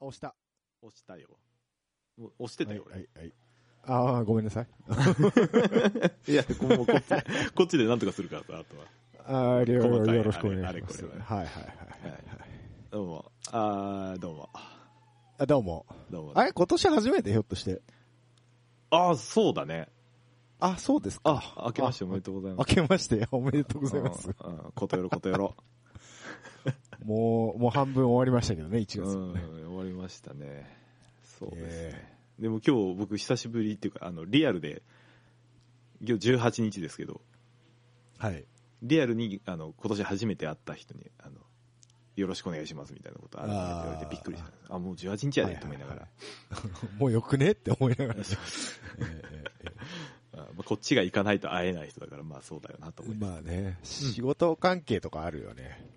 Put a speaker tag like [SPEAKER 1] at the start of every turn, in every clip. [SPEAKER 1] 押した。
[SPEAKER 2] 押したよ。もう押してたよ、
[SPEAKER 1] はい、はい、はい。ああ、ごめんなさい。
[SPEAKER 2] 俺。いや、こもうこっち、 こっちでなんとかするからさ、あとは。
[SPEAKER 1] ああ、よ
[SPEAKER 2] 細かい
[SPEAKER 1] よろしくお願いします。
[SPEAKER 2] あれこれ
[SPEAKER 1] はいはいはいはい。はい
[SPEAKER 2] どうも。あー、どうも。
[SPEAKER 1] あ、どうも。
[SPEAKER 2] どうも。
[SPEAKER 1] あれ、今年初めてひょっとして。
[SPEAKER 2] あー、そうだね。
[SPEAKER 1] あ、そうですか。
[SPEAKER 2] あ、明けましておめでとうござい
[SPEAKER 1] 明
[SPEAKER 2] ます。
[SPEAKER 1] けまして、おめでとうございます。
[SPEAKER 2] うん。うんことよろことよろ。
[SPEAKER 1] もう、もう半分終わりましたけどね、1月。
[SPEAKER 2] うん、終わりましたね。そうですね。
[SPEAKER 1] え
[SPEAKER 2] でも今日僕久しぶりっていうか、あの、リアルで、今日18日ですけど、
[SPEAKER 1] えはい。
[SPEAKER 2] リアルに、あの、今年初めて会った人に、あの、よろしくお願いしますみたいなことを改めて言われてびっくりした。あ、もう18日やでと思いながら。
[SPEAKER 1] もうよくねって思いながら。
[SPEAKER 2] そう
[SPEAKER 1] えええ
[SPEAKER 2] あまあこっちが行かないと会えない人だから、まあそうだよなと
[SPEAKER 1] え
[SPEAKER 2] 思います。
[SPEAKER 1] まあね、仕事関係とかあるよね。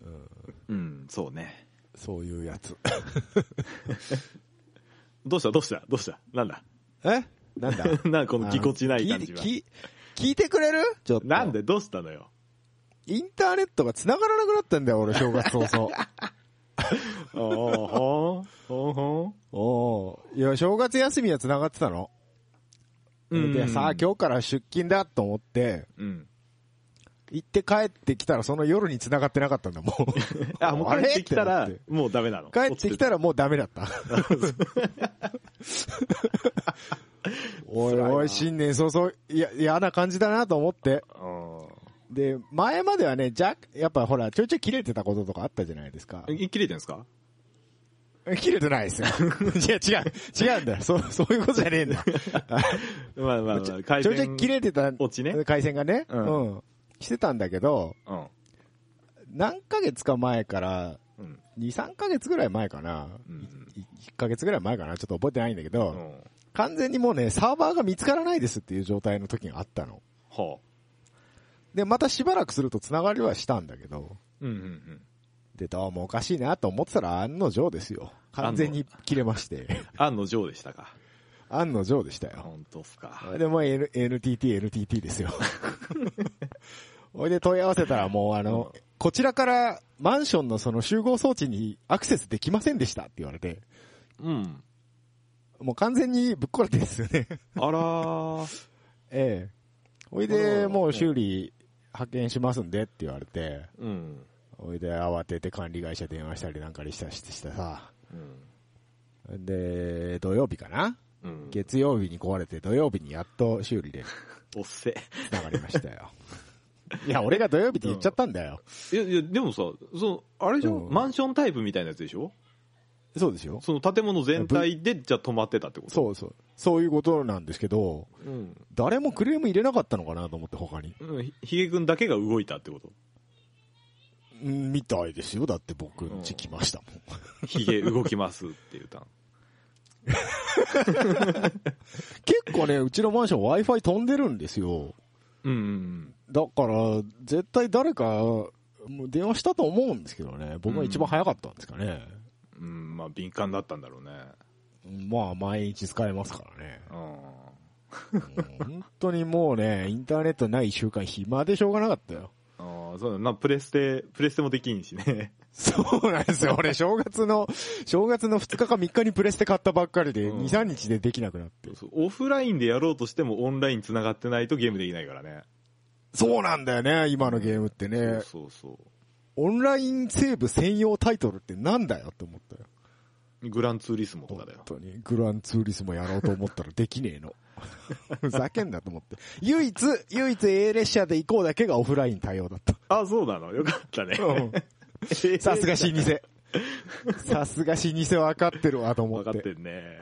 [SPEAKER 1] うん、
[SPEAKER 2] うん、そうね。
[SPEAKER 1] そういうやつ。
[SPEAKER 2] どうしたどうしたどうしたなんだ
[SPEAKER 1] えなんだ
[SPEAKER 2] なんだこのぎこちない感じは
[SPEAKER 1] あの聞いて聞い聞いてくれるちょっと。
[SPEAKER 2] なんでどうしたのよ
[SPEAKER 1] インターネットが繋がらなくなったんだよ、俺、正月早々。
[SPEAKER 2] おーほーほーほ
[SPEAKER 1] おーいや、正月休みは繋がってたの。
[SPEAKER 2] ー
[SPEAKER 1] で、さあ、今日から出勤だと思って、
[SPEAKER 2] うん。。
[SPEAKER 1] 行って帰ってきたら、その夜に繋がってなかったんだもん
[SPEAKER 2] あ、もう帰ってきた
[SPEAKER 1] あ
[SPEAKER 2] ら
[SPEAKER 1] れて、
[SPEAKER 2] もうダメなの。
[SPEAKER 1] なって帰ってきたらもうダメだった。おいおい、新年早々、いや、嫌な感じだなと思って。
[SPEAKER 2] 落ちて
[SPEAKER 1] で、前まではね、じゃ、やっぱほら、ちょいちょい切れてたこととかあったじゃないですか
[SPEAKER 2] た。。え切れてんすか
[SPEAKER 1] 切れてないですよ。 いや、違う、違うんだよ。そう、 そういうことじゃねえんだよ。
[SPEAKER 2] まあまあまあ、
[SPEAKER 1] ちょいちょい切れてた
[SPEAKER 2] 落ちね。
[SPEAKER 1] 回線がね、
[SPEAKER 2] う
[SPEAKER 1] うんん、してたんだけど、
[SPEAKER 2] うん。
[SPEAKER 1] 何ヶ月か前から、
[SPEAKER 2] うん。
[SPEAKER 1] 2、3ヶ月ぐらい前かな、
[SPEAKER 2] うん
[SPEAKER 1] い1ヶ月ぐらい前かな、ちょっと覚えてないんだけど、
[SPEAKER 2] うん。
[SPEAKER 1] 完全にもうね、サーバーが見つからないですっていう状態の時があったの。
[SPEAKER 2] は
[SPEAKER 1] で、またしばらくすると繋がりはしたんだけど、
[SPEAKER 2] あ。うんうんうん。
[SPEAKER 1] で、どうもおかしいなと思ってたら案の定ですよ。完全に切れまして、
[SPEAKER 2] 案の定でしたか。
[SPEAKER 1] 案の定でしたよ。
[SPEAKER 2] 本当っすか。
[SPEAKER 1] で、もう N- NTT、NTT ですよ。ほいで問い合わせたらもうあの、こちらからマンションのその集合装置にアクセスできませんでしたって言われて、
[SPEAKER 2] うん。
[SPEAKER 1] もう完全にぶっ壊れてるんですよね。
[SPEAKER 2] あらー。
[SPEAKER 1] ええ。ほい
[SPEAKER 2] あら
[SPEAKER 1] で、もう修理派遣しますんでって言われて、
[SPEAKER 2] うん。
[SPEAKER 1] ほいで慌てて管理会社電話したりなんかしたしてしたさ。
[SPEAKER 2] うん。
[SPEAKER 1] で、土曜日かな
[SPEAKER 2] うん。
[SPEAKER 1] 月曜日に壊れて土曜日にやっと修理で
[SPEAKER 2] おっせ。
[SPEAKER 1] 繋がりましたよ。いや、俺が土曜日って言っちゃったんだよ。
[SPEAKER 2] いやいや、でもさ、その、あれでしょ、
[SPEAKER 1] うん
[SPEAKER 2] マンションタイプみたいなやつでしょ
[SPEAKER 1] そうですよ。
[SPEAKER 2] その建物全体で、じゃあ止まってたってこと
[SPEAKER 1] そうそう。そういうことなんですけど、
[SPEAKER 2] う。うん。
[SPEAKER 1] 誰もクレーム入れなかったのかなと思って他に。
[SPEAKER 2] うんひひげくんだけが動いたってこと
[SPEAKER 1] うんみたいですよ。だって僕んち来ましたもん。
[SPEAKER 2] ひげ動きますって言ったの。
[SPEAKER 1] 結構ね、うちのマンション Wi-Fi 飛んでるんですよ。
[SPEAKER 2] うんうんうん。
[SPEAKER 1] だから、絶対誰か、もう電話したと思うんですけどね。僕が一番早かったんですかね。
[SPEAKER 2] うん、まあ敏感だったんだろうね。
[SPEAKER 1] まあ、毎日使えますからね。
[SPEAKER 2] う
[SPEAKER 1] うん本当にもうね、インターネットない一週間暇でしょうがなかったよ。
[SPEAKER 2] ん。ああ、そうだな、プレステ、プレステもできんしね。
[SPEAKER 1] そうなんですよ。 俺、正月の、正月の2日か3日にプレステ買ったばっかりで、
[SPEAKER 2] うん
[SPEAKER 1] 2、3日でできなくなって。
[SPEAKER 2] そうオフラインでやろうとしてもオンライン繋がってないとゲームできないからね。
[SPEAKER 1] そうなんだよね、今のゲームってね。
[SPEAKER 2] そうそう
[SPEAKER 1] オンラインセーブ専用タイトルってなんだよって思ったよ。
[SPEAKER 2] そう。グランツーリスモとか
[SPEAKER 1] 本
[SPEAKER 2] だよ。
[SPEAKER 1] 当に。グランツーリスもやろうと思ったらできね えの。ふざけんなと思って。唯一、唯一 A 列車で行こうだけがオフライン対応だった。
[SPEAKER 2] あ、そうなのよかったね。
[SPEAKER 1] さすが老舗。さすが老舗分かってるわと思
[SPEAKER 2] 分
[SPEAKER 1] って。
[SPEAKER 2] かってんね。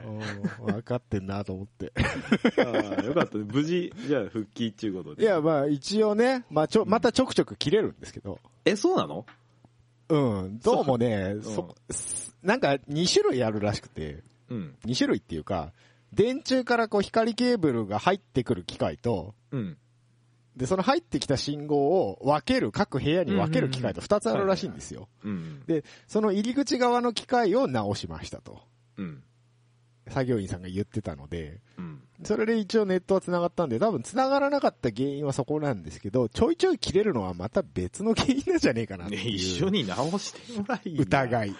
[SPEAKER 1] うん分かってんなと思って。
[SPEAKER 2] ああ、よかったね。無事、じゃあ復帰っていうこと
[SPEAKER 1] い
[SPEAKER 2] で。
[SPEAKER 1] や、、まあ一応ね、まあちょ、またちょくちょく切れるんですけど。
[SPEAKER 2] え、そうなの
[SPEAKER 1] うん、どうもね、
[SPEAKER 2] そう
[SPEAKER 1] そ、すなんか2種類あるらしくて、
[SPEAKER 2] うん。
[SPEAKER 1] 2種類っていうか、電柱からこう光ケーブルが入ってくる機械と、
[SPEAKER 2] うん。
[SPEAKER 1] で、その入ってきた信号を分ける、各部屋に分ける機械と2つあるらしいんですよ。
[SPEAKER 2] うん。
[SPEAKER 1] で、その入り口側の機械を直しましたと、
[SPEAKER 2] うん。
[SPEAKER 1] 作業員さんが言ってたので、
[SPEAKER 2] うん。
[SPEAKER 1] それで一応ネットは繋がったんで、多分繋がらなかった原因はそこなんですけど、ちょいちょい切れるのはまた別の原因なんじゃねえかなって
[SPEAKER 2] ね
[SPEAKER 1] いう。
[SPEAKER 2] 一緒に直してもらいいな。
[SPEAKER 1] 疑い。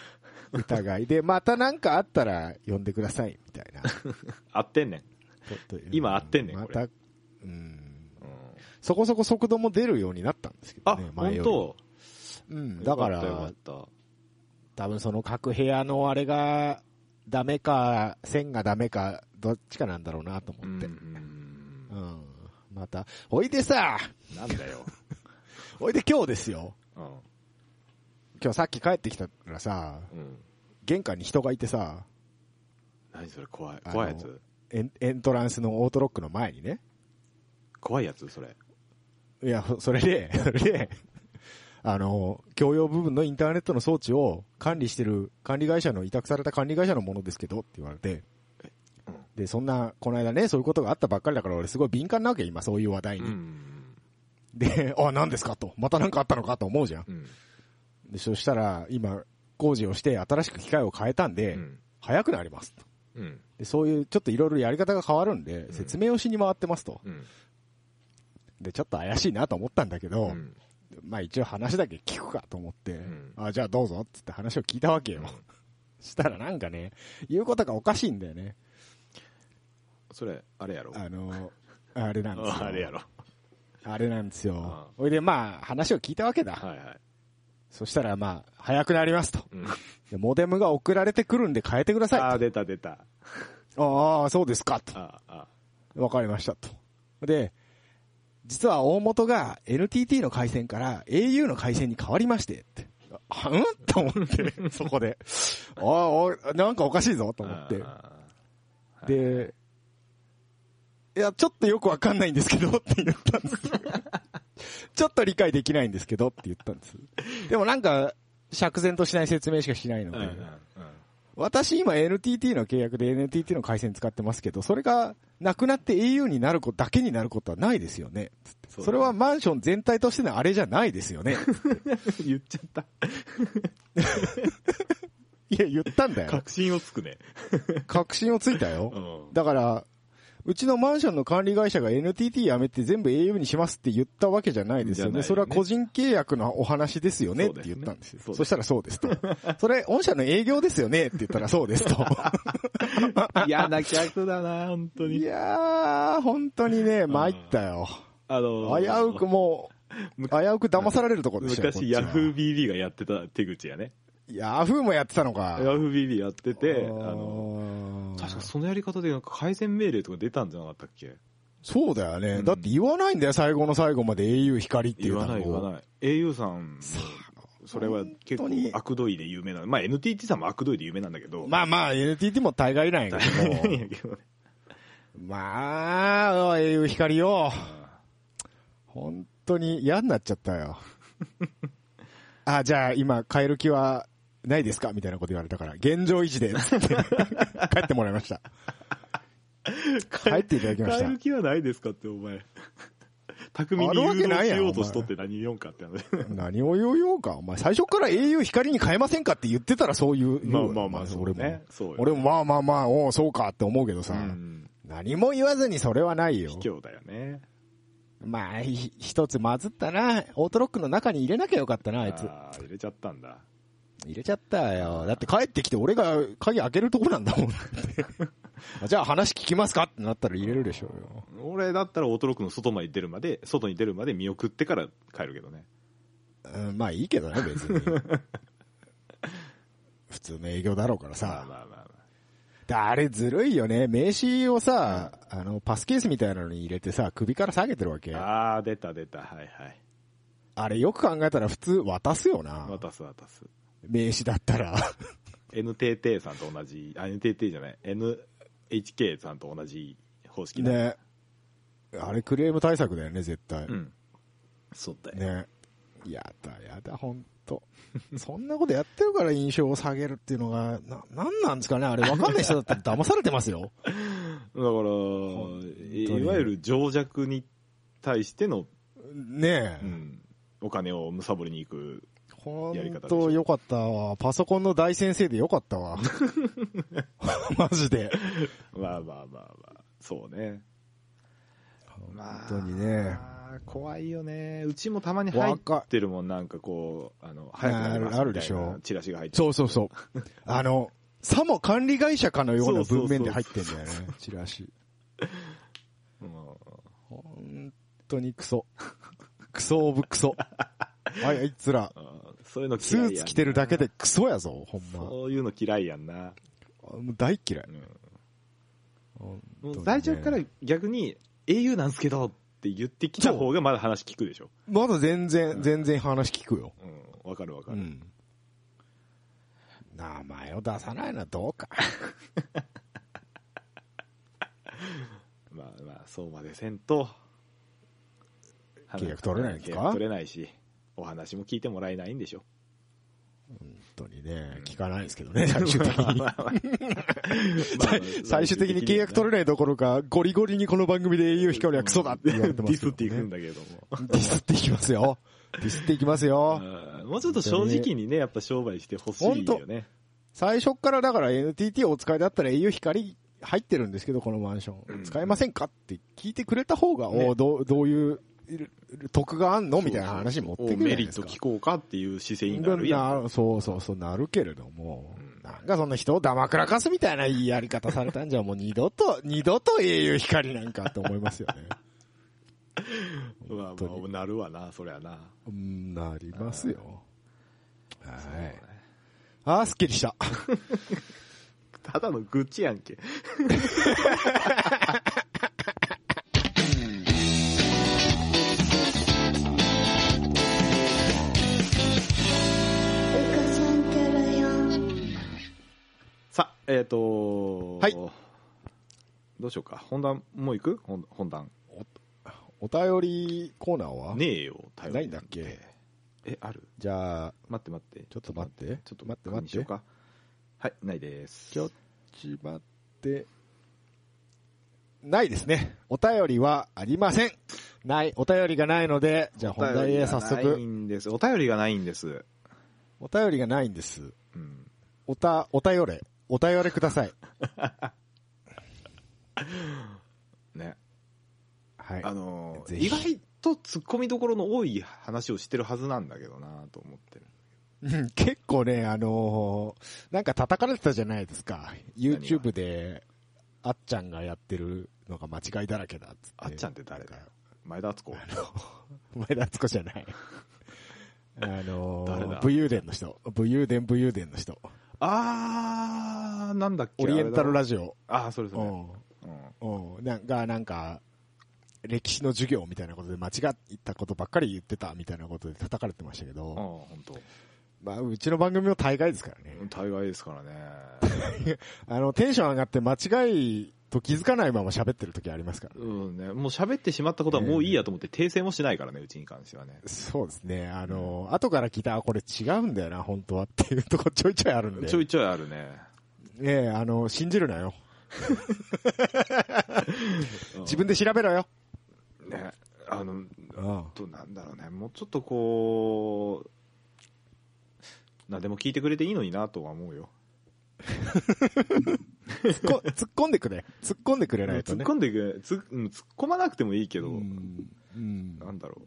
[SPEAKER 1] 疑いで、またなんかあったら呼んでください、みたいな。
[SPEAKER 2] 合ってんねん。
[SPEAKER 1] こという
[SPEAKER 2] 今合ってんねん
[SPEAKER 1] ま
[SPEAKER 2] これ
[SPEAKER 1] た、うん。
[SPEAKER 2] うん
[SPEAKER 1] そこそこ速度も出るようになったんですけど
[SPEAKER 2] あ、
[SPEAKER 1] ね、前
[SPEAKER 2] 本
[SPEAKER 1] より
[SPEAKER 2] 当
[SPEAKER 1] うん、だか
[SPEAKER 2] よからっ、たよかっ
[SPEAKER 1] 多分その各部屋のあれがダメか、線がダメか、どっちかなんだろうなと
[SPEAKER 2] たう
[SPEAKER 1] 思って。うん。
[SPEAKER 2] ん。
[SPEAKER 1] また、おいでさ、
[SPEAKER 2] なんだよ。
[SPEAKER 1] おいで今日ですよ。
[SPEAKER 2] うん。
[SPEAKER 1] 今日さっき帰ってきたらさ、
[SPEAKER 2] うん。
[SPEAKER 1] 玄関に人がいてさ、
[SPEAKER 2] 何それ怖い。
[SPEAKER 1] あの
[SPEAKER 2] 怖いやつ
[SPEAKER 1] エンエントランスのオートロックの前にね。
[SPEAKER 2] 怖いやつそれ。
[SPEAKER 1] いや、そそれで、 それで、あの、共用部分のインターネットの装置を管理してる管理会社の委託された管理会社のものですけどって言われて
[SPEAKER 2] えうん、
[SPEAKER 1] で、そんな、この間ね、そういうことがあったばっかりだから俺すごい敏感なわけ、今そういう話題
[SPEAKER 2] う
[SPEAKER 1] に。
[SPEAKER 2] ん。
[SPEAKER 1] で、あ、何ですかと。また何かあったのかと思うじゃん。
[SPEAKER 2] うん。
[SPEAKER 1] で、そしたら、今、工事をして新しく機械を変えたん
[SPEAKER 2] う
[SPEAKER 1] で、
[SPEAKER 2] ん。
[SPEAKER 1] 早くなりますと。
[SPEAKER 2] うん。
[SPEAKER 1] で、そういう、ちょっといろいろやり方が変わるんで、
[SPEAKER 2] ん
[SPEAKER 1] 説明をしに回ってますと。
[SPEAKER 2] うん。
[SPEAKER 1] で、ちょっと怪しいなと思ったんだけ
[SPEAKER 2] う
[SPEAKER 1] ど、
[SPEAKER 2] ん。
[SPEAKER 1] まあ一応話だけ聞くかと思って、
[SPEAKER 2] ん
[SPEAKER 1] あじゃあどうぞっつって話を聞いたわけよ。したらなんかね、言うことがおかしいんだよね。
[SPEAKER 2] それ、あれやろ。
[SPEAKER 1] あの、あれなんですよ。
[SPEAKER 2] あれやろ。
[SPEAKER 1] あれなんですよ
[SPEAKER 2] あ。
[SPEAKER 1] ほいでまあ話を聞いたわけだ。
[SPEAKER 2] はいはい。
[SPEAKER 1] そしたらまあ、早くなりますと。
[SPEAKER 2] うん
[SPEAKER 1] でモデムが送られてくるんで変えてください
[SPEAKER 2] あー、出た出た。
[SPEAKER 1] と。ああ、そうですかと。
[SPEAKER 2] あーあ
[SPEAKER 1] わかりましたと。で、実は大元が NTT の回線から au の回線に変わりましてって。あうん と思って、そこで。ああ、おいなんかおかしいぞと
[SPEAKER 2] ー。
[SPEAKER 1] 思っ
[SPEAKER 2] あ
[SPEAKER 1] て
[SPEAKER 2] ー。あー、はい
[SPEAKER 1] で、いや、ちょっとよくわかんないんですけどって言ったん です。ちょっと理解できないんですけどって言ったんです。でもなんか、釈然としない説明しかしないの
[SPEAKER 2] う
[SPEAKER 1] で、
[SPEAKER 2] んうんうん
[SPEAKER 1] 私今 NTT の契約で NTT の回線使ってますけど、それがなくなって au になることだけになることはないですよね。
[SPEAKER 2] うだね
[SPEAKER 1] それはマンション全体としてのあれじゃないですよね。
[SPEAKER 2] 言っちゃった。
[SPEAKER 1] いや、言ったんだよ。
[SPEAKER 2] 確信をつくね。
[SPEAKER 1] 確信をついたよ。
[SPEAKER 2] うん
[SPEAKER 1] だから、うちのマンションの管理会社が NTT やめて全部 au にしますって言ったわけじゃないですよね。
[SPEAKER 2] じゃないよね
[SPEAKER 1] それは個人契約のお話ですよねっ
[SPEAKER 2] そう
[SPEAKER 1] て
[SPEAKER 2] ですね
[SPEAKER 1] 言ったんですよ。そ
[SPEAKER 2] そうです
[SPEAKER 1] したらそうですと。それ、御社の営業ですよねって言ったらそう ですと。
[SPEAKER 2] 嫌な客だな、本当
[SPEAKER 1] い
[SPEAKER 2] に。
[SPEAKER 1] やー、本当にね、参ったよ。
[SPEAKER 2] あの
[SPEAKER 1] 危うくもう、
[SPEAKER 2] む
[SPEAKER 1] 危うく騙されるとこでしたよ。
[SPEAKER 2] 昔ヤフー
[SPEAKER 1] ー。
[SPEAKER 2] BB がやってた手口やね。
[SPEAKER 1] ヤフーもやってたのか
[SPEAKER 2] ヤ。フー BB やってて、あ
[SPEAKER 1] あー
[SPEAKER 2] の、確かそのやり方でなんか改善命令とか出たんじゃなかったっけ
[SPEAKER 1] そうだよね、
[SPEAKER 2] うん
[SPEAKER 1] だって言わないんだよ、最後の最後まで au 光ってい
[SPEAKER 2] 言
[SPEAKER 1] う
[SPEAKER 2] わない言わ
[SPEAKER 1] い。
[SPEAKER 2] ない。au さんも
[SPEAKER 1] さ
[SPEAKER 2] それは結構
[SPEAKER 1] 本当に
[SPEAKER 2] 悪どいで有名な。まあ NTT さんも悪どいで有名なんだけど。
[SPEAKER 1] まあまあ、NTT も大概なんや
[SPEAKER 2] 大
[SPEAKER 1] けど
[SPEAKER 2] 変
[SPEAKER 1] も。
[SPEAKER 2] やけどね。
[SPEAKER 1] まあ、au 光よ。本当に嫌になっちゃった よ。あ、じゃあ今変える気はないですかみたいなこと言われたから、現状維持で、つ って、帰ってもらいました。帰っていただきました
[SPEAKER 2] 帰る気はないですかって、お 前。匠
[SPEAKER 1] ある
[SPEAKER 2] に
[SPEAKER 1] わけ
[SPEAKER 2] 誘
[SPEAKER 1] な
[SPEAKER 2] 導
[SPEAKER 1] いや
[SPEAKER 2] し
[SPEAKER 1] ん
[SPEAKER 2] ようとしとって何言おんかって話。
[SPEAKER 1] 何を言おうようか。お前最初から au 光に変えませんかって言ってたらそういう。
[SPEAKER 2] まあまあまあ
[SPEAKER 1] 言うよ
[SPEAKER 2] そうねそうよ
[SPEAKER 1] 俺も。俺もまあまあまあ、おうそうかって思うけどさ。
[SPEAKER 2] うん
[SPEAKER 1] 何も言わずにそれはないよ。
[SPEAKER 2] 卑怯だよね。
[SPEAKER 1] まあ、ひ一つまずったな。オートロックの中に入れなきゃよかったな、あいつ。
[SPEAKER 2] あー入れちゃったんだ。
[SPEAKER 1] 入れちゃったよ。だって帰ってきて俺が鍵開けるとこなんだ もん。じゃあ話聞きますかってなったら入れるでしょうよ。
[SPEAKER 2] 俺だったらオートロックの外まで出るまで、外に出るまで見送ってから帰るけどね。
[SPEAKER 1] うん、まあいいけどね、別 に。普通の営業だろうから
[SPEAKER 2] まあ
[SPEAKER 1] さ。
[SPEAKER 2] まあまあま
[SPEAKER 1] であれずるいよね。名刺をさ、あの、パスケースみたいなのに入れてさ、首から下げてるわけ。
[SPEAKER 2] あ。
[SPEAKER 1] あ
[SPEAKER 2] ああー、出た出た。はいはい。
[SPEAKER 1] れよく考えたら普通渡すよな。
[SPEAKER 2] 渡す渡す。
[SPEAKER 1] 名刺だったら。
[SPEAKER 2] NTT さんと同じ、あ、NTT じゃない。NHK さんと同じ方式だ。
[SPEAKER 1] ね。あれクレーム対策だよね、絶対。
[SPEAKER 2] うん。そうだよ。
[SPEAKER 1] ね。やだやだ、ほんと。そんなことやってるから印象を下げるっていうのが、な、なんなんですかねあれ、わかんない人だったら騙されてます よ。
[SPEAKER 2] だから、
[SPEAKER 1] に
[SPEAKER 2] いわゆる情弱に対しての、
[SPEAKER 1] ねえ。
[SPEAKER 2] うん、お金を貪りに行く。
[SPEAKER 1] ほ
[SPEAKER 2] やり方
[SPEAKER 1] ん
[SPEAKER 2] でし
[SPEAKER 1] と
[SPEAKER 2] ょ
[SPEAKER 1] よかったわ。パソコンの大先生でよかった わ。マジで。
[SPEAKER 2] まあまあまあまあ、そうね。
[SPEAKER 1] ほ
[SPEAKER 2] まあ
[SPEAKER 1] 本当にね。
[SPEAKER 2] 怖いよね。うちもたまに入ってるもん、なんかこう、あの、早くなりますみたいな
[SPEAKER 1] あるでしょ
[SPEAKER 2] チラシが入ってる
[SPEAKER 1] そうそうそう。 あの、さも管理会社かのような
[SPEAKER 2] そうそうそう
[SPEAKER 1] 文面で入ってんだよね、チラシ。
[SPEAKER 2] うん
[SPEAKER 1] 本当にク ソ。クソオブクソ。あいあいつら、
[SPEAKER 2] あーそういうの
[SPEAKER 1] ス
[SPEAKER 2] 嫌いやんな
[SPEAKER 1] ーツ着てるだけでクソやぞ、ほんま。
[SPEAKER 2] そういうの嫌いやんな。
[SPEAKER 1] もう大嫌い。
[SPEAKER 2] うん
[SPEAKER 1] 本当
[SPEAKER 2] も
[SPEAKER 1] にね
[SPEAKER 2] う大丈夫から逆に、au なんすけどって言ってきた方がまだ話聞くでしょ。
[SPEAKER 1] まだ全
[SPEAKER 2] う
[SPEAKER 1] 然、
[SPEAKER 2] ん
[SPEAKER 1] 全然話聞くよ。
[SPEAKER 2] うん、わかるわか
[SPEAKER 1] う
[SPEAKER 2] る。
[SPEAKER 1] ん。名前を出さないのはどうか。
[SPEAKER 2] まあまあ、そうまでせんと、
[SPEAKER 1] 契約取れないんですか
[SPEAKER 2] 契約取れないし、お話も聞いてもらえないんでしょ。
[SPEAKER 1] 本当にね、聞かないですけどね、最終的に。
[SPEAKER 2] まあまあ
[SPEAKER 1] 最最終的に契約取れないどころか、ゴリゴリにこの番組で au 光はクソだって言われてますけどね
[SPEAKER 2] ディスっていくんだけども。
[SPEAKER 1] ディスっていきますよ。ディスっていきますよ。
[SPEAKER 2] うんもうちょっと正直にね、やっぱ商売してほしいよね。
[SPEAKER 1] 最初っからだから NTT お使いだったら au 光入ってるんですけど、このマンション。使えませんかって聞いてくれた方が、
[SPEAKER 2] ね
[SPEAKER 1] おうどう、どういう得があんのみたいな話持ってくるじゃな
[SPEAKER 2] メ
[SPEAKER 1] い
[SPEAKER 2] リ
[SPEAKER 1] で
[SPEAKER 2] ッ
[SPEAKER 1] す
[SPEAKER 2] ト
[SPEAKER 1] か。
[SPEAKER 2] 聞こうかっていう姿勢になるやん。
[SPEAKER 1] なそうそうそう、なるけれども、なんかそんな人を黙らかすみたいな言いやり方されたんじゃ、もう二度 と、二度と au 光なんかと思いますよね。
[SPEAKER 2] まあ
[SPEAKER 1] 当に
[SPEAKER 2] まあなるわな、そりゃな。
[SPEAKER 1] うん、なりますよ。はい。あー、すっきりした。
[SPEAKER 2] ただの愚痴やんけ。さあ、えっ、と
[SPEAKER 1] はい
[SPEAKER 2] どうしようか。本談、もう行く本本談。
[SPEAKER 1] お便りコーナーは
[SPEAKER 2] ねえよ、頼り
[SPEAKER 1] ないんだっけ
[SPEAKER 2] え、ある
[SPEAKER 1] じゃあ、
[SPEAKER 2] 待って待って。
[SPEAKER 1] ちょっと待って。
[SPEAKER 2] ちょっと
[SPEAKER 1] 待って
[SPEAKER 2] 確認し
[SPEAKER 1] 待
[SPEAKER 2] よ
[SPEAKER 1] っ
[SPEAKER 2] う
[SPEAKER 1] て。
[SPEAKER 2] か。はい、ないです。
[SPEAKER 1] ちょっち待って。ないですね。お便りはありません。ない。お便りがないので、じゃあ本題へ早
[SPEAKER 2] お便りがない
[SPEAKER 1] 速。
[SPEAKER 2] んです。お便りがないんです。
[SPEAKER 1] お便りがないんです。
[SPEAKER 2] うん。
[SPEAKER 1] おた、お便れ。お便れください。
[SPEAKER 2] ね。
[SPEAKER 1] はい。
[SPEAKER 2] あのー
[SPEAKER 1] ぜひ
[SPEAKER 2] 意外と突っ込みどころの多い話をしてるはずなんだけどなと思ってる。
[SPEAKER 1] うん結構ね、あのーなんか叩かれてたじゃないですか。YouTube で、あっちゃんがやってるのが間違いだらけだっつって。
[SPEAKER 2] あっちゃんって誰だよ前田敦子。
[SPEAKER 1] 前田敦子じゃ ない。あの
[SPEAKER 2] 誰だ
[SPEAKER 1] ー、武勇伝の人。武勇伝武勇伝の人。
[SPEAKER 2] あー、なんだっけ
[SPEAKER 1] オリエンタル
[SPEAKER 2] ラ
[SPEAKER 1] ラジオ。
[SPEAKER 2] あー、それそうれ。
[SPEAKER 1] ん。
[SPEAKER 2] うん
[SPEAKER 1] うん。なんか、なんか、歴史の授業みたいなことで間違ったことばっかり言ってたみたいなことで叩かれてましたけ
[SPEAKER 2] ああ、
[SPEAKER 1] ど、
[SPEAKER 2] 本当。
[SPEAKER 1] まあ、うちの番組も大概ですからね。
[SPEAKER 2] 大概ですからね。
[SPEAKER 1] あの、テンション上がって間違いと気づかないまま喋ってる時ありますから。
[SPEAKER 2] うんね。もう喋ってしまったことはもういいやと思って訂正もしないからね、うちに関してはね。
[SPEAKER 1] そうですね。あの、後から聞いた、あこれ違うんだよな、本当はっていうとこちょいちょいあるんで。
[SPEAKER 2] ちょいちょいあるね。
[SPEAKER 1] ええ、あの、信じるなよ。
[SPEAKER 2] うん
[SPEAKER 1] 自分で調べろよ。
[SPEAKER 2] ね。あの、
[SPEAKER 1] うん。
[SPEAKER 2] どうなんだろうね。もうちょっとこう、な、でも聞いてくれていいのになとは思うよ。
[SPEAKER 1] こ突っ込んでくれ。突っ込んでくれないと
[SPEAKER 2] 突っ
[SPEAKER 1] ね。
[SPEAKER 2] 込んでくつうん突っ込まなくてもいいけど、
[SPEAKER 1] うんうん
[SPEAKER 2] なんだろ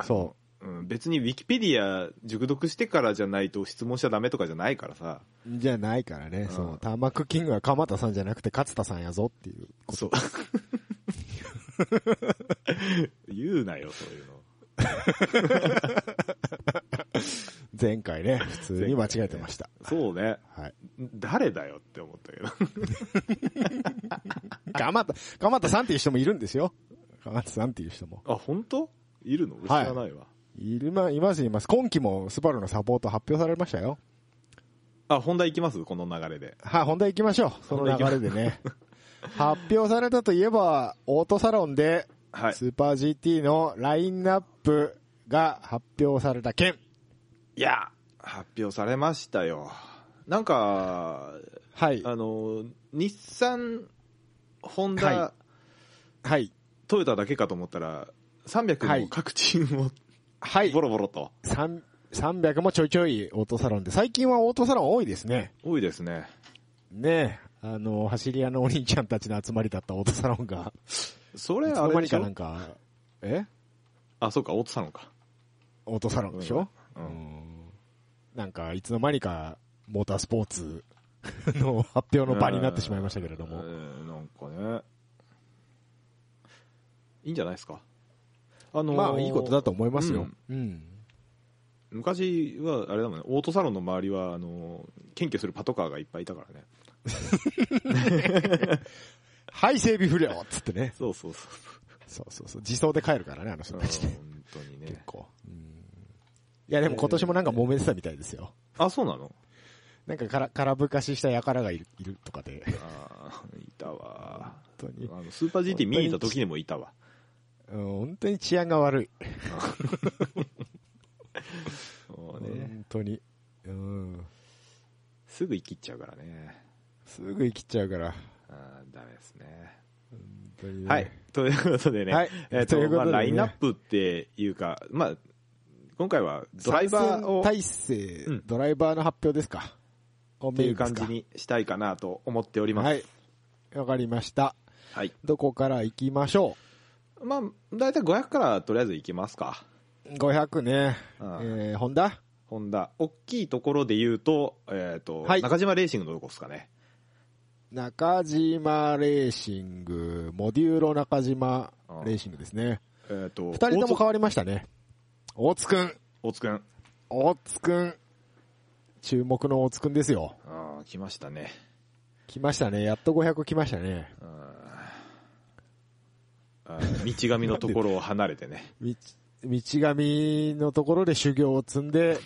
[SPEAKER 2] う。。
[SPEAKER 1] そう
[SPEAKER 2] うん、別にウィキペディア熟読してからじゃないと質問しちゃダメとかじゃないからさ。
[SPEAKER 1] う。じゃないからね。そう。ターマックキングは鎌田さんじゃなくて勝田さんやぞっていうこと。
[SPEAKER 2] そう。 言うなよ、そういうの。
[SPEAKER 1] 前回 ね、普通に間違えてました。
[SPEAKER 2] そうね。
[SPEAKER 1] はい。
[SPEAKER 2] 誰だよって思ったけど。
[SPEAKER 1] 鎌田、鎌田さんっていう人もいるんですよ。鎌田さんっていう人も。
[SPEAKER 2] あ、本当いるの俺知
[SPEAKER 1] はい
[SPEAKER 2] らないわ。
[SPEAKER 1] いるま、いますいます。今期もスバルのサポート発表されましたよ。
[SPEAKER 2] あ、本題いきますこの流れで。
[SPEAKER 1] はい、本題行きましょう。その流れで ね。発表されたといえば、オートサロンで、
[SPEAKER 2] はい。
[SPEAKER 1] スーパー GT のラインナップが発表された件。
[SPEAKER 2] いや、発表されましたよ。なんか、
[SPEAKER 1] はい、
[SPEAKER 2] あの、日産、ホンダ、
[SPEAKER 1] ははい、
[SPEAKER 2] トヨタだけかと思ったら、300の各チーム
[SPEAKER 1] は
[SPEAKER 2] を
[SPEAKER 1] い
[SPEAKER 2] ボ。ロボロと。
[SPEAKER 1] 三300もちょいちょいオートサロンで、最近はオートサロン多いですね。
[SPEAKER 2] 多いですね。
[SPEAKER 1] ねえ。あの、走り屋のお兄ちゃんたちの集まりだったオートサロンが、
[SPEAKER 2] そ
[SPEAKER 1] い
[SPEAKER 2] れ
[SPEAKER 1] つ
[SPEAKER 2] あ
[SPEAKER 1] の間
[SPEAKER 2] れ
[SPEAKER 1] に
[SPEAKER 2] でし
[SPEAKER 1] かな
[SPEAKER 2] ょ
[SPEAKER 1] んか、え
[SPEAKER 2] あそうか落としたのか
[SPEAKER 1] オートサロンでしょ、
[SPEAKER 2] う
[SPEAKER 1] うんんなんか、いつの間にか、モータースポーツ の発表の場になってしまいましたけれど
[SPEAKER 2] え
[SPEAKER 1] も。
[SPEAKER 2] ーなんかねいいんじゃないですかあのー
[SPEAKER 1] まあ、いいことだと思いますよ。うん。
[SPEAKER 2] 昔はあれだもんねオートサロンの周りはあのー検挙するパトカーがいっぱいいたからね
[SPEAKER 1] はい、整備不良っつってね。
[SPEAKER 2] そうそうそ
[SPEAKER 1] そうそうそう。自走で帰るからね、あの人
[SPEAKER 2] 本
[SPEAKER 1] たちね。
[SPEAKER 2] 当に
[SPEAKER 1] 結
[SPEAKER 2] ね
[SPEAKER 1] 構。うんいや、でも今年もなんか揉めてたみたいですよ。
[SPEAKER 2] あそうなの
[SPEAKER 1] なんかから、空ぶかしした輩がいるいるとかで。
[SPEAKER 2] あーいたわ
[SPEAKER 1] 本当に。
[SPEAKER 2] あのスーパー GT 見に行った時にもいたわ
[SPEAKER 1] うん本当に治安が悪い。
[SPEAKER 2] そうね
[SPEAKER 1] 本当に。うん。
[SPEAKER 2] すぐ行きっちゃうからね
[SPEAKER 1] すぐ生きちゃうから。
[SPEAKER 2] あーダメですね
[SPEAKER 1] 本当にね
[SPEAKER 2] はい。ということでね、
[SPEAKER 1] はい
[SPEAKER 2] えっ、
[SPEAKER 1] という
[SPEAKER 2] と、
[SPEAKER 1] ことで
[SPEAKER 2] まあ、
[SPEAKER 1] ね
[SPEAKER 2] ラインナップっていうか、まあ、今回はドライバーをっ
[SPEAKER 1] 参戦体制、
[SPEAKER 2] うん
[SPEAKER 1] ドライバーの発表ですか。って
[SPEAKER 2] いう感じにしたいかなと思っております。は。
[SPEAKER 1] はいい。わかりました。どこから行きましょ
[SPEAKER 2] まあ、だいたい500からとりあえずいきますか。
[SPEAKER 1] う ?500 ね。
[SPEAKER 2] うん
[SPEAKER 1] えー、ホンダ
[SPEAKER 2] ホンダ。大きいところで言うと、えっ、と、
[SPEAKER 1] はい
[SPEAKER 2] 中島レーシングのどこですかね。
[SPEAKER 1] 中島レーシング、モデューロ中島レーシングですね。
[SPEAKER 2] えっ、と、
[SPEAKER 1] 二人とも
[SPEAKER 2] 大津
[SPEAKER 1] 変わりましたね。大津くん。
[SPEAKER 2] 大津くん。
[SPEAKER 1] 大津くん。注目の大津くんですよ。
[SPEAKER 2] あー来ましたね。
[SPEAKER 1] 来ましたね。やっと500来ましたね。
[SPEAKER 2] あー道神のところを離れてね。
[SPEAKER 1] 道、道神のところで修行を積ん で、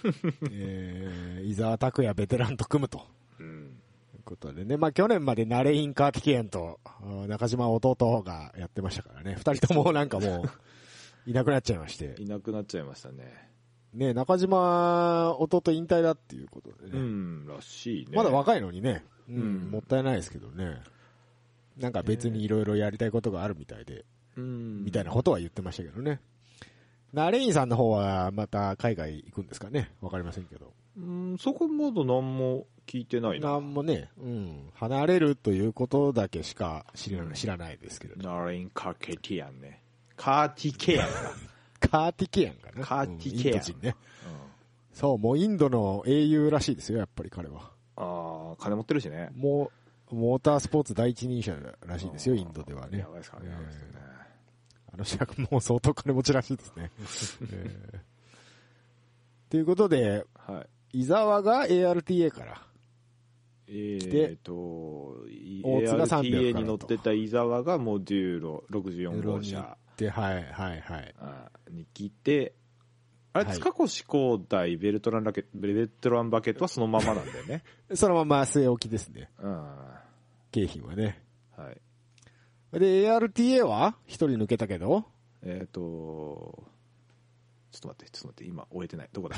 [SPEAKER 1] えー、伊沢拓也ベテランと組むと。
[SPEAKER 2] うん。
[SPEAKER 1] いうことでね。まあ、去年までナレインカーティキエンと、あー中島弟がやってましたからね。二人ともなんかも う、いなくなっちゃいまして。
[SPEAKER 2] いなくなっちゃいましたね。
[SPEAKER 1] ね、中島弟引退だっていうことでね。
[SPEAKER 2] うん、らしいね。
[SPEAKER 1] まだ若いのにね、うん
[SPEAKER 2] うん
[SPEAKER 1] もったいないですけどね。なんか別にいろいろやりたいことがあるみたいで、
[SPEAKER 2] うん
[SPEAKER 1] みたいなことは言ってましたけどね。ナレインさんの方はまた海外行くんですかねわかりませんけど。
[SPEAKER 2] うん、そこまだ何も聞いてないな。
[SPEAKER 1] なんもね、うん、離れるということだけしか知ら
[SPEAKER 2] うん
[SPEAKER 1] 知らないですけれど。
[SPEAKER 2] ナレイン・カーケティアンね。カーティケアンか。
[SPEAKER 1] カーティケアンかな
[SPEAKER 2] カーティ
[SPEAKER 1] うんイ
[SPEAKER 2] ケ
[SPEAKER 1] ン
[SPEAKER 2] アン
[SPEAKER 1] ド人ね。そう、もうインドの英雄らしいですよ、やっぱり彼は。
[SPEAKER 2] ああ、金持ってるしね。
[SPEAKER 1] もう、モータースポーツ第一人者らしいですよ、インドではね。
[SPEAKER 2] やばいですからね。
[SPEAKER 1] えー
[SPEAKER 2] やばいですよね
[SPEAKER 1] あの人はもう相当金持ちらしいですね。 えーということで、
[SPEAKER 2] はい。
[SPEAKER 1] 伊沢が ARTA から。
[SPEAKER 2] えー、と、い
[SPEAKER 1] 大津が300
[SPEAKER 2] ARTA に乗ってた伊沢がモデューロ64号車
[SPEAKER 1] で、はい、はい、はい。
[SPEAKER 2] あーに来て、あれ、
[SPEAKER 1] はい
[SPEAKER 2] 塚越光大、ベルトランラケベルトランバケットはそのままなんだ よね。
[SPEAKER 1] そのまま据え置きですね。
[SPEAKER 2] うん。
[SPEAKER 1] 景品はね。
[SPEAKER 2] はい。
[SPEAKER 1] で、ARTA は一人抜けたけど、
[SPEAKER 2] えっ、と、ちょっと待って、ちょっと待って、今終えてない。どこだ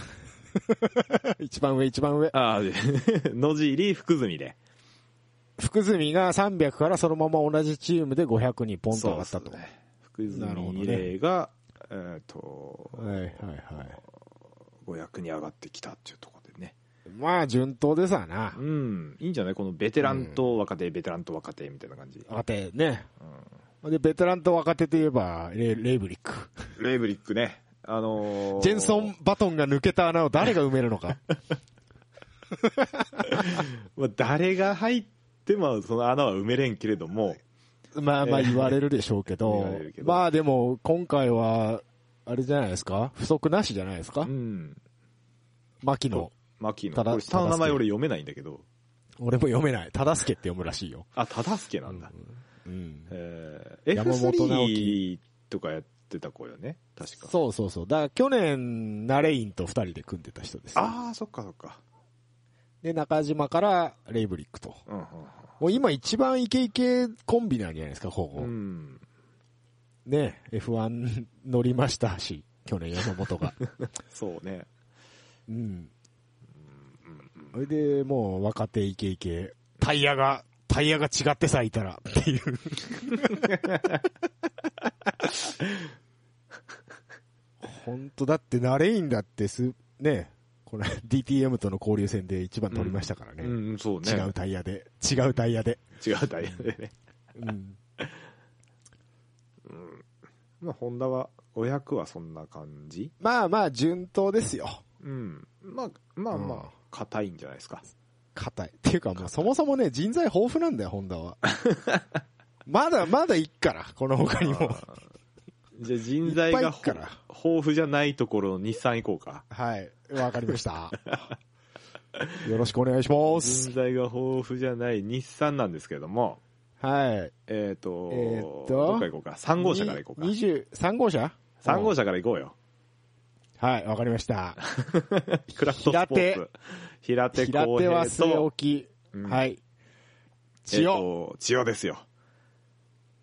[SPEAKER 1] 一番上、一番上。
[SPEAKER 2] ああ、で野尻、福住で。
[SPEAKER 1] 福住が300からそのまま同じチームで500にポンと上がった
[SPEAKER 2] そう
[SPEAKER 1] と。
[SPEAKER 2] ですね。福
[SPEAKER 1] なるほどね
[SPEAKER 2] 住霊が、えーっと、
[SPEAKER 1] はい、はい、はい。
[SPEAKER 2] 500に上がってきたっていうところでね。
[SPEAKER 1] まあ、順当ですわな
[SPEAKER 2] う。ん、いいんじゃないこのベテランと若手、ベテランと若手みたいな感じ。
[SPEAKER 1] 若手ね。で、ベテランと若手といえば、レレイブリック。
[SPEAKER 2] レイブリックね。あのー
[SPEAKER 1] ジェンソン・バトンが抜けた穴を誰が埋めるのか。
[SPEAKER 2] まあ誰が入ってもその穴は埋めれんけれども、
[SPEAKER 1] まあまあ
[SPEAKER 2] えー
[SPEAKER 1] 言われるでしょうけど
[SPEAKER 2] 言われる、けど
[SPEAKER 1] まあでも今回は、あれじゃないですか不足なしじゃないです
[SPEAKER 2] う
[SPEAKER 1] か
[SPEAKER 2] ん、
[SPEAKER 1] 牧野。
[SPEAKER 2] 牧野。
[SPEAKER 1] ただ
[SPEAKER 2] これ下の名前俺読めないんだけど、
[SPEAKER 1] 俺も読めない。忠助って読むらしいよ。
[SPEAKER 2] あ、忠助なんだ。
[SPEAKER 1] うん。
[SPEAKER 2] えー、
[SPEAKER 1] 山本直
[SPEAKER 2] F3 とかやってた子よね、確か。
[SPEAKER 1] そうそうそう。だから去年、ナレインと二人で組んでた人です。
[SPEAKER 2] ああ、そっかそっか。
[SPEAKER 1] で、中島からレイブリックと。
[SPEAKER 2] うんうん
[SPEAKER 1] もう今一番イケイケコンビなんじゃないですか、こ
[SPEAKER 2] うん、う
[SPEAKER 1] こ。
[SPEAKER 2] ん。
[SPEAKER 1] ね、F1 乗りましたし、去年山本 が。
[SPEAKER 2] そうね。
[SPEAKER 1] うん。それで、もう若手イケイケ、タイヤが、タイヤが違ってさ、いたら、っていう。本当だって、ナレインだってす、ね、この DTM との交流戦で一番取りましたからね。
[SPEAKER 2] うん、そうね。
[SPEAKER 1] 違うタイヤで、違うタイヤで。
[SPEAKER 2] 違うタイヤでね。
[SPEAKER 1] うん。
[SPEAKER 2] まあ、ホンダは500はそんな感じ
[SPEAKER 1] まあまあ、順当ですよ。
[SPEAKER 2] うん。まあ、まあま
[SPEAKER 1] うん
[SPEAKER 2] あ、硬いんじゃないですか。
[SPEAKER 1] 硬い。っていうかもうそもそもね、人材豊富なんだよ、ホンダは。まだまだいっから、この他にも。
[SPEAKER 2] あーじゃあ人
[SPEAKER 1] い
[SPEAKER 2] 材
[SPEAKER 1] っぱいい
[SPEAKER 2] が
[SPEAKER 1] っから。
[SPEAKER 2] ほ豊富じゃないところの日産行こうか。
[SPEAKER 1] はい。わかりました。 よろしくお願いします
[SPEAKER 2] 人。材が豊富じゃない日産なんですけれども、
[SPEAKER 1] はい。
[SPEAKER 2] えっ、と、
[SPEAKER 1] えーと
[SPEAKER 2] どっから行こうか。3号車から行こう
[SPEAKER 1] に
[SPEAKER 2] か。
[SPEAKER 1] 20、3号車
[SPEAKER 2] 3号車から行こうよ。
[SPEAKER 1] はい、わかりました。
[SPEAKER 2] クラフトスポーツ。平手
[SPEAKER 1] 平
[SPEAKER 2] 公
[SPEAKER 1] 手は
[SPEAKER 2] 平
[SPEAKER 1] 据え
[SPEAKER 2] と、
[SPEAKER 1] 置き。
[SPEAKER 2] うん
[SPEAKER 1] はい。
[SPEAKER 2] 千
[SPEAKER 1] 千代。
[SPEAKER 2] 代。千代ですよ。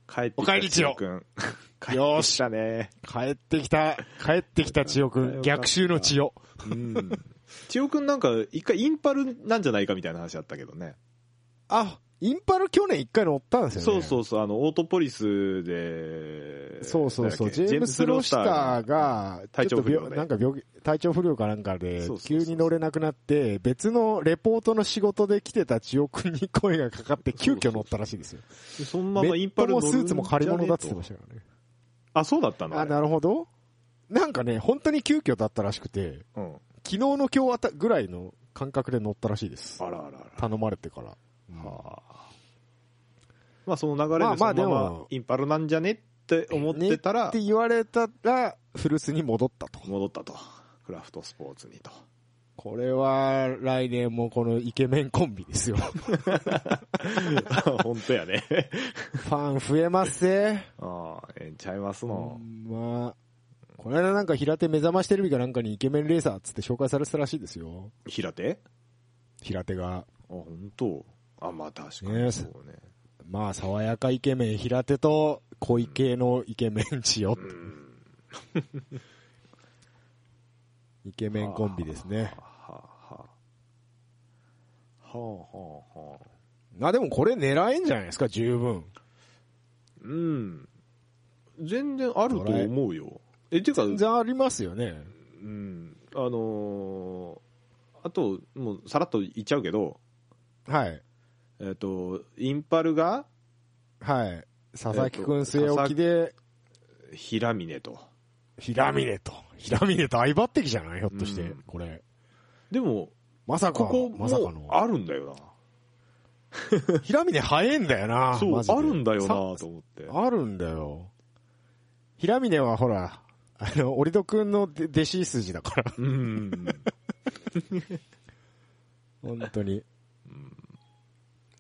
[SPEAKER 2] 帰って
[SPEAKER 1] お
[SPEAKER 2] き
[SPEAKER 1] 帰
[SPEAKER 2] た
[SPEAKER 1] り
[SPEAKER 2] 千
[SPEAKER 1] 千代
[SPEAKER 2] 代くん。
[SPEAKER 1] よー
[SPEAKER 2] し
[SPEAKER 1] した
[SPEAKER 2] ね。
[SPEAKER 1] 帰ってきた、帰ってきた千代く
[SPEAKER 2] よかっ
[SPEAKER 1] ん。
[SPEAKER 2] た
[SPEAKER 1] 逆襲の千代。
[SPEAKER 2] うん。千代くんなんか、一回インパルなんじゃないかみたいな話あったけどね。
[SPEAKER 1] あ、インパル去年一回乗ったんですよね。
[SPEAKER 2] そうそうそう、あの、オートポリスで、
[SPEAKER 1] そうそうそう。
[SPEAKER 2] なんだっ
[SPEAKER 1] ジ
[SPEAKER 2] け
[SPEAKER 1] ェームス・ロスター、が、
[SPEAKER 2] 体
[SPEAKER 1] ちょ
[SPEAKER 2] 調
[SPEAKER 1] っと
[SPEAKER 2] 不良
[SPEAKER 1] 病
[SPEAKER 2] で
[SPEAKER 1] なんか病気、体調不良かなんかで
[SPEAKER 2] そうそう、そう
[SPEAKER 1] 急に乗れなくなって、別のレポートの仕事で来てた千代くんに声がかかって、急遽乗ったらしいですよ。
[SPEAKER 2] そのま
[SPEAKER 1] メ
[SPEAKER 2] まイン
[SPEAKER 1] ッ
[SPEAKER 2] パ
[SPEAKER 1] ト
[SPEAKER 2] ル
[SPEAKER 1] も
[SPEAKER 2] 乗るん
[SPEAKER 1] スーツも借り物だって言ってま
[SPEAKER 2] し
[SPEAKER 1] したからね。
[SPEAKER 2] た。あ、そうだったの
[SPEAKER 1] あ、
[SPEAKER 2] れ
[SPEAKER 1] なるほど。なんかね、本当に急遽だったらしくて、
[SPEAKER 2] うん。
[SPEAKER 1] 昨日の今日あたぐらいの感覚で乗ったらしいです。
[SPEAKER 2] あらあらあ
[SPEAKER 1] 頼まれてから。
[SPEAKER 2] ら。はあ。まあ、その流れ
[SPEAKER 1] まあ
[SPEAKER 2] で、
[SPEAKER 1] まあ
[SPEAKER 2] そのま
[SPEAKER 1] で
[SPEAKER 2] ま
[SPEAKER 1] も
[SPEAKER 2] インパルなんじゃねって思ってた
[SPEAKER 1] ねっ
[SPEAKER 2] ら
[SPEAKER 1] て、言われたら、古巣に戻ったと。
[SPEAKER 2] 戻ったと。クラフトスポーツにと。
[SPEAKER 1] これは、来年もこのイケメンコンビですよ。
[SPEAKER 2] 本当やね。
[SPEAKER 1] ファン増えますぜ。
[SPEAKER 2] ああ、ええんちゃいます
[SPEAKER 1] ほ
[SPEAKER 2] の。
[SPEAKER 1] んまあ、この間なんか平手目覚ましテレビかなんかにイケメンレーサーっつって紹介されてたらしいですよ。
[SPEAKER 2] 平手
[SPEAKER 1] 平手が。
[SPEAKER 2] あ、本当あ、まあ確か
[SPEAKER 1] ね
[SPEAKER 2] に。そうね。
[SPEAKER 1] まあ、爽やかイケメン平手と、小池のイケメン千代
[SPEAKER 2] う。ん。
[SPEAKER 1] イケメンコンビですね。
[SPEAKER 2] はあはあ。はあはあはあ。
[SPEAKER 1] な、でもこれ狙えんじゃないですか、十分。
[SPEAKER 2] うん。全然あると思うよ。え、てか、
[SPEAKER 1] 全然ありますよね。
[SPEAKER 2] うん。あのーあと、もうさらっと言っちゃうけど、
[SPEAKER 1] はい。
[SPEAKER 2] えっ、と、インパルが
[SPEAKER 1] はい。佐々木くん据え置きで、
[SPEAKER 2] 平峰と。
[SPEAKER 1] 平峰と。平峰と相抜擢じゃないひょっとして
[SPEAKER 2] うん、
[SPEAKER 1] これ。
[SPEAKER 2] でも、
[SPEAKER 1] まさか、
[SPEAKER 2] ここも
[SPEAKER 1] まさかの。
[SPEAKER 2] あるんだよ
[SPEAKER 1] 平峰早えんだよな。
[SPEAKER 2] な。そう、
[SPEAKER 1] マジで
[SPEAKER 2] あるんだよなと思って。
[SPEAKER 1] あるんだよ。平峰はほら、あの、折戸くんので弟子筋だから。
[SPEAKER 2] うん。
[SPEAKER 1] 本当に。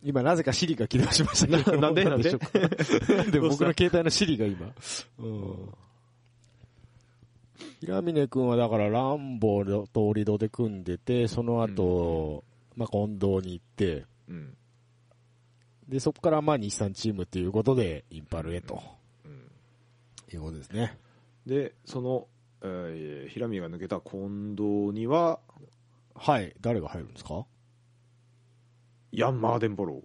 [SPEAKER 1] 今、なぜかシリが起動しましたけど。
[SPEAKER 2] ななんで
[SPEAKER 1] 何しょうかで、
[SPEAKER 2] どうし
[SPEAKER 1] 僕
[SPEAKER 2] た
[SPEAKER 1] の携帯のシリが今。うん。平峰くんはだから、ランボーと折戸で組んでて、その後、まあ、近藤に行って、
[SPEAKER 2] うん。
[SPEAKER 1] で、そこからまあ、日産チームということで、インパルへと。
[SPEAKER 2] うん
[SPEAKER 1] いうことですね。
[SPEAKER 2] で、その、えー平峰が抜けた近藤には、
[SPEAKER 1] はい。誰が入るんですか
[SPEAKER 2] ヤンマーデンボロ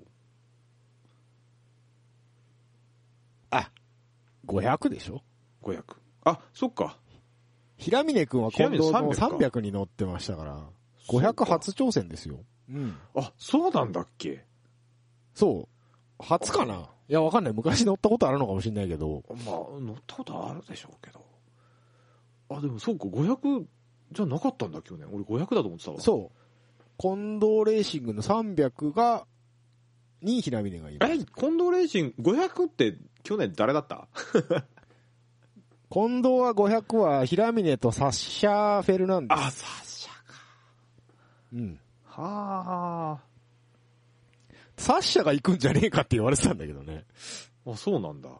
[SPEAKER 1] 500でしょ
[SPEAKER 2] ー500。あ、そっか。
[SPEAKER 1] 平峰くんは今度
[SPEAKER 2] 平
[SPEAKER 1] の
[SPEAKER 2] 峰300
[SPEAKER 1] 300に乗ってましたから、500初挑戦ですよ。うん。
[SPEAKER 2] あ、そうなんだっけ
[SPEAKER 1] そう。初かないや、わかんない。昔乗ったことあるのかもしれないけど、
[SPEAKER 2] まあ、乗ったことあるでしょうけど。あ、でもそうか、500じゃなかったんだ、去年。俺500だと思ってたわ。
[SPEAKER 1] そう。近藤レーシングの300が、に平峰がいる。
[SPEAKER 2] え、近藤レーシング、500って去年誰だった
[SPEAKER 1] 近藤は500は平峰とサッシャー・フェルナンデス。
[SPEAKER 2] あ、サッシャか。
[SPEAKER 1] うん。
[SPEAKER 2] は
[SPEAKER 1] サッシャが行くんじゃねえかって言われてたんだけどね。
[SPEAKER 2] あ。あ、そうなんだ。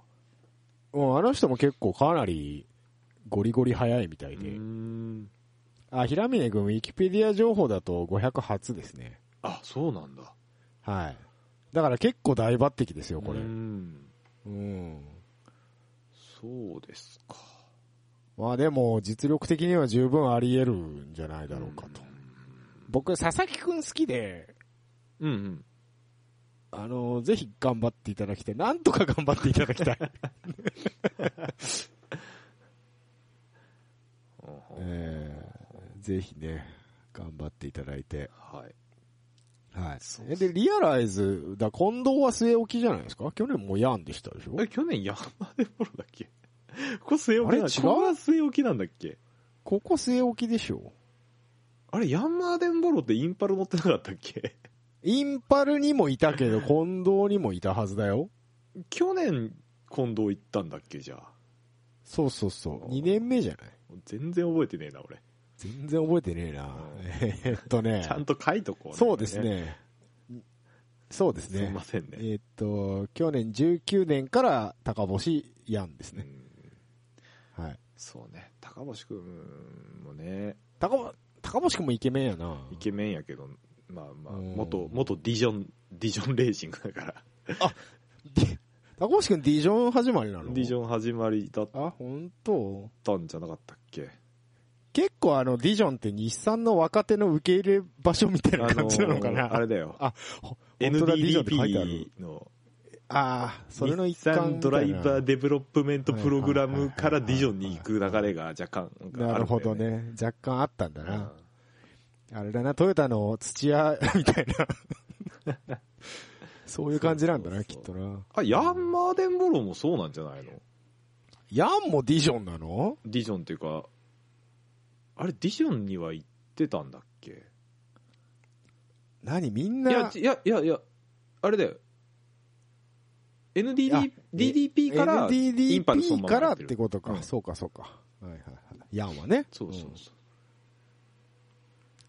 [SPEAKER 1] もうあの人も結構かなり、ゴリゴリ速いみた
[SPEAKER 2] う
[SPEAKER 1] い
[SPEAKER 2] ー
[SPEAKER 1] で。
[SPEAKER 2] ん。
[SPEAKER 1] あ、平峰くん、ウィキペディア情報だと500初ですね。
[SPEAKER 2] あ、そうなんだ。
[SPEAKER 1] はい。だから結構大抜擢ですよ、これ。
[SPEAKER 2] うー
[SPEAKER 1] うん。
[SPEAKER 2] ん。そうですか。
[SPEAKER 1] まあでも、実力的には十分あり得るんじゃないだろうかと。僕、佐々木くん好きで、
[SPEAKER 2] うんうん。
[SPEAKER 1] あの、ぜひ頑張っていただきたい。なんとか頑張っていただきたい。
[SPEAKER 2] うんうん
[SPEAKER 1] えーぜひね、頑張っていただいて。
[SPEAKER 2] はい。
[SPEAKER 1] はい
[SPEAKER 2] そう
[SPEAKER 1] え
[SPEAKER 2] です
[SPEAKER 1] で、リアライズ、だ、近藤は据え置きじゃないですか去年もヤンでしたでしょ
[SPEAKER 2] え、去年山でボロだっけ ここ据え置きな
[SPEAKER 1] あれ
[SPEAKER 2] の
[SPEAKER 1] 違う
[SPEAKER 2] ここが据え置きなんだっけ
[SPEAKER 1] ここ据え置きでしょ
[SPEAKER 2] あれ、ヤンマーデンボロってインパル乗ってなかったっけ
[SPEAKER 1] インパルにもいたけど、近藤にもいたはずだよ。
[SPEAKER 2] 去年、近藤行ったんだっけじゃあ。
[SPEAKER 1] そうそうそう。2年目じゃない
[SPEAKER 2] 全然覚えてねえな、俺。
[SPEAKER 1] 全然覚えてねえな。えーっとね
[SPEAKER 2] ち。ゃんと書いとこう、
[SPEAKER 1] そうです。ね。そうです
[SPEAKER 2] すい
[SPEAKER 1] ね
[SPEAKER 2] ま。せんね。
[SPEAKER 1] えーっと、去年19年から高星やんです
[SPEAKER 2] う
[SPEAKER 1] ね。
[SPEAKER 2] ん
[SPEAKER 1] はい。
[SPEAKER 2] そうね。高橋くんもね、
[SPEAKER 1] 高ぼ、高星くんもイケメンやな。
[SPEAKER 2] イケメンやけど、まあまあ、
[SPEAKER 1] うん
[SPEAKER 2] 元、元ディジョン、ディジョンレーシングだから。
[SPEAKER 1] 高星くんディジョン始まりなの
[SPEAKER 2] ディジ
[SPEAKER 1] ン。
[SPEAKER 2] ョン始まりだっ
[SPEAKER 1] あ、本当
[SPEAKER 2] たんじゃなかったっけ
[SPEAKER 1] 結構あの、ディジョンって日産の若手の受け入れ場所みたいな感じなのか
[SPEAKER 2] あのーあ
[SPEAKER 1] な。
[SPEAKER 2] れだよ。
[SPEAKER 1] あ本当だディジョンって書いてある
[SPEAKER 2] NDDP の、
[SPEAKER 1] ああ、それの一
[SPEAKER 2] 日産
[SPEAKER 1] 環
[SPEAKER 2] ドライバー
[SPEAKER 1] で。
[SPEAKER 2] デベロップメントプログラムから
[SPEAKER 1] はいは
[SPEAKER 2] デ
[SPEAKER 1] いはいはい
[SPEAKER 2] ィジョンに行く流れが若干あるんだよ
[SPEAKER 1] なるほど。ね。若干あったんだ
[SPEAKER 2] うん
[SPEAKER 1] な。あれだな、トヨタの土屋 みたいな。 そういう感じなんだな、き
[SPEAKER 2] そ
[SPEAKER 1] っ
[SPEAKER 2] うそう
[SPEAKER 1] とな。
[SPEAKER 2] あ、ヤンマーデンボロもそうなんじゃないの
[SPEAKER 1] ヤンもディジョンなの
[SPEAKER 2] ディジョンっていうか、あれ、ディジョンには行ってたんだっけ
[SPEAKER 1] 何みん
[SPEAKER 2] いや、
[SPEAKER 1] な、
[SPEAKER 2] いや、いや、いや、あれだよ。
[SPEAKER 1] あ
[SPEAKER 2] NDD、DDP から
[SPEAKER 1] NDDP
[SPEAKER 2] インパルスを守
[SPEAKER 1] から
[SPEAKER 2] っ
[SPEAKER 1] ってて
[SPEAKER 2] る。
[SPEAKER 1] こと
[SPEAKER 2] う
[SPEAKER 1] か。
[SPEAKER 2] ん
[SPEAKER 1] そうか、そうか。はいはいはい。ヤンはね。
[SPEAKER 2] そうそうそう。
[SPEAKER 1] うん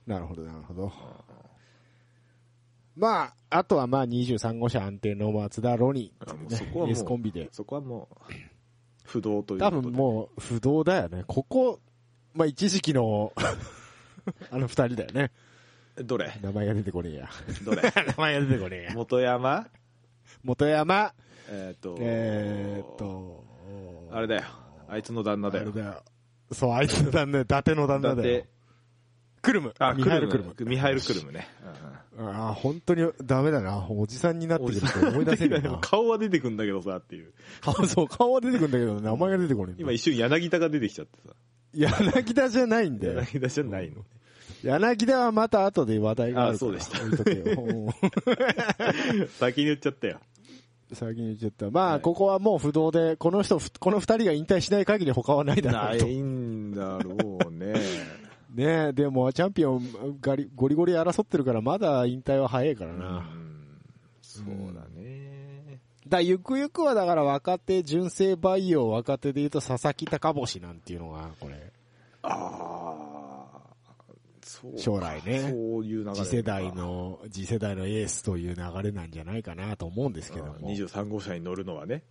[SPEAKER 1] なるほど、なるほど。
[SPEAKER 2] あ
[SPEAKER 1] まあ、あとはまあ23号車安定の松田ロニー
[SPEAKER 2] あもう
[SPEAKER 1] ね
[SPEAKER 2] そこはもう
[SPEAKER 1] S コンビで
[SPEAKER 2] ー。そこはもう、不動というこ
[SPEAKER 1] 多
[SPEAKER 2] とで
[SPEAKER 1] 分もう不動だよね。ここ、まあ一時期の、 あの二人だよね。
[SPEAKER 2] どれ
[SPEAKER 1] 名前が出てこねえ や。
[SPEAKER 2] どれ
[SPEAKER 1] 名前が出てこねえや。
[SPEAKER 2] 元山
[SPEAKER 1] 元山、
[SPEAKER 2] えっと、
[SPEAKER 1] えーっと、
[SPEAKER 2] あれだよ。あいつの旦那
[SPEAKER 1] あ
[SPEAKER 2] だ
[SPEAKER 1] れ
[SPEAKER 2] よ。
[SPEAKER 1] だよ。そう、あいつの旦那、伊達の旦那だよ
[SPEAKER 2] て。、
[SPEAKER 1] クルム。
[SPEAKER 2] あ、
[SPEAKER 1] ミ
[SPEAKER 2] ク
[SPEAKER 1] ハイ
[SPEAKER 2] ル
[SPEAKER 1] ル・クル
[SPEAKER 2] ム
[SPEAKER 1] ム。。
[SPEAKER 2] ミハイル・クルムね。
[SPEAKER 1] ああ、本当にダメだな。おじさんになって
[SPEAKER 2] お
[SPEAKER 1] く
[SPEAKER 2] じ
[SPEAKER 1] る
[SPEAKER 2] さ
[SPEAKER 1] と
[SPEAKER 2] ん
[SPEAKER 1] 思い出せる
[SPEAKER 2] でも
[SPEAKER 1] な。
[SPEAKER 2] 顔は出てくんだけどさ、っていう。
[SPEAKER 1] 顔、そう、顔は出てくるんだけど、名前が出てこない。
[SPEAKER 2] 今一瞬柳田が出てきちゃってさ。
[SPEAKER 1] 柳田じゃないんだよ。
[SPEAKER 2] 柳田じゃないの。
[SPEAKER 1] 柳田はまた後で話題があるから。
[SPEAKER 2] あそうでした
[SPEAKER 1] 置いとけよ。 うん
[SPEAKER 2] 先に言っちゃったよ。
[SPEAKER 1] 先に言っちゃった。ま
[SPEAKER 2] は
[SPEAKER 1] あ、
[SPEAKER 2] い
[SPEAKER 1] ここはもう不動で、この人、この二人が引退しない限り他はないだ
[SPEAKER 2] な
[SPEAKER 1] ろうと。
[SPEAKER 2] いんだろう ね。
[SPEAKER 1] ねえ、でもチャンピオンガリゴリゴリ争ってるから、まだ引退は早いからな。
[SPEAKER 2] そうだね。
[SPEAKER 1] だ、ゆくゆくはだから若手、純正培養若手で言うと佐々木高星なんていうのが、これ、
[SPEAKER 2] ああ、そうか。
[SPEAKER 1] 将来ね
[SPEAKER 2] そういう流れ。
[SPEAKER 1] 次世代の、次世代のエースという流れなんじゃないかなと思うんですけど
[SPEAKER 2] うん。
[SPEAKER 1] も。
[SPEAKER 2] 23号車に乗るのはね。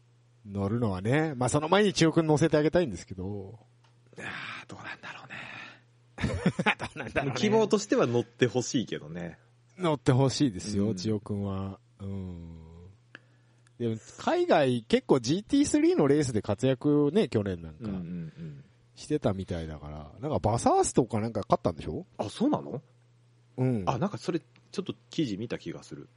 [SPEAKER 1] 乗るのはね、まあその前に千代くん乗せてあげたいんですけ ど。
[SPEAKER 2] ああ、どうなんだろうね。
[SPEAKER 1] どうなんだろうね
[SPEAKER 2] 希望としては乗ってほしいけどね。
[SPEAKER 1] 乗ってほしいです
[SPEAKER 2] う
[SPEAKER 1] よ、
[SPEAKER 2] ん
[SPEAKER 1] 千代くんは。うん。でも、海外結構 GT3 のレースで活躍ね、去年なん
[SPEAKER 2] うんう
[SPEAKER 1] か
[SPEAKER 2] んうん。
[SPEAKER 1] してたみたいだから、なんかバサースとかなんか勝ったんでしょ
[SPEAKER 2] あ、そうなの
[SPEAKER 1] うん。
[SPEAKER 2] あ、なんかそれ、ちょっと記事見た気がする。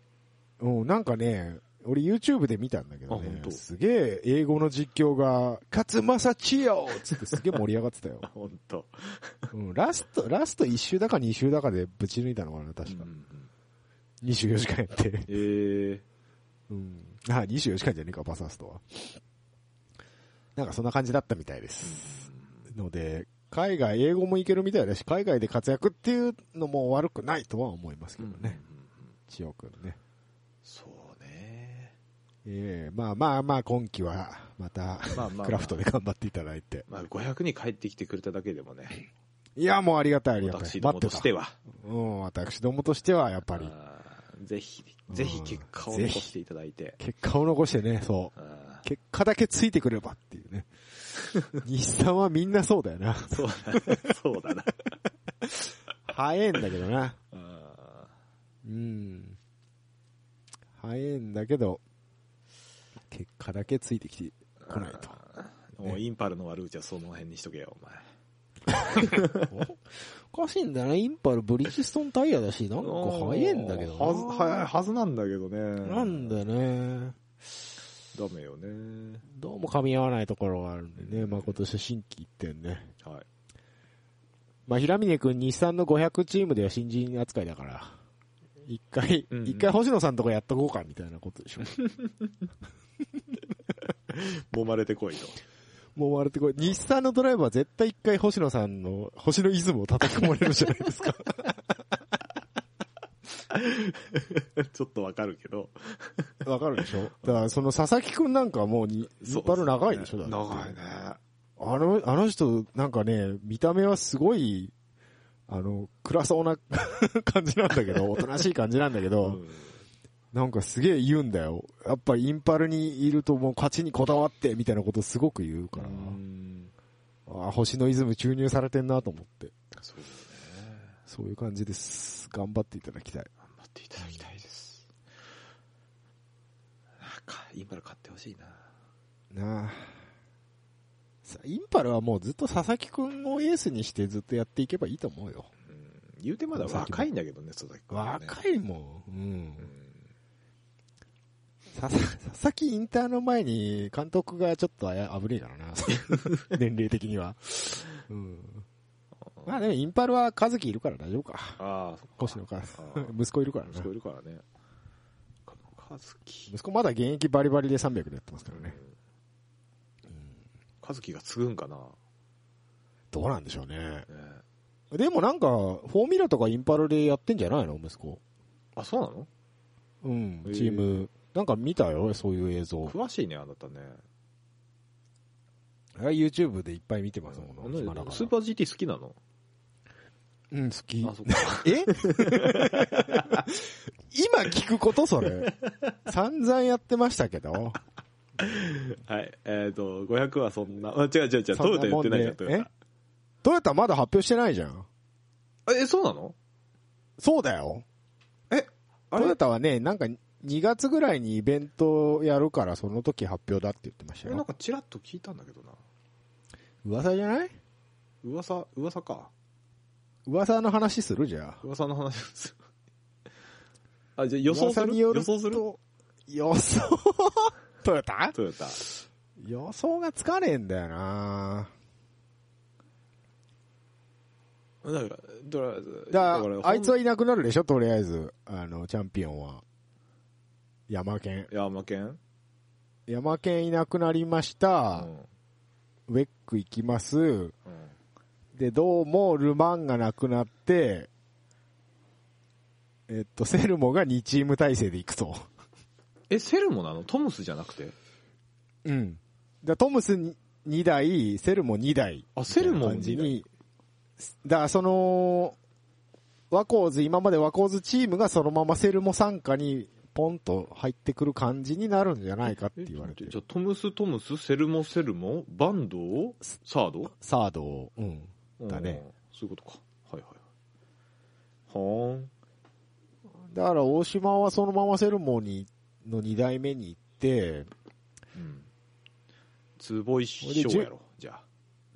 [SPEAKER 1] うん、なんかね、俺 YouTube で見たんだけど
[SPEAKER 2] あ本
[SPEAKER 1] ね
[SPEAKER 2] 当、
[SPEAKER 1] すげえ英語の実況が、勝正千代つってすげえ盛り上がってたよ
[SPEAKER 2] あ。本当。
[SPEAKER 1] うん、ラスト、ラスト1周だか2周だかでぶち抜いたのかな、確か。24時間やって。
[SPEAKER 2] えー、
[SPEAKER 1] うん。あ、24時間じゃねえか、バサストは。なんかそんな感じだったみたいです。ので、海外、英語もいけるみたいだし、海外で活躍っていうのも悪くないとは思いますけどね。千代くんね。
[SPEAKER 2] そうね。
[SPEAKER 1] ええまあまあまあ、今季は、また、
[SPEAKER 2] まあまあまあ
[SPEAKER 1] クラフトで頑張っていただいて。
[SPEAKER 2] まあ、500に帰ってきてくれただけでもね、
[SPEAKER 1] いや、もうありがたい、ありがたい。
[SPEAKER 2] 私どもとして
[SPEAKER 1] は。
[SPEAKER 2] は、
[SPEAKER 1] うん、私どもとしては、やっぱり、
[SPEAKER 2] あーぜひ、ぜひ結果を残していただいて、
[SPEAKER 1] 結果を残してね、そう。
[SPEAKER 2] あ
[SPEAKER 1] 結果だけついてくればっていう ね。日産はみんなそうだよな。
[SPEAKER 2] ーそうだな、そうだな。
[SPEAKER 1] 早えんだけどな。
[SPEAKER 2] あ
[SPEAKER 1] うん。早いんだけど、結果だけついてきてこないと。
[SPEAKER 2] ーもうインパルの悪口はその辺にしとけよ、お 前。
[SPEAKER 1] おかしいんだよね。インパル、ブリヂストンタイヤだし、なんか早いんだけどな
[SPEAKER 2] はず、早いはずなんだけどね。
[SPEAKER 1] なんだよね。
[SPEAKER 2] ダメよね。
[SPEAKER 1] どうも噛み合わないところがあるんでね。まあ、今年は新規一点ね。
[SPEAKER 2] はい。
[SPEAKER 1] まあ、平峰くん、日産の500チームでは新人扱いだから、一回、
[SPEAKER 2] うんうん
[SPEAKER 1] 一回星野さんとこやっとこうか、みたいなことでしょ。
[SPEAKER 2] 揉まれてこいと。
[SPEAKER 1] もう笑ってこれ、日産のドライバー絶対一回星野さんの、星野イズムを叩き込まれるじゃないです か。
[SPEAKER 2] ちょっとわかるけど。
[SPEAKER 1] わかるでしょだからその佐々木くんなんかはもうに、ニッパル長いでしょだって
[SPEAKER 2] 長いね。
[SPEAKER 1] あの、あの人、なんかね、見た目はすごい、あの、暗そうな 感じなんだけど、おとなしい感じなんだけど、
[SPEAKER 2] うん
[SPEAKER 1] なんかすげえ言うんだよ。やっぱインパルにいるともう勝ちにこだわって、みたいなことすごく言うから、
[SPEAKER 2] うん
[SPEAKER 1] あ星のイズム注入されてんなと思って、
[SPEAKER 2] そうですね。
[SPEAKER 1] そういう感じです。頑張っていただきたい。
[SPEAKER 2] 頑張っていただきたいです。なんか、インパル買ってほしいな。
[SPEAKER 1] なあ。さインパルはもうずっと佐々木くんをエースにしてずっとやっていけばいいと思うよ。
[SPEAKER 2] うん言うてまだ若いんだけどね、佐々木君はね、
[SPEAKER 1] 若いもん。うん
[SPEAKER 2] うん。
[SPEAKER 1] ささ佐々木インターの前に監督がちょっとあや危ねえからな。 年齢的には。うん。まあでもインパルは和樹いるから大丈夫か。
[SPEAKER 2] ああ、そっか
[SPEAKER 1] 星野から。
[SPEAKER 2] あー
[SPEAKER 1] 息子いるからな
[SPEAKER 2] 息。子いるからね。か和樹。
[SPEAKER 1] 息子まだ現役バリバリで300でやってますから
[SPEAKER 2] うん
[SPEAKER 1] ね。
[SPEAKER 2] 和樹が継ぐんかな。
[SPEAKER 1] どうなんでしょうね。
[SPEAKER 2] ねえ
[SPEAKER 1] でもなんか、フォーミュラとかインパルでやってんじゃないの息子。
[SPEAKER 2] あ、そうなの
[SPEAKER 1] うん
[SPEAKER 2] へ、え
[SPEAKER 1] チーム。なんか見たよ、そういう映像。
[SPEAKER 2] 詳しいね、あなたね。
[SPEAKER 1] あ YouTube でいっぱい見てますも
[SPEAKER 2] なん
[SPEAKER 1] ん、
[SPEAKER 2] で
[SPEAKER 1] 暇だから
[SPEAKER 2] スーパー GT 好きなの
[SPEAKER 1] うん、好き
[SPEAKER 2] あ、。そっか。
[SPEAKER 1] え 今聞くことそれ。散々やってましたけど。
[SPEAKER 2] はい。えっ、と、500はそんな、あ違う違う違う、ト
[SPEAKER 1] そん
[SPEAKER 2] ヨタ
[SPEAKER 1] な
[SPEAKER 2] 言
[SPEAKER 1] も
[SPEAKER 2] っ
[SPEAKER 1] ん
[SPEAKER 2] て
[SPEAKER 1] で
[SPEAKER 2] ないじゃん、トヨ
[SPEAKER 1] トヨタまだ発表してないじゃん。
[SPEAKER 2] タ。え、そうなの
[SPEAKER 1] そうだよ。
[SPEAKER 2] え、あ
[SPEAKER 1] ト
[SPEAKER 2] れ
[SPEAKER 1] ヨタはね、なんか2月ぐらいにイベントやるからその時発表だって言ってました
[SPEAKER 2] 俺なん
[SPEAKER 1] よ。
[SPEAKER 2] かチラッと聞いたんだけどな。
[SPEAKER 1] 噂じゃない
[SPEAKER 2] 噂、噂か。
[SPEAKER 1] 噂の話するじゃあ。
[SPEAKER 2] 噂の話です。 あ、じゃあ予想す
[SPEAKER 1] 噂
[SPEAKER 2] る
[SPEAKER 1] による
[SPEAKER 2] 予想する
[SPEAKER 1] と予想 トヨタ
[SPEAKER 2] トヨタ。
[SPEAKER 1] 予想がつかねえんだよな
[SPEAKER 2] だから、とりあえず、
[SPEAKER 1] だか
[SPEAKER 2] から
[SPEAKER 1] ら、あいつはいなくなるでしょ、とりあえず。あの、チャンピオンは。山県。
[SPEAKER 2] いや、負けん。うん。
[SPEAKER 1] 山県いなくなりまし
[SPEAKER 2] う
[SPEAKER 1] た。
[SPEAKER 2] ん。
[SPEAKER 1] ウェック行きます。で、どうも、ルマンがなくなって、えっと、セルモが2チーム体制で行くと。
[SPEAKER 2] え、セルモなのトムスじゃなくて
[SPEAKER 1] うん。だトムスに2台、セルモ2台。
[SPEAKER 2] あセルモも二
[SPEAKER 1] みたい
[SPEAKER 2] 台
[SPEAKER 1] な感じに。だから、その、ワコーズ、今までワコーズチームがそのままセルモ参加に、ポンと入ってくる感じになるんじゃないかって言われて
[SPEAKER 2] え
[SPEAKER 1] る
[SPEAKER 2] じゃ。あ、トムス、トムス、セルモ、セルモ、バンド、サード
[SPEAKER 1] サードを、うん。
[SPEAKER 2] うん
[SPEAKER 1] だね。
[SPEAKER 2] そういうことか。はいはい。はーん。
[SPEAKER 1] だから、大島はそのままセルモに、の2代目に行って、
[SPEAKER 2] うん。坪井師匠やろ、じゃあ。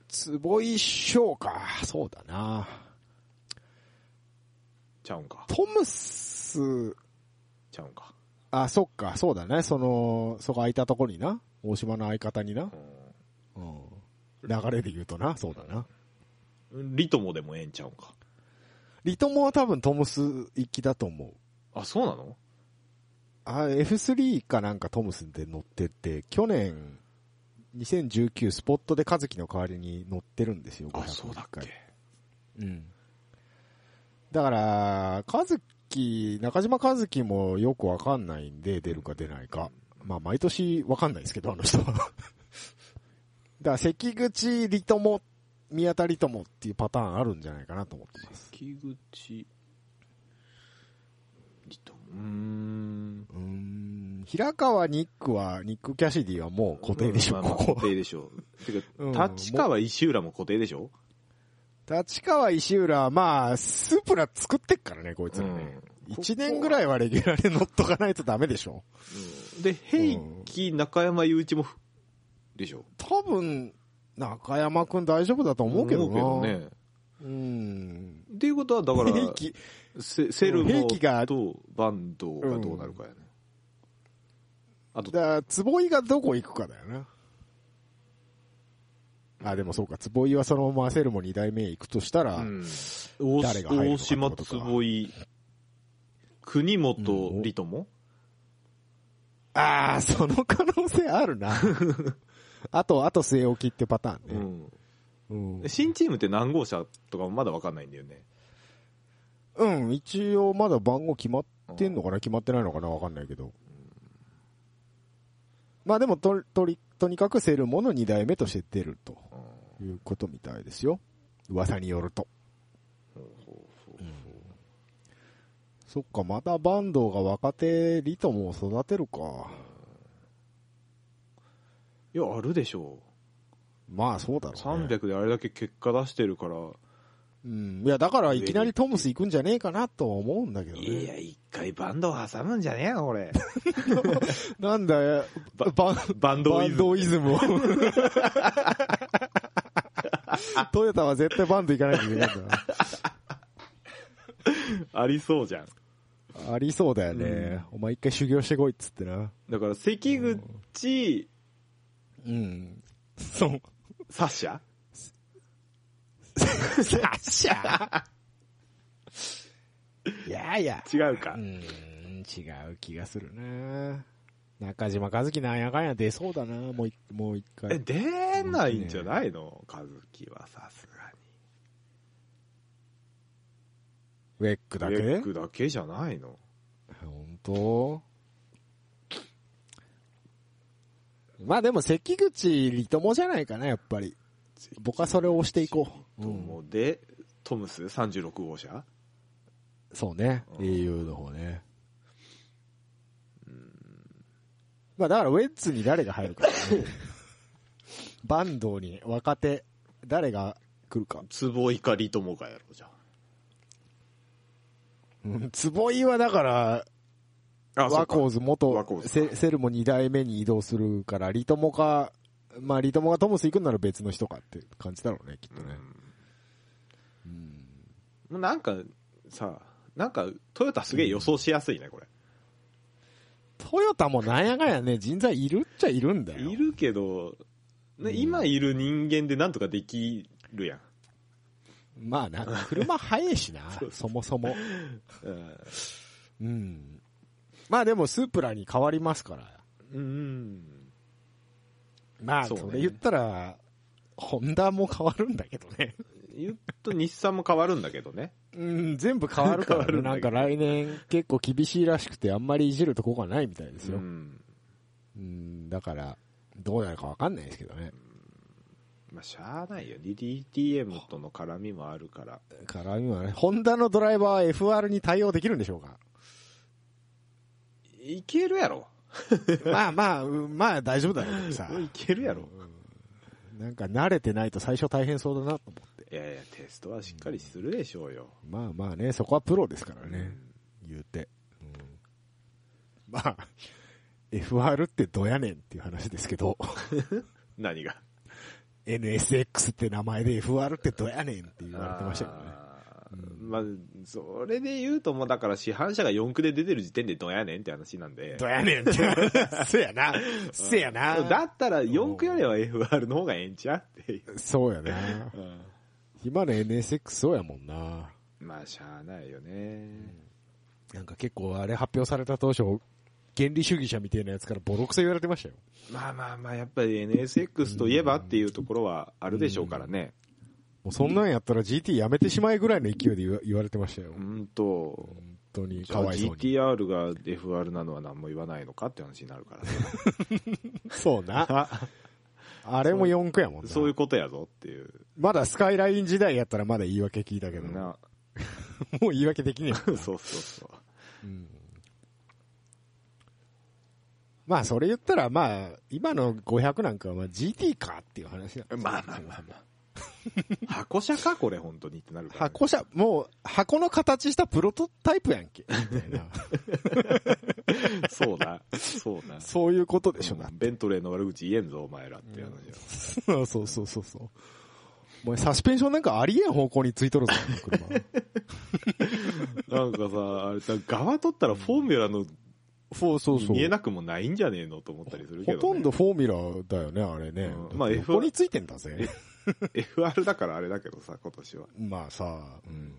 [SPEAKER 1] 坪井翔か。そうだな。
[SPEAKER 2] ちゃうんか。
[SPEAKER 1] トムス、
[SPEAKER 2] ちゃうんか。
[SPEAKER 1] あ、そっか、そうだね。その、そこ空いたとこにな。大島の相方にな
[SPEAKER 2] う。
[SPEAKER 1] うん。流れで言うとな、そうだな。
[SPEAKER 2] ん。リトモでもええんちゃうんか。
[SPEAKER 1] リトモは多分トムス行きだと思う。
[SPEAKER 2] あ、そうなの
[SPEAKER 1] あ、F3 かなんかトムスで乗ってて、去年、2019スポットで和樹の代わりに乗ってるんですよ、
[SPEAKER 2] あ、
[SPEAKER 1] 500
[SPEAKER 2] そうだっけ。
[SPEAKER 1] うん。だから、和樹、中島和樹もよくわかんないんで、出るか出ないか。まあ、毎年わかんないですけど、あの人は。だから、関口、利友、宮田利友っていうパターンあるんじゃないかなと思ってます。
[SPEAKER 2] 木口、リトモ。うーん。
[SPEAKER 1] うーん、平川ニックは、ニック・キャシディはもう固定でしょ、
[SPEAKER 2] まあまあ
[SPEAKER 1] ここ
[SPEAKER 2] 固定でしょ。て
[SPEAKER 1] うん
[SPEAKER 2] か、立川石浦も固定でしょ
[SPEAKER 1] は。立川、石浦は、まあ、スープラ作ってっからね、こいつらね。
[SPEAKER 2] うん
[SPEAKER 1] 一年ぐらいはレギュラーで乗っとかないとダメでしょ。
[SPEAKER 2] うんで、平木、中山雄一も、でしょ。
[SPEAKER 1] 多分、中山くん大丈夫だと思うけどな。
[SPEAKER 2] ね。
[SPEAKER 1] うん。
[SPEAKER 2] っていうことは、だから、
[SPEAKER 1] 平気、
[SPEAKER 2] セセル
[SPEAKER 1] 兵
[SPEAKER 2] モ
[SPEAKER 1] 器が
[SPEAKER 2] とバンドがどうなるかやね。あと、
[SPEAKER 1] だから、坪井がどこ行くかだよな。あ、でもそうか、坪井はそのままセルモ2代目行くとしたら、
[SPEAKER 2] うん大
[SPEAKER 1] 誰が入るのか
[SPEAKER 2] 大島
[SPEAKER 1] ってことか
[SPEAKER 2] 坪井、国
[SPEAKER 1] うん
[SPEAKER 2] 本利友、
[SPEAKER 1] ああ、その可能性あるな。あと、あと据え置きってパターン
[SPEAKER 2] う
[SPEAKER 1] ね。う
[SPEAKER 2] ん
[SPEAKER 1] ん
[SPEAKER 2] で。新チームって何号車とかもまだ分かんないんだよね
[SPEAKER 1] うん、一応まだ番号決まってんのかな決まってないのかなわかんないけど。まあでも、と、とり、とにかくセルモの2代目として出ると
[SPEAKER 2] うん
[SPEAKER 1] いうことみたいですよ。噂によると。
[SPEAKER 2] ほうほうほう
[SPEAKER 1] そっか、またバンドが若手リトも育てるか。
[SPEAKER 2] いやあるでしょ
[SPEAKER 1] まあそうだ
[SPEAKER 2] う
[SPEAKER 1] ろう、ね。
[SPEAKER 2] 300であれだけ結果出してるから
[SPEAKER 1] うん。いや、だからいきなりトムス行くんじゃねえかなとは思うんだけど
[SPEAKER 2] いや
[SPEAKER 1] ね。
[SPEAKER 2] 一回バンドを挟むんじゃねえよこれ
[SPEAKER 1] なんだよ、
[SPEAKER 2] ば
[SPEAKER 1] バン、
[SPEAKER 2] バンド
[SPEAKER 1] バ
[SPEAKER 2] イ
[SPEAKER 1] ン
[SPEAKER 2] ズ
[SPEAKER 1] ドイズムを。 トヨタは絶対バンド行かないといけないんだ
[SPEAKER 2] ありそうじゃん
[SPEAKER 1] な。ありそうだよね。お前一回修行してこいっつってな。
[SPEAKER 2] だから関口
[SPEAKER 1] うん。そう。
[SPEAKER 2] サッシャ
[SPEAKER 1] サッシャいやいや。
[SPEAKER 2] 違うか
[SPEAKER 1] う、ん、違う気がするな中島和樹なんやかんや出そうだなもうい、もう一
[SPEAKER 2] え
[SPEAKER 1] 回。
[SPEAKER 2] 出ないんじゃないの和樹はさすがに
[SPEAKER 1] ウェックだけ
[SPEAKER 2] レックだけじゃないの
[SPEAKER 1] 本当まあでも関口利友じゃないかな、やっぱり。僕はそれを押していこう。
[SPEAKER 2] ともで、トムス36号車
[SPEAKER 1] そうね。
[SPEAKER 2] うん
[SPEAKER 1] au の方ね。まあだからウェッツに誰が入るか、ね。 バンドに若手、誰が来るか。
[SPEAKER 2] 坪井かりともかやろうじゃん。
[SPEAKER 1] うん坪井はだから、
[SPEAKER 2] あ
[SPEAKER 1] ワコーズ元
[SPEAKER 2] ワコーズか
[SPEAKER 1] セ、セルも2代目に移動するから、リトモか、まあリトモがトムス行くんなら別の人かって感じだろうね、きっとね。うん
[SPEAKER 2] もうなんか、さ、なんか、トヨタすげえ予想しやすいね、これ。
[SPEAKER 1] トヨタもなんやかんやね、人材いるっちゃいるんだよ。
[SPEAKER 2] いるけど、ね
[SPEAKER 1] うん
[SPEAKER 2] 今いる人間でなんとかできるやん。
[SPEAKER 1] まあな、車早いしな、
[SPEAKER 2] そう
[SPEAKER 1] そもそも。
[SPEAKER 2] うん
[SPEAKER 1] うん。まあでもスープラに変わりますから。
[SPEAKER 2] うん。
[SPEAKER 1] まあ、
[SPEAKER 2] そうね
[SPEAKER 1] それ言ったら、ホンダも変わるんだけどね。
[SPEAKER 2] 言うと日産も変わるんだけどね。
[SPEAKER 1] うん、全部変わるから、
[SPEAKER 2] 変わる
[SPEAKER 1] ね、
[SPEAKER 2] んだ
[SPEAKER 1] なん
[SPEAKER 2] けど
[SPEAKER 1] か来年結構厳しいらしくてあんまりいじるとこがないみたいです
[SPEAKER 2] う
[SPEAKER 1] よ。
[SPEAKER 2] ん。
[SPEAKER 1] うん、だから、どうなるかわかんないですけどね。
[SPEAKER 2] まあ、しゃあないよ。DTM との絡みもあるから。
[SPEAKER 1] から今ね、ホンダのドライバーは FR に対応できるんでしょう か
[SPEAKER 2] いけるやろ。
[SPEAKER 1] まあまあ、うんまあ大丈夫だけどさ。
[SPEAKER 2] いけるやろ。
[SPEAKER 1] なんか慣れてないと最初大変そうだなと思って。
[SPEAKER 2] いやいや、テストはしっかりするでしょうよ。
[SPEAKER 1] まあまあね、そこはプロですからね、言うて。まあ、FR ってどやねんっていう話ですけど、
[SPEAKER 2] 何が
[SPEAKER 1] NSX って名前で FR ってどやねんって言われてましたけどね。
[SPEAKER 2] あーまあ、それで言うともうだから市販車が4区で出てる時点でどやねんって話なん で。
[SPEAKER 1] どやねんって。 せやな。せやな。
[SPEAKER 2] だったら4区よりは FR の方がええんちゃうっていう。
[SPEAKER 1] そうやな。今の NSX そうやもんな。
[SPEAKER 2] まあ、しゃあないよね。
[SPEAKER 1] なんか結構あれ発表された当初、原理主義者みたいなやつからボロクソ言われてましたよ。
[SPEAKER 2] まあまあまあ、やっぱり NSX といえばっていうところはあるでしょうからね。
[SPEAKER 1] もうそんなんやったら GT やめてしまえぐらいの勢いで言わ言われてましたよ。
[SPEAKER 2] う
[SPEAKER 1] 本
[SPEAKER 2] んと、
[SPEAKER 1] 当に
[SPEAKER 2] じゃ
[SPEAKER 1] か
[SPEAKER 2] あ
[SPEAKER 1] わいそうに。
[SPEAKER 2] GTR が FR なのは何も言わないのかって話になるからね
[SPEAKER 1] そうな。
[SPEAKER 2] あ
[SPEAKER 1] あれも4区やもんな。
[SPEAKER 2] そういうことやぞっていう。
[SPEAKER 1] まだスカイライン時代やったらまだ言い訳聞いたけど、も
[SPEAKER 2] な
[SPEAKER 1] う言い訳できねえ
[SPEAKER 2] そ
[SPEAKER 1] もん
[SPEAKER 2] う
[SPEAKER 1] な。
[SPEAKER 2] そうそう。
[SPEAKER 1] うんまあそれ言ったらまあ、今の500なんかはまあ GT かっていう話だ。
[SPEAKER 2] まあまあまあまあ。箱車かこれ本当にってなるから、ね。
[SPEAKER 1] 箱車、もう箱の形したプロトタイプやんけ。みたい な。
[SPEAKER 2] そうだ。そうだ。
[SPEAKER 1] そういうことでしょ、な。
[SPEAKER 2] ベントレーの悪口言えんぞ、お前らっていう話 よ
[SPEAKER 1] そうそうそうそうそう。お前サスペンションなんかありえん方向についとるぞ、車。
[SPEAKER 2] なんかさ、あれさ、側取ったらフォーミュラの
[SPEAKER 1] そうそうそう。
[SPEAKER 2] 見えなくもないんじゃねえのと思ったりするけど、
[SPEAKER 1] ほと
[SPEAKER 2] ね。
[SPEAKER 1] んど。フォーミュラだよね、あれね。
[SPEAKER 2] うん
[SPEAKER 1] ま
[SPEAKER 2] ま
[SPEAKER 1] あ
[SPEAKER 2] あ
[SPEAKER 1] F。
[SPEAKER 2] F1
[SPEAKER 1] ここについてんだぜ。
[SPEAKER 2] FR だからあれだけどさ、今年は。
[SPEAKER 1] まあさ、うん。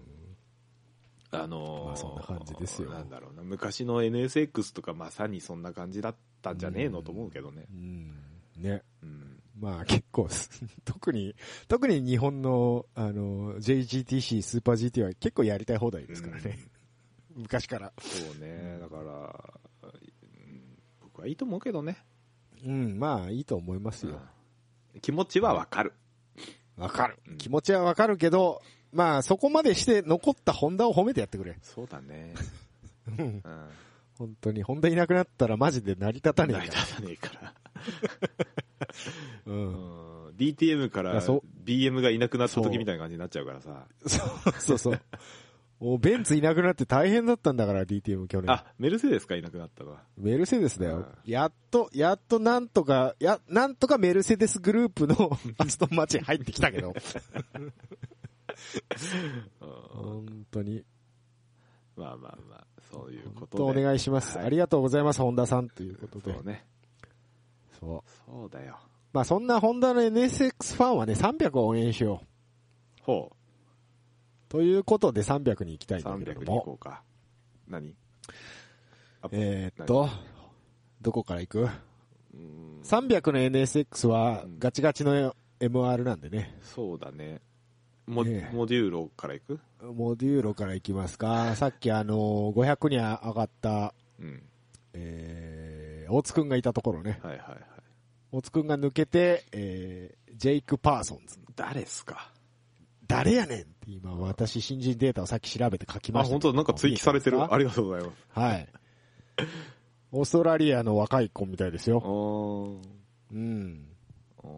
[SPEAKER 2] あのー
[SPEAKER 1] まあそんな感じですよ
[SPEAKER 2] なんだろうな。昔の NSX とかまさにそんな感じだったんじゃねえのと思うけどね。
[SPEAKER 1] うん。ね。
[SPEAKER 2] うん。
[SPEAKER 1] まあ結構す、 特に、特に日本の、あの、JGTC、スーパー GT は結構やりたい放題ですからね。 昔から。
[SPEAKER 2] そうね、だから、うん僕はいいと思うけどね。
[SPEAKER 1] うん、まあいいと思いますよ。
[SPEAKER 2] 気持ちはわかる。
[SPEAKER 1] わかる
[SPEAKER 2] うん。
[SPEAKER 1] 気持ちはわかるけど、まあそこまでして残ったホンダを褒めてやってくれ。
[SPEAKER 2] そうだね。
[SPEAKER 1] うん
[SPEAKER 2] うん。
[SPEAKER 1] 本当に、ホンダいなくなったらマジで成り立たね
[SPEAKER 2] 成
[SPEAKER 1] え
[SPEAKER 2] り
[SPEAKER 1] か
[SPEAKER 2] 立たねえから。
[SPEAKER 1] ら。う。
[SPEAKER 2] うんん。DTM か
[SPEAKER 1] いや
[SPEAKER 2] ら
[SPEAKER 1] そ
[SPEAKER 2] BM がいなくなった
[SPEAKER 1] そう
[SPEAKER 2] 時みたいな感じになっちゃうからさ。
[SPEAKER 1] そうそうそ う。もうベンツいなくなって大変だったんだから、DTM 去年。
[SPEAKER 2] あ、メルセデスかいなくなったのは。
[SPEAKER 1] メルセデスだよ。
[SPEAKER 2] う
[SPEAKER 1] やっと、やっとなんとか、や、なんとかメルセデスグループのアストンマーチン入ってきたけ ど。
[SPEAKER 2] うん
[SPEAKER 1] 本当に。
[SPEAKER 2] まあまあまあ、そういうこ
[SPEAKER 1] 本
[SPEAKER 2] と
[SPEAKER 1] 当お
[SPEAKER 2] で。
[SPEAKER 1] 願いします。
[SPEAKER 2] はい
[SPEAKER 1] ありがとうございます、ホンダさんということで。
[SPEAKER 2] そうね。
[SPEAKER 1] そう。
[SPEAKER 2] そうだよ。
[SPEAKER 1] まあそんなホンダの NSX ファンはね、300を応援しよう。
[SPEAKER 2] ほ
[SPEAKER 1] ということで300に行きた
[SPEAKER 2] う。
[SPEAKER 1] いんだけれ
[SPEAKER 2] 300
[SPEAKER 1] ど
[SPEAKER 2] に行
[SPEAKER 1] も。
[SPEAKER 2] こうか。何
[SPEAKER 1] えーっと、どこから行く
[SPEAKER 2] うん
[SPEAKER 1] 300の NSX は
[SPEAKER 2] うん
[SPEAKER 1] ガチガチの MR なんでね。
[SPEAKER 2] そうだね。モ
[SPEAKER 1] ええ
[SPEAKER 2] モデューロから行く
[SPEAKER 1] モデューロから行きます か。さっきあの、500に上がった、
[SPEAKER 2] うん。
[SPEAKER 1] えー、大津くんがいたところね。
[SPEAKER 2] はいはいはい。
[SPEAKER 1] 大津くんが抜けて、えー、ジェイク・パーソンズ。
[SPEAKER 2] 誰っすか
[SPEAKER 1] 誰やねんって今私新人データをさっき調べて書きま
[SPEAKER 2] あ、
[SPEAKER 1] したけど。
[SPEAKER 2] 本当だなんか追記され て
[SPEAKER 1] 見え
[SPEAKER 2] る。
[SPEAKER 1] ま
[SPEAKER 2] ありがとうございます。
[SPEAKER 1] すかはい。オーストラリアの若い子みたいです
[SPEAKER 2] う
[SPEAKER 1] よ。
[SPEAKER 2] ーん
[SPEAKER 1] うん。
[SPEAKER 2] うー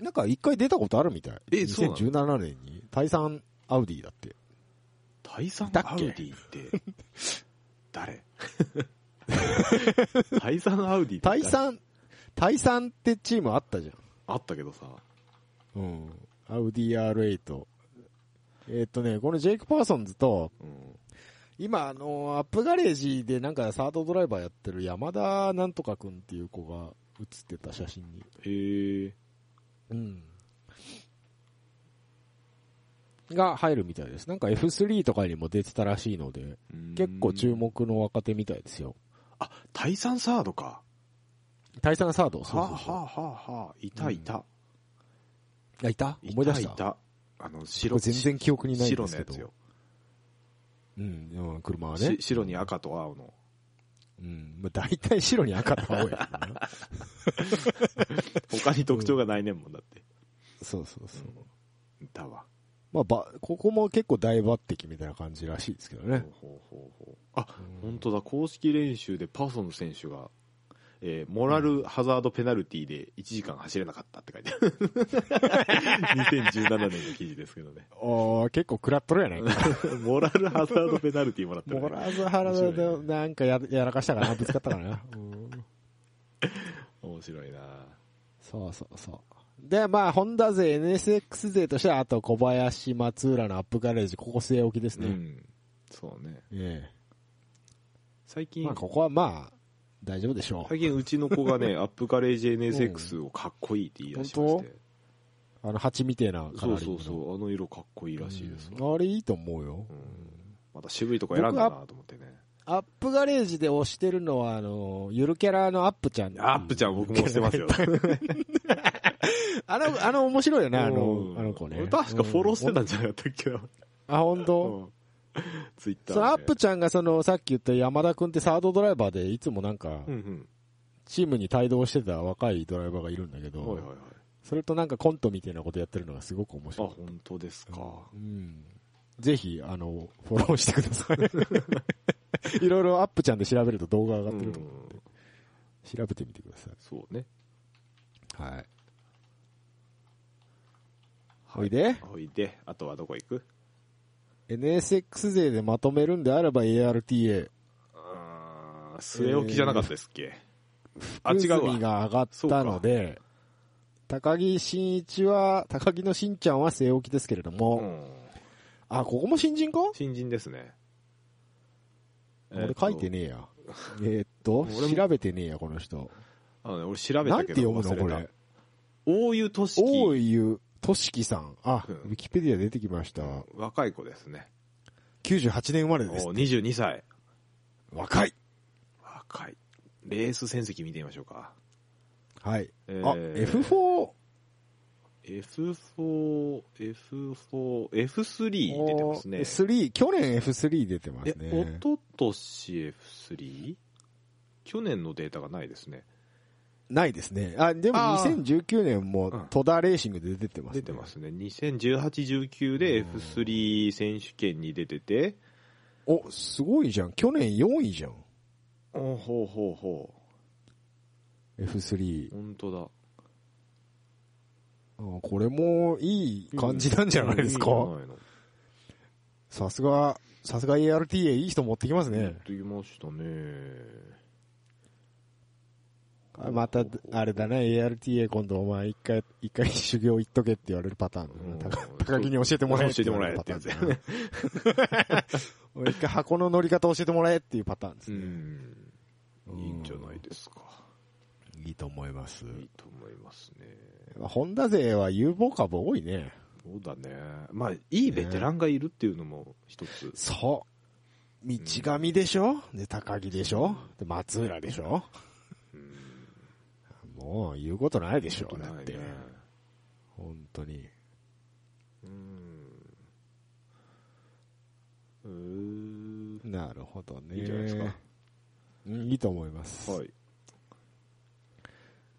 [SPEAKER 2] ん
[SPEAKER 1] なんか一回出たことあるみたい。
[SPEAKER 2] えそうなの
[SPEAKER 1] 2017年に、タイサンアウディだって。
[SPEAKER 2] タイサン
[SPEAKER 1] だっけ
[SPEAKER 2] アウディって、 誰 タイサンアウディ って
[SPEAKER 1] タ
[SPEAKER 2] 誰
[SPEAKER 1] イサン、タイサンってチームあったじゃ
[SPEAKER 2] あったけどさ。
[SPEAKER 1] ん。うん。アウディ R8。えーっとね、このジェイク・パーソンズと、
[SPEAKER 2] うん。
[SPEAKER 1] 今、あのーアップガレージでなんかサードドライバーやってる山田なんとかくんっていう子が写ってた写真に。
[SPEAKER 2] へえ。
[SPEAKER 1] うん。が入るみたいです。なんか F3 とかにも出てたらしいので、結構注
[SPEAKER 2] 文
[SPEAKER 1] 目の若手みたいですよ。
[SPEAKER 2] あ、タイサンサードか。
[SPEAKER 1] タイサンサード、そう
[SPEAKER 2] はあ、
[SPEAKER 1] そう
[SPEAKER 2] は
[SPEAKER 1] そう
[SPEAKER 2] あはあはあ、いたいた。
[SPEAKER 1] あいた思い出した
[SPEAKER 2] いた。あの、
[SPEAKER 1] こ
[SPEAKER 2] 白、
[SPEAKER 1] れ全然記憶にないん
[SPEAKER 2] 白
[SPEAKER 1] で
[SPEAKER 2] の
[SPEAKER 1] す
[SPEAKER 2] や
[SPEAKER 1] け
[SPEAKER 2] つ
[SPEAKER 1] ど
[SPEAKER 2] よ。。
[SPEAKER 1] うん、うん車はね
[SPEAKER 2] し。白に赤と青の。
[SPEAKER 1] うん、まあ、大体白に赤と青や けどな
[SPEAKER 2] 他に特徴がないねんもんだって。
[SPEAKER 1] そうそうそう。
[SPEAKER 2] いたわ。
[SPEAKER 1] まあ、ば、ここも結構大抜擢みたいな感じらしいですけど
[SPEAKER 2] ほう
[SPEAKER 1] ね。
[SPEAKER 2] ほうほうほう。あ、
[SPEAKER 1] うん
[SPEAKER 2] 本当だ、公式練習でパーソン選手が、えーモラルハザードペナルティで1時間走れなかったって書いてある。2017年の記事ですけどね。
[SPEAKER 1] ああ、結構クラッとるやないか。
[SPEAKER 2] モラルハザードペナルティもらってる、
[SPEAKER 1] モ
[SPEAKER 2] ね。
[SPEAKER 1] ラーズハラダでなんかややらかしたかな、ぶつかったか な。うん
[SPEAKER 2] 面白いな
[SPEAKER 1] そうそうそう。で、まあ、ホンダ勢、NSX 勢としては、あと小林、松浦のアップガレージ、ここ据え置きです
[SPEAKER 2] う
[SPEAKER 1] ね。
[SPEAKER 2] ん。そうね。
[SPEAKER 1] え
[SPEAKER 2] 最
[SPEAKER 1] え。
[SPEAKER 2] 近
[SPEAKER 1] まあ、、ここはまあ、大丈夫でしょう。
[SPEAKER 2] 最近うちの子が ね、アップガレージ NSX をかっこいいって言い出しまし
[SPEAKER 1] 本
[SPEAKER 2] て。
[SPEAKER 1] あの、蜂みてえなカ
[SPEAKER 2] そ
[SPEAKER 1] ラ
[SPEAKER 2] う
[SPEAKER 1] ーリングの
[SPEAKER 2] そうそう、あの色かっこいいらしいですわ。
[SPEAKER 1] うんあれいいと思うよ
[SPEAKER 2] う。んまた渋いとこ選んだなと思ってね。
[SPEAKER 1] アップガレージで押してるのは、あの、ゆるキャラのアップちゃん。
[SPEAKER 2] アップちゃん僕も押して ますよ。
[SPEAKER 1] あの、あの、面白いよね、あの
[SPEAKER 2] う、ん
[SPEAKER 1] あの子ね
[SPEAKER 2] 俺。確かフォローしてた
[SPEAKER 1] うん
[SPEAKER 2] じゃなかったっけな。
[SPEAKER 1] ん。あ、本当。
[SPEAKER 2] ツイッター
[SPEAKER 1] そのアップちゃんがその、さっき言った山田くんってサードドライバーで、いつもなんか
[SPEAKER 2] う、ん
[SPEAKER 1] チームに帯同してた若いドライバーがいるんだけ
[SPEAKER 2] うん。はいはい
[SPEAKER 1] ど、
[SPEAKER 2] はい。
[SPEAKER 1] それとなんかコントみたいなことやってるのがすごく面
[SPEAKER 2] あ、
[SPEAKER 1] 白い。
[SPEAKER 2] 本当ですか。
[SPEAKER 1] うん。ぜひ、あの、フォローしてください。 いろいろアップちゃんで調べると動画上がってると思う。
[SPEAKER 2] うん
[SPEAKER 1] 調べてみてください。
[SPEAKER 2] そうね。
[SPEAKER 1] はい。ほいで、
[SPEAKER 2] おいで、あとはどこ行く
[SPEAKER 1] NSX 勢でまとめるんであれば ARTA。
[SPEAKER 2] あー据え置きじゃなかったですっけ。あ、違
[SPEAKER 1] 福
[SPEAKER 2] う
[SPEAKER 1] 住
[SPEAKER 2] わ。
[SPEAKER 1] が上がったので、高木新一は、高木の新ちゃんは据え置きですけれども、
[SPEAKER 2] うん
[SPEAKER 1] あ、ここも新人か、
[SPEAKER 2] 新人ですね。
[SPEAKER 1] 俺書いて
[SPEAKER 2] ね。
[SPEAKER 1] ねえ や。えーっと
[SPEAKER 2] 俺、も
[SPEAKER 1] 調べてねえや、この人。
[SPEAKER 2] あのね俺調べ
[SPEAKER 1] な
[SPEAKER 2] た
[SPEAKER 1] んて
[SPEAKER 2] け
[SPEAKER 1] 読
[SPEAKER 2] ど
[SPEAKER 1] むのこ
[SPEAKER 2] 忘れ
[SPEAKER 1] れ
[SPEAKER 2] た。。大湯都市
[SPEAKER 1] 大湯としきさん。あ、
[SPEAKER 2] うん
[SPEAKER 1] ウィキペディア出てきました。
[SPEAKER 2] 若い子ですね。
[SPEAKER 1] 98年生まれです
[SPEAKER 2] お。22歳。
[SPEAKER 1] 若い。
[SPEAKER 2] 若い。レース戦績見てみましょうか。
[SPEAKER 1] はい。
[SPEAKER 2] えー
[SPEAKER 1] あ、F4
[SPEAKER 2] S4、S4、F3 出てますね。
[SPEAKER 1] 3、去年 F3 出てま
[SPEAKER 2] え
[SPEAKER 1] す、
[SPEAKER 2] お
[SPEAKER 1] ね。
[SPEAKER 2] ととし F3? 去年のデータがないですね。
[SPEAKER 1] ないですね。あ、でも
[SPEAKER 2] あー
[SPEAKER 1] 2019年
[SPEAKER 2] うん
[SPEAKER 1] も戸田レーシングで出てますね。
[SPEAKER 2] 出てますね。2018、19で F3 選手権に出てて、
[SPEAKER 1] お、すごいじゃん。去年4位じゃん。
[SPEAKER 2] おほうほうほ
[SPEAKER 1] F3
[SPEAKER 2] う。。本当だ。
[SPEAKER 1] あこれもいい感じなんじゃないですか。
[SPEAKER 2] いいんじゃないの
[SPEAKER 1] さすが、さすが ARTA いい人持ってきます
[SPEAKER 2] やっ
[SPEAKER 1] ね。
[SPEAKER 2] てきましたね。
[SPEAKER 1] あまた、あれだね、ARTA 今度お前一回、一回修行行っとけって言われるパター
[SPEAKER 2] うん
[SPEAKER 1] ン。高高木に教えてもらえ
[SPEAKER 2] 教えてもらえ
[SPEAKER 1] っ
[SPEAKER 2] ってて
[SPEAKER 1] い
[SPEAKER 2] や
[SPEAKER 1] う
[SPEAKER 2] つ
[SPEAKER 1] パターンだね。もう一回箱の乗り方教えてもらえっていうパターンです
[SPEAKER 2] う
[SPEAKER 1] ね。
[SPEAKER 2] ん。いいんじゃないですか。
[SPEAKER 1] いいと思います。
[SPEAKER 2] いいと思いますね。
[SPEAKER 1] ホンダ勢は有望株多いね。
[SPEAKER 2] そうだね。まあ、いいベテランがいるっていうのも一つ。
[SPEAKER 1] そう。道上でしょで、高木でしょで、松浦でしょ
[SPEAKER 2] うん。
[SPEAKER 1] もう言うことないでしょ
[SPEAKER 2] こと
[SPEAKER 1] だ
[SPEAKER 2] な
[SPEAKER 1] っ
[SPEAKER 2] い
[SPEAKER 1] て
[SPEAKER 2] ね。。
[SPEAKER 1] 本当に。
[SPEAKER 2] うん。うーん
[SPEAKER 1] なるほどね。
[SPEAKER 2] いいんじゃないですか。
[SPEAKER 1] うん、いいと思います。
[SPEAKER 2] はい。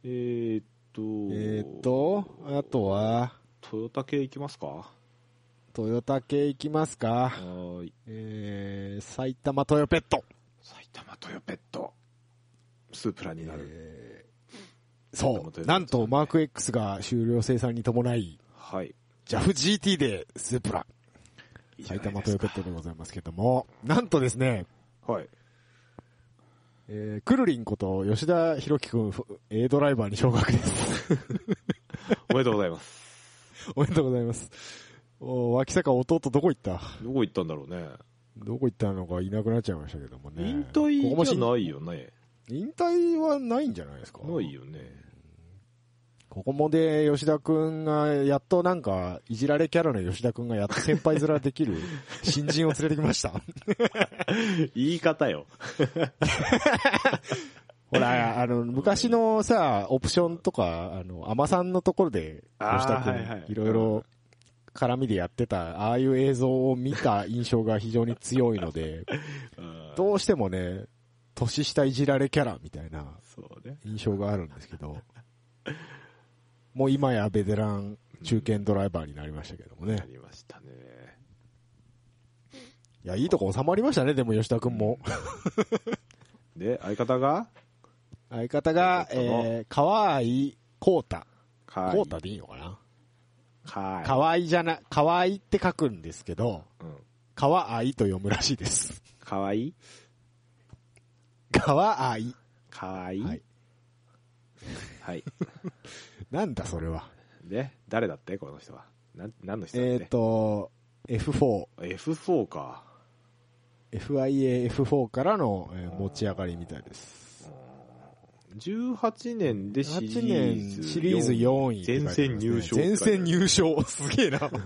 [SPEAKER 2] えーっと、
[SPEAKER 1] えーっと、あとは、
[SPEAKER 2] トヨタ系いきますか
[SPEAKER 1] トヨタ系行きますか
[SPEAKER 2] は。ーい。
[SPEAKER 1] えー、埼玉トヨペット。
[SPEAKER 2] 埼玉トヨペット。スープラになる。
[SPEAKER 1] えー
[SPEAKER 2] 埼玉
[SPEAKER 1] そう。
[SPEAKER 2] トヨペット
[SPEAKER 1] なんと、マーク X が終了生産に伴い、
[SPEAKER 2] はい。
[SPEAKER 1] JAFGT でスープラ、
[SPEAKER 2] いいじゃ
[SPEAKER 1] 埼
[SPEAKER 2] な
[SPEAKER 1] 玉
[SPEAKER 2] いで
[SPEAKER 1] ト
[SPEAKER 2] す
[SPEAKER 1] ヨペ
[SPEAKER 2] か
[SPEAKER 1] ットでございますけども、なんとですね、
[SPEAKER 2] はい。
[SPEAKER 1] えー、くるりんこと吉田博樹くん、A ドライバーに昇格です。
[SPEAKER 2] おめでとうございます。
[SPEAKER 1] おめでとうございます。お脇坂弟どこ行った
[SPEAKER 2] どこ行ったんだろうね。
[SPEAKER 1] どこ行ったのかいなくなっちゃいましたけどもね。
[SPEAKER 2] 引
[SPEAKER 1] ここも
[SPEAKER 2] 退
[SPEAKER 1] し
[SPEAKER 2] じ
[SPEAKER 1] ん
[SPEAKER 2] ゃないよね。
[SPEAKER 1] 引退はないんじゃないですか
[SPEAKER 2] ないよね。
[SPEAKER 1] ここもで、吉田くんが、やっとなんか、いじられキャラの吉田くんがやっと先輩面できる新人を連れてきました。
[SPEAKER 2] 言い方よ。
[SPEAKER 1] ほら、あの、昔のさ、オプションとか、あの、アマさんのところで、
[SPEAKER 2] あー
[SPEAKER 1] 吉田く
[SPEAKER 2] はいはい
[SPEAKER 1] ん、いろいろ、絡みでやってた、ああいう映像を見た印象が非常に強いの で、どうしてもね、年下いじられキャラみたいな
[SPEAKER 2] そうね。
[SPEAKER 1] 印象があるんですけど、もう今やベテラン中堅ドライバーになりましたけどもね。
[SPEAKER 2] やりましたね。
[SPEAKER 1] いや、いいとこ収まりましたね、でも吉田くんも。
[SPEAKER 2] で、相方が
[SPEAKER 1] 相方が、
[SPEAKER 2] そうそうそう
[SPEAKER 1] えー、河合こうた。
[SPEAKER 2] か
[SPEAKER 1] こうたでいいのかな
[SPEAKER 2] か
[SPEAKER 1] 河合じゃな、河合って書くんですけど、
[SPEAKER 2] い。うん。
[SPEAKER 1] 河合と読むらしいです。
[SPEAKER 2] かわいい
[SPEAKER 1] 河合。
[SPEAKER 2] かわいい
[SPEAKER 1] はい
[SPEAKER 2] はい。
[SPEAKER 1] なんだそれは。
[SPEAKER 2] で、誰だってこの人は。なん、何の人だっ
[SPEAKER 1] え
[SPEAKER 2] て
[SPEAKER 1] っ、と、F4、
[SPEAKER 2] F4 か。
[SPEAKER 1] FIA F4 からの、えー持ち上がりみたいです。
[SPEAKER 2] 18年でシリ
[SPEAKER 1] 8
[SPEAKER 2] ーズ
[SPEAKER 1] 年シリーズ4位って書
[SPEAKER 2] 全
[SPEAKER 1] いてありますね、
[SPEAKER 2] 線入賞。
[SPEAKER 1] 全線入賞。すげえ な。
[SPEAKER 2] ちょっと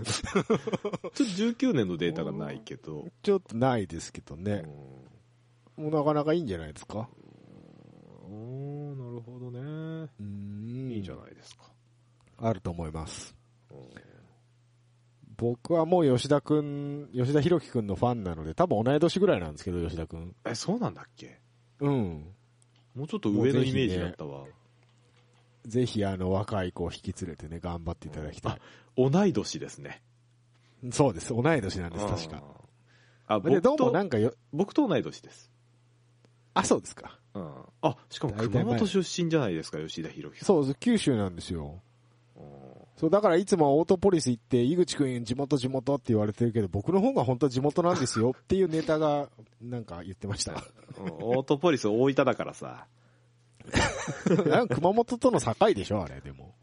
[SPEAKER 2] 19年のデータがないけど。
[SPEAKER 1] ちょっとないですけどね。もうなかなかいいんじゃないですか。
[SPEAKER 2] うんおーなるほどね。
[SPEAKER 1] うーん
[SPEAKER 2] いいじゃないですか。
[SPEAKER 1] あると思います。
[SPEAKER 2] うん
[SPEAKER 1] 僕はもう吉田くん、吉田博樹くんのファンなので、多分同い年ぐらいなんですけど、吉田くん。
[SPEAKER 2] え、そうなんだっけ
[SPEAKER 1] うん。
[SPEAKER 2] もうちょっと上のイメージだったわ。
[SPEAKER 1] ぜひあの若い子を引き連れてね、頑張っていただきたい。
[SPEAKER 2] 同い年ですね。
[SPEAKER 1] そうです。同い年なんです、確か。
[SPEAKER 2] あ。あ、
[SPEAKER 1] で、
[SPEAKER 2] 僕
[SPEAKER 1] どうも
[SPEAKER 2] と
[SPEAKER 1] な、んかよ、
[SPEAKER 2] 僕と同い年です。
[SPEAKER 1] あ、そうですか。
[SPEAKER 2] うん。あ、しかも
[SPEAKER 1] 大体前
[SPEAKER 2] 熊本出身じゃないですか、吉田博樹さん。
[SPEAKER 1] そうです、九州なんですよ。
[SPEAKER 2] う
[SPEAKER 1] そう、だからいつもオートポリス行って、井口くん地元地元って言われてるけど、僕の方が本当は地元なんです よっていうネタが、なんか言ってました。
[SPEAKER 2] ん。オートポリス大分だからさ。
[SPEAKER 1] なんか熊本との境でしょ、あれ、でも。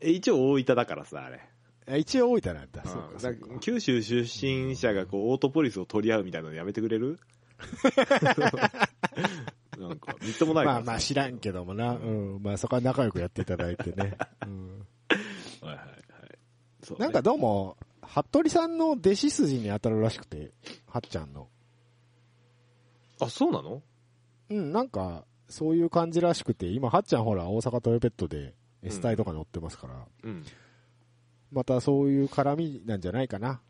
[SPEAKER 2] え、一応大分だからさ、あれ。
[SPEAKER 1] あ一応大分なんだ。そう
[SPEAKER 2] うん
[SPEAKER 1] かそう
[SPEAKER 2] だ
[SPEAKER 1] か
[SPEAKER 2] から九州出身者がこうオートポリスを取り合うみたいなのやめてくれる なんか、みっともないから
[SPEAKER 1] まあまあ知らんけどもな。うん。まあそこは仲良くやっていただいてね。うん。
[SPEAKER 2] ど。はいはいはい。そうね
[SPEAKER 1] なんか、どうも、服部さんの弟子筋に当たるらしくて、はっちゃんの。
[SPEAKER 2] あ、そうなの
[SPEAKER 1] うん、なんか、そういう感じらしくて、今、はっちゃんほら、大阪トヨペットで、S タイとか乗ってますから、
[SPEAKER 2] うん。
[SPEAKER 1] またそういう絡みなんじゃないかな。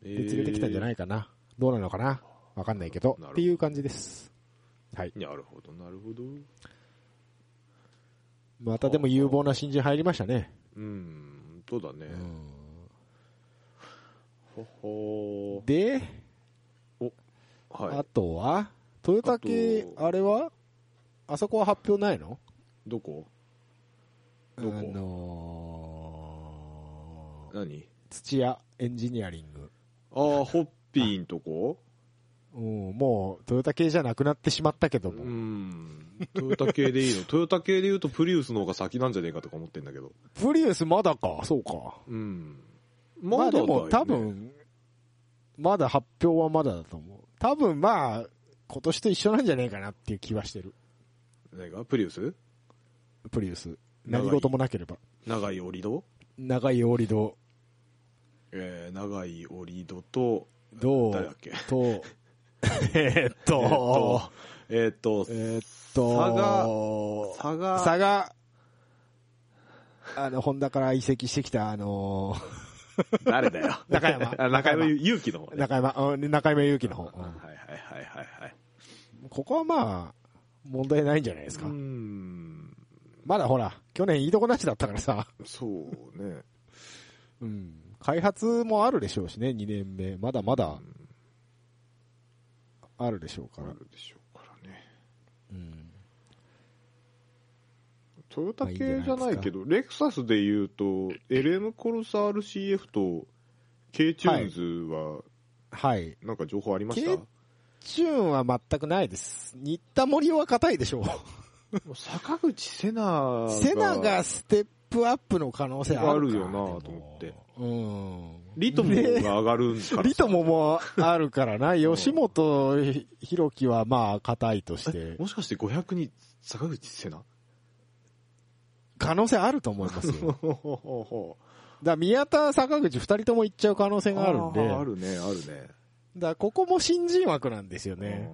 [SPEAKER 2] え
[SPEAKER 1] で連れてきたんじゃないいかな。どうなのかなわかんないけど
[SPEAKER 2] なるほ。ど
[SPEAKER 1] っていう感じです。はい。
[SPEAKER 2] なるほど、なるほど。
[SPEAKER 1] またでも有望な新人入りましたね。
[SPEAKER 2] うん、そうだね。ほほ
[SPEAKER 1] で、
[SPEAKER 2] ーは
[SPEAKER 1] あ
[SPEAKER 2] い。
[SPEAKER 1] とは、豊竹、
[SPEAKER 2] あと
[SPEAKER 1] あれはあそこは発表ないの
[SPEAKER 2] どこ
[SPEAKER 1] あ
[SPEAKER 2] どこ
[SPEAKER 1] のー、
[SPEAKER 2] 何
[SPEAKER 1] 土屋エンジニアリング。
[SPEAKER 2] ああ、ホッピーんとこ
[SPEAKER 1] うん、もう、トヨタ系じゃなくなってしまったけど
[SPEAKER 2] う
[SPEAKER 1] も。
[SPEAKER 2] ん。トヨタ系でいいの。トヨタ系で言うとプリウスの方が先なんじゃねえかとか思ってんだけど。
[SPEAKER 1] プリウスまだか、そうか。
[SPEAKER 2] うん。
[SPEAKER 1] まあ
[SPEAKER 2] だだ
[SPEAKER 1] で
[SPEAKER 2] よね
[SPEAKER 1] も多。分、まだ発表はまだだと思う。多分まあ、今年と一緒なんじゃねえかなっていう気はしてる。
[SPEAKER 2] 何がプリウス
[SPEAKER 1] プリウス。
[SPEAKER 2] 長い
[SPEAKER 1] 何事もなければ。
[SPEAKER 2] 長い折り戸
[SPEAKER 1] 長いオリド
[SPEAKER 2] えー、長い折り戸と、
[SPEAKER 1] ど
[SPEAKER 2] 誰だっ
[SPEAKER 1] う
[SPEAKER 2] け
[SPEAKER 1] と、えーっ
[SPEAKER 2] えーっと
[SPEAKER 1] と、、
[SPEAKER 2] えーっと、
[SPEAKER 1] えーっと、
[SPEAKER 2] 佐
[SPEAKER 1] 賀、
[SPEAKER 2] 佐賀
[SPEAKER 1] 佐賀、あの、ホンダから移籍してきた、あのー
[SPEAKER 2] 誰だよ。
[SPEAKER 1] 中山
[SPEAKER 2] あ中山勇気の方ね。
[SPEAKER 1] 中山、うん中山祐希の方。
[SPEAKER 2] はいはいはいはいはい。
[SPEAKER 1] ここはまあ、問題ないんじゃないですか。
[SPEAKER 2] うん。
[SPEAKER 1] まだほら、去年いいとこなしだったからさ。
[SPEAKER 2] そうね。
[SPEAKER 1] うん。開発もあるでしょうしね、2年目。まだまだ、あるでしょう
[SPEAKER 2] あ
[SPEAKER 1] から。
[SPEAKER 2] るでしょうからね。
[SPEAKER 1] うん。
[SPEAKER 2] トヨタ
[SPEAKER 1] まあいいんじゃないで
[SPEAKER 2] 系
[SPEAKER 1] す
[SPEAKER 2] じゃ
[SPEAKER 1] か
[SPEAKER 2] ないけど、レクサスで言うと、LM コルサール CF と K チューンズは、
[SPEAKER 1] はい。
[SPEAKER 2] なんか情報ありました、
[SPEAKER 1] K- チューンは全くないです。新田森生は硬いでしょう。
[SPEAKER 2] もう坂口セナが。
[SPEAKER 1] セナがステップアップの可能性あるか
[SPEAKER 2] あるよなと思って。
[SPEAKER 1] でもうん。
[SPEAKER 2] リトモが上がるんから。
[SPEAKER 1] リトモもあるからな。
[SPEAKER 2] ん
[SPEAKER 1] 吉本ひろきはまあ硬いと して。
[SPEAKER 2] もしかして500に坂口セナ
[SPEAKER 1] 可能性あると思いますよ。だか
[SPEAKER 2] ほほほほ
[SPEAKER 1] ら宮田、坂口二人とも行っちゃう可能性があるんで。
[SPEAKER 2] あーあるね、あるね。
[SPEAKER 1] だからここも新人枠なんですよね。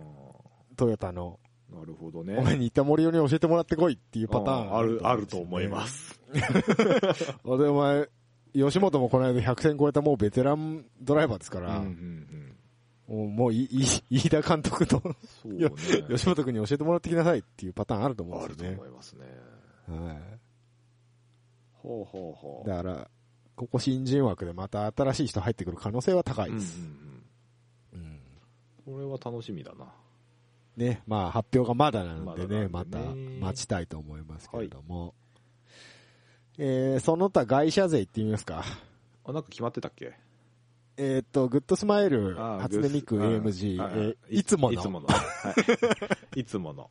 [SPEAKER 1] トヨタの。
[SPEAKER 2] あーなるほど
[SPEAKER 1] お前
[SPEAKER 2] ね。
[SPEAKER 1] に言った森尾に教えてもらってこいっていうパターン
[SPEAKER 2] ある、あると思いますす。
[SPEAKER 1] よね。で、お前、吉本もこの間100戦超えたもうベテランドライバーですか
[SPEAKER 2] うん
[SPEAKER 1] ら、
[SPEAKER 2] うん
[SPEAKER 1] もうもういいい飯田監督 と
[SPEAKER 2] うんそうね。
[SPEAKER 1] 吉本君に教えてもらってきなさいっていうパターンあると思うん
[SPEAKER 2] あ
[SPEAKER 1] で
[SPEAKER 2] る
[SPEAKER 1] す
[SPEAKER 2] と
[SPEAKER 1] よね
[SPEAKER 2] 思。いますね。
[SPEAKER 1] は
[SPEAKER 2] ほうほうほ。
[SPEAKER 1] いうだから、ここ新人枠でまた新しい人入ってくる可能性は高いです
[SPEAKER 2] うん。うんうん
[SPEAKER 1] うん
[SPEAKER 2] これは楽しみだな。
[SPEAKER 1] ね、まあ発表がまだなのでね、
[SPEAKER 2] ま
[SPEAKER 1] ま
[SPEAKER 2] だなんでね
[SPEAKER 1] た待ちたいと思いますけれども。えー、その他外車税行ってみますか。
[SPEAKER 2] あ、なんか決まってたっけ
[SPEAKER 1] えーっと、グッドスマイル、
[SPEAKER 2] あー
[SPEAKER 1] 初音ミク、
[SPEAKER 2] グッ
[SPEAKER 1] AMG、
[SPEAKER 2] あ
[SPEAKER 1] えーいつも
[SPEAKER 2] いつも
[SPEAKER 1] の、
[SPEAKER 2] の。 はいいつもの。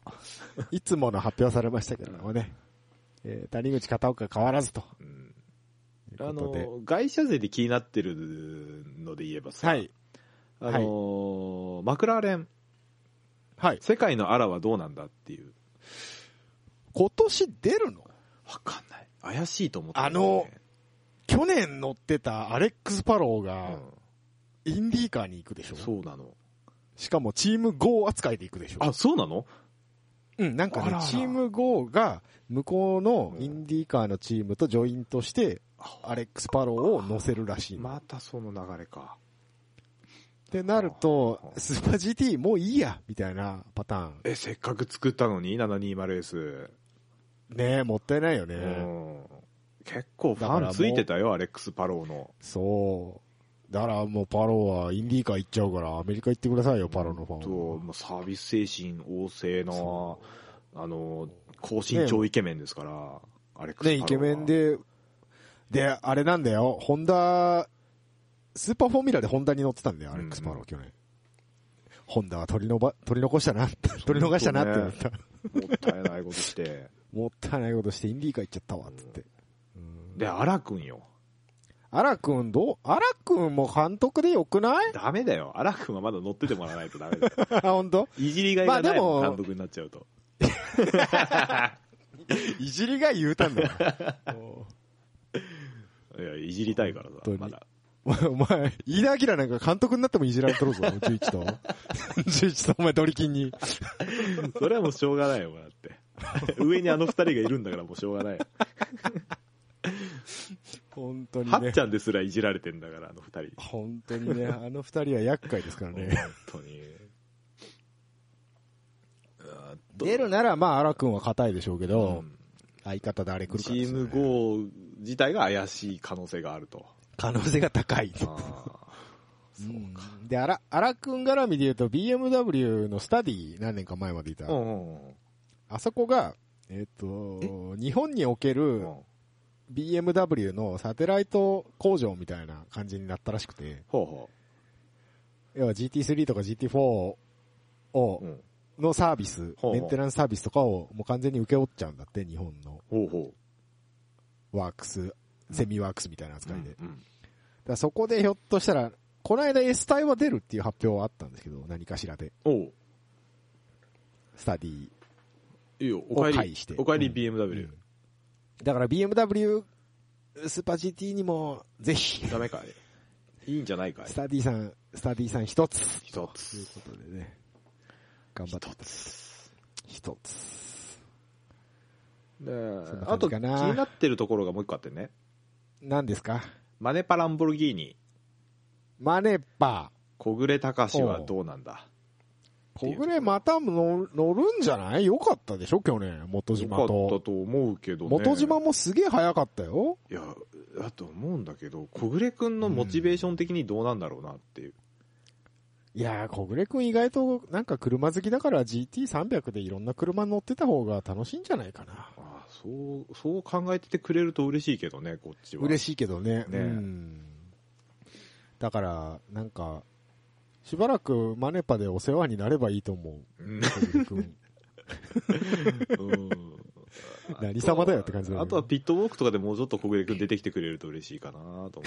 [SPEAKER 1] いつもの発表されましたけれどもね。えー谷口片岡変わらずと
[SPEAKER 2] うん
[SPEAKER 1] いう
[SPEAKER 2] あ
[SPEAKER 1] ことで。
[SPEAKER 2] の、外車税で気になってるので言えばさ、
[SPEAKER 1] はい。
[SPEAKER 2] あのーマクラーレン、
[SPEAKER 1] はい。
[SPEAKER 2] 世界のアラはどうなんだっていう。
[SPEAKER 1] 今年出るの
[SPEAKER 2] わかんない。怪しいと思って
[SPEAKER 1] あの去年乗ってたアレックス・パロー
[SPEAKER 2] う
[SPEAKER 1] が
[SPEAKER 2] ん、
[SPEAKER 1] インディーカーに行くでしょ、
[SPEAKER 2] そうなの。
[SPEAKER 1] しかもチーム GO 扱いで行くでしょ
[SPEAKER 2] あ、そうなの
[SPEAKER 1] うん、なんか
[SPEAKER 2] あ
[SPEAKER 1] ね
[SPEAKER 2] らあら、
[SPEAKER 1] チーム GO が向こうのインディーカーのチームとジョイントして、アレックス・パローを乗せるらしいの。
[SPEAKER 2] またその流れか。
[SPEAKER 1] ってなると、スーパー GT もういいや、みたいなパターン。
[SPEAKER 2] え、せっかく作ったのに、720S。
[SPEAKER 1] ねえ、もったいないよね。
[SPEAKER 2] うん結構フ
[SPEAKER 1] だから
[SPEAKER 2] ァ
[SPEAKER 1] も
[SPEAKER 2] ン
[SPEAKER 1] う
[SPEAKER 2] ついてたよ、アレックス・パローの。
[SPEAKER 1] そう。だからもうパローはインディーカー行っちゃうから、アメリカ行ってくださいよ、パローのファ
[SPEAKER 2] と
[SPEAKER 1] ンは。
[SPEAKER 2] もうサービス精神旺盛な、
[SPEAKER 1] そ
[SPEAKER 2] あの、高身長イケメンですから、アレックス・
[SPEAKER 1] ねイケメン。で、で、あれなんだよ、ホンダ、スーパーフォーミュラでホンダに乗ってたんだよ、アレックス・パロ
[SPEAKER 2] うんう
[SPEAKER 1] ー、去年。ホンダは取りのば、取り残したな、取り逃したなって思った。
[SPEAKER 2] もったいないことして。
[SPEAKER 1] もったいないことしてインディーカー行っちゃったわ、つって。
[SPEAKER 2] で、アラ君よ。
[SPEAKER 1] アラくんどうアラくんも監督でよくない
[SPEAKER 2] ダメだよ。アラ君はまだ乗っててもらわないとダメだよ。
[SPEAKER 1] あ、本当？
[SPEAKER 2] いじりがいがないもん
[SPEAKER 1] まあでも
[SPEAKER 2] 監督になっちゃうと。
[SPEAKER 1] いじりが言うたんだよ。
[SPEAKER 2] いや、いじりたいからさ
[SPEAKER 1] 本当、に
[SPEAKER 2] まだ。
[SPEAKER 1] お前、お前飯田明なんか監督になってもいじられとるぞ、11と。11と、お前、ドリキンに。
[SPEAKER 2] それはもうしょうがないよ、だって。上にあの二人がいるんだからもうしょうがないよ。
[SPEAKER 1] 本当に
[SPEAKER 2] は
[SPEAKER 1] ね
[SPEAKER 2] っち。ゃんですらいじられてんだから、あの二人。
[SPEAKER 1] 本当に ね、あの二人は厄介ですからね。
[SPEAKER 2] 本当に。あー ど
[SPEAKER 1] 出るなら、まあ、荒くんは硬いでしょうけ
[SPEAKER 2] う
[SPEAKER 1] ど、
[SPEAKER 2] ん
[SPEAKER 1] 相方誰来るか
[SPEAKER 2] チ
[SPEAKER 1] です
[SPEAKER 2] ー
[SPEAKER 1] よ
[SPEAKER 2] ム
[SPEAKER 1] ね
[SPEAKER 2] GO 自体が怪しい可能性があると。
[SPEAKER 1] 可能性が高い。
[SPEAKER 2] あ
[SPEAKER 1] そうか。で、荒、荒くん絡みで言うと BMW のスタディ何年か前までいた。
[SPEAKER 2] ーうん
[SPEAKER 1] あそこが、えっ、と、日本におけ
[SPEAKER 2] うんう
[SPEAKER 1] る
[SPEAKER 2] ん。
[SPEAKER 1] BMW のサテライト工場みたいな感じになったらしくて、
[SPEAKER 2] ほうほ
[SPEAKER 1] 要は GT3 とか GT4 を、
[SPEAKER 2] う。うん
[SPEAKER 1] のサービス、
[SPEAKER 2] ほう
[SPEAKER 1] メンテナンスサービスとかをもう完全に請け負っちゃうんだって、日本の
[SPEAKER 2] ほうほ
[SPEAKER 1] ワークス、セミワークスみたいな
[SPEAKER 2] う。う
[SPEAKER 1] 扱いで。だ
[SPEAKER 2] んうん
[SPEAKER 1] からそこでひょっとしたら、この間 S 隊は出るっていう発表はあったんですけど、何かしらで、
[SPEAKER 2] おう。
[SPEAKER 1] スタディ
[SPEAKER 2] いいよ、
[SPEAKER 1] を
[SPEAKER 2] おかえ
[SPEAKER 1] 介
[SPEAKER 2] り
[SPEAKER 1] して。。
[SPEAKER 2] おかえり
[SPEAKER 1] うん
[SPEAKER 2] BMW。
[SPEAKER 1] だから BMW スーパー GT にも、ぜひ、
[SPEAKER 2] ダメかいいいんじゃないかい
[SPEAKER 1] スタディさん、スタディさん一つ。
[SPEAKER 2] 一
[SPEAKER 1] と
[SPEAKER 2] つ。
[SPEAKER 1] いうことでね。頑張って。一つ。
[SPEAKER 2] で
[SPEAKER 1] んな
[SPEAKER 2] あ
[SPEAKER 1] 感じ
[SPEAKER 2] と気
[SPEAKER 1] か
[SPEAKER 2] に
[SPEAKER 1] な
[SPEAKER 2] なってるところがもう一個あってね。
[SPEAKER 1] 何ですか
[SPEAKER 2] マネパランボルギーニ、
[SPEAKER 1] マネッパ
[SPEAKER 2] 小暮隆はどうなんだ
[SPEAKER 1] ー。小暮また乗る乗るんじゃないよかったでしょ去年、元
[SPEAKER 2] よ
[SPEAKER 1] 島
[SPEAKER 2] かった
[SPEAKER 1] と。
[SPEAKER 2] と思うけどね。
[SPEAKER 1] 元島もすげえ早かったよ。
[SPEAKER 2] いや、だと思うんだけど、小暮君のモチベーション的にどうなんだろうなっていう。
[SPEAKER 1] いやー、小暮くん意外となんか車好きだから GT300 でいろんな車乗ってた方が楽しいんじゃないかな。
[SPEAKER 2] ああそう、そう考えててくれると嬉しいけどね、こっちは。
[SPEAKER 1] 嬉
[SPEAKER 2] し
[SPEAKER 1] しいけどね。う
[SPEAKER 2] ね
[SPEAKER 1] ん。だから、なんか、しばらくマネパでお世話になればいいと思う。
[SPEAKER 2] い。うん
[SPEAKER 1] 小栗 君 何様だよって感じだ
[SPEAKER 2] だ
[SPEAKER 1] よね
[SPEAKER 2] あとはピットウォークとかでもうちょっと小暮君出てきてくれると嬉しいかなと思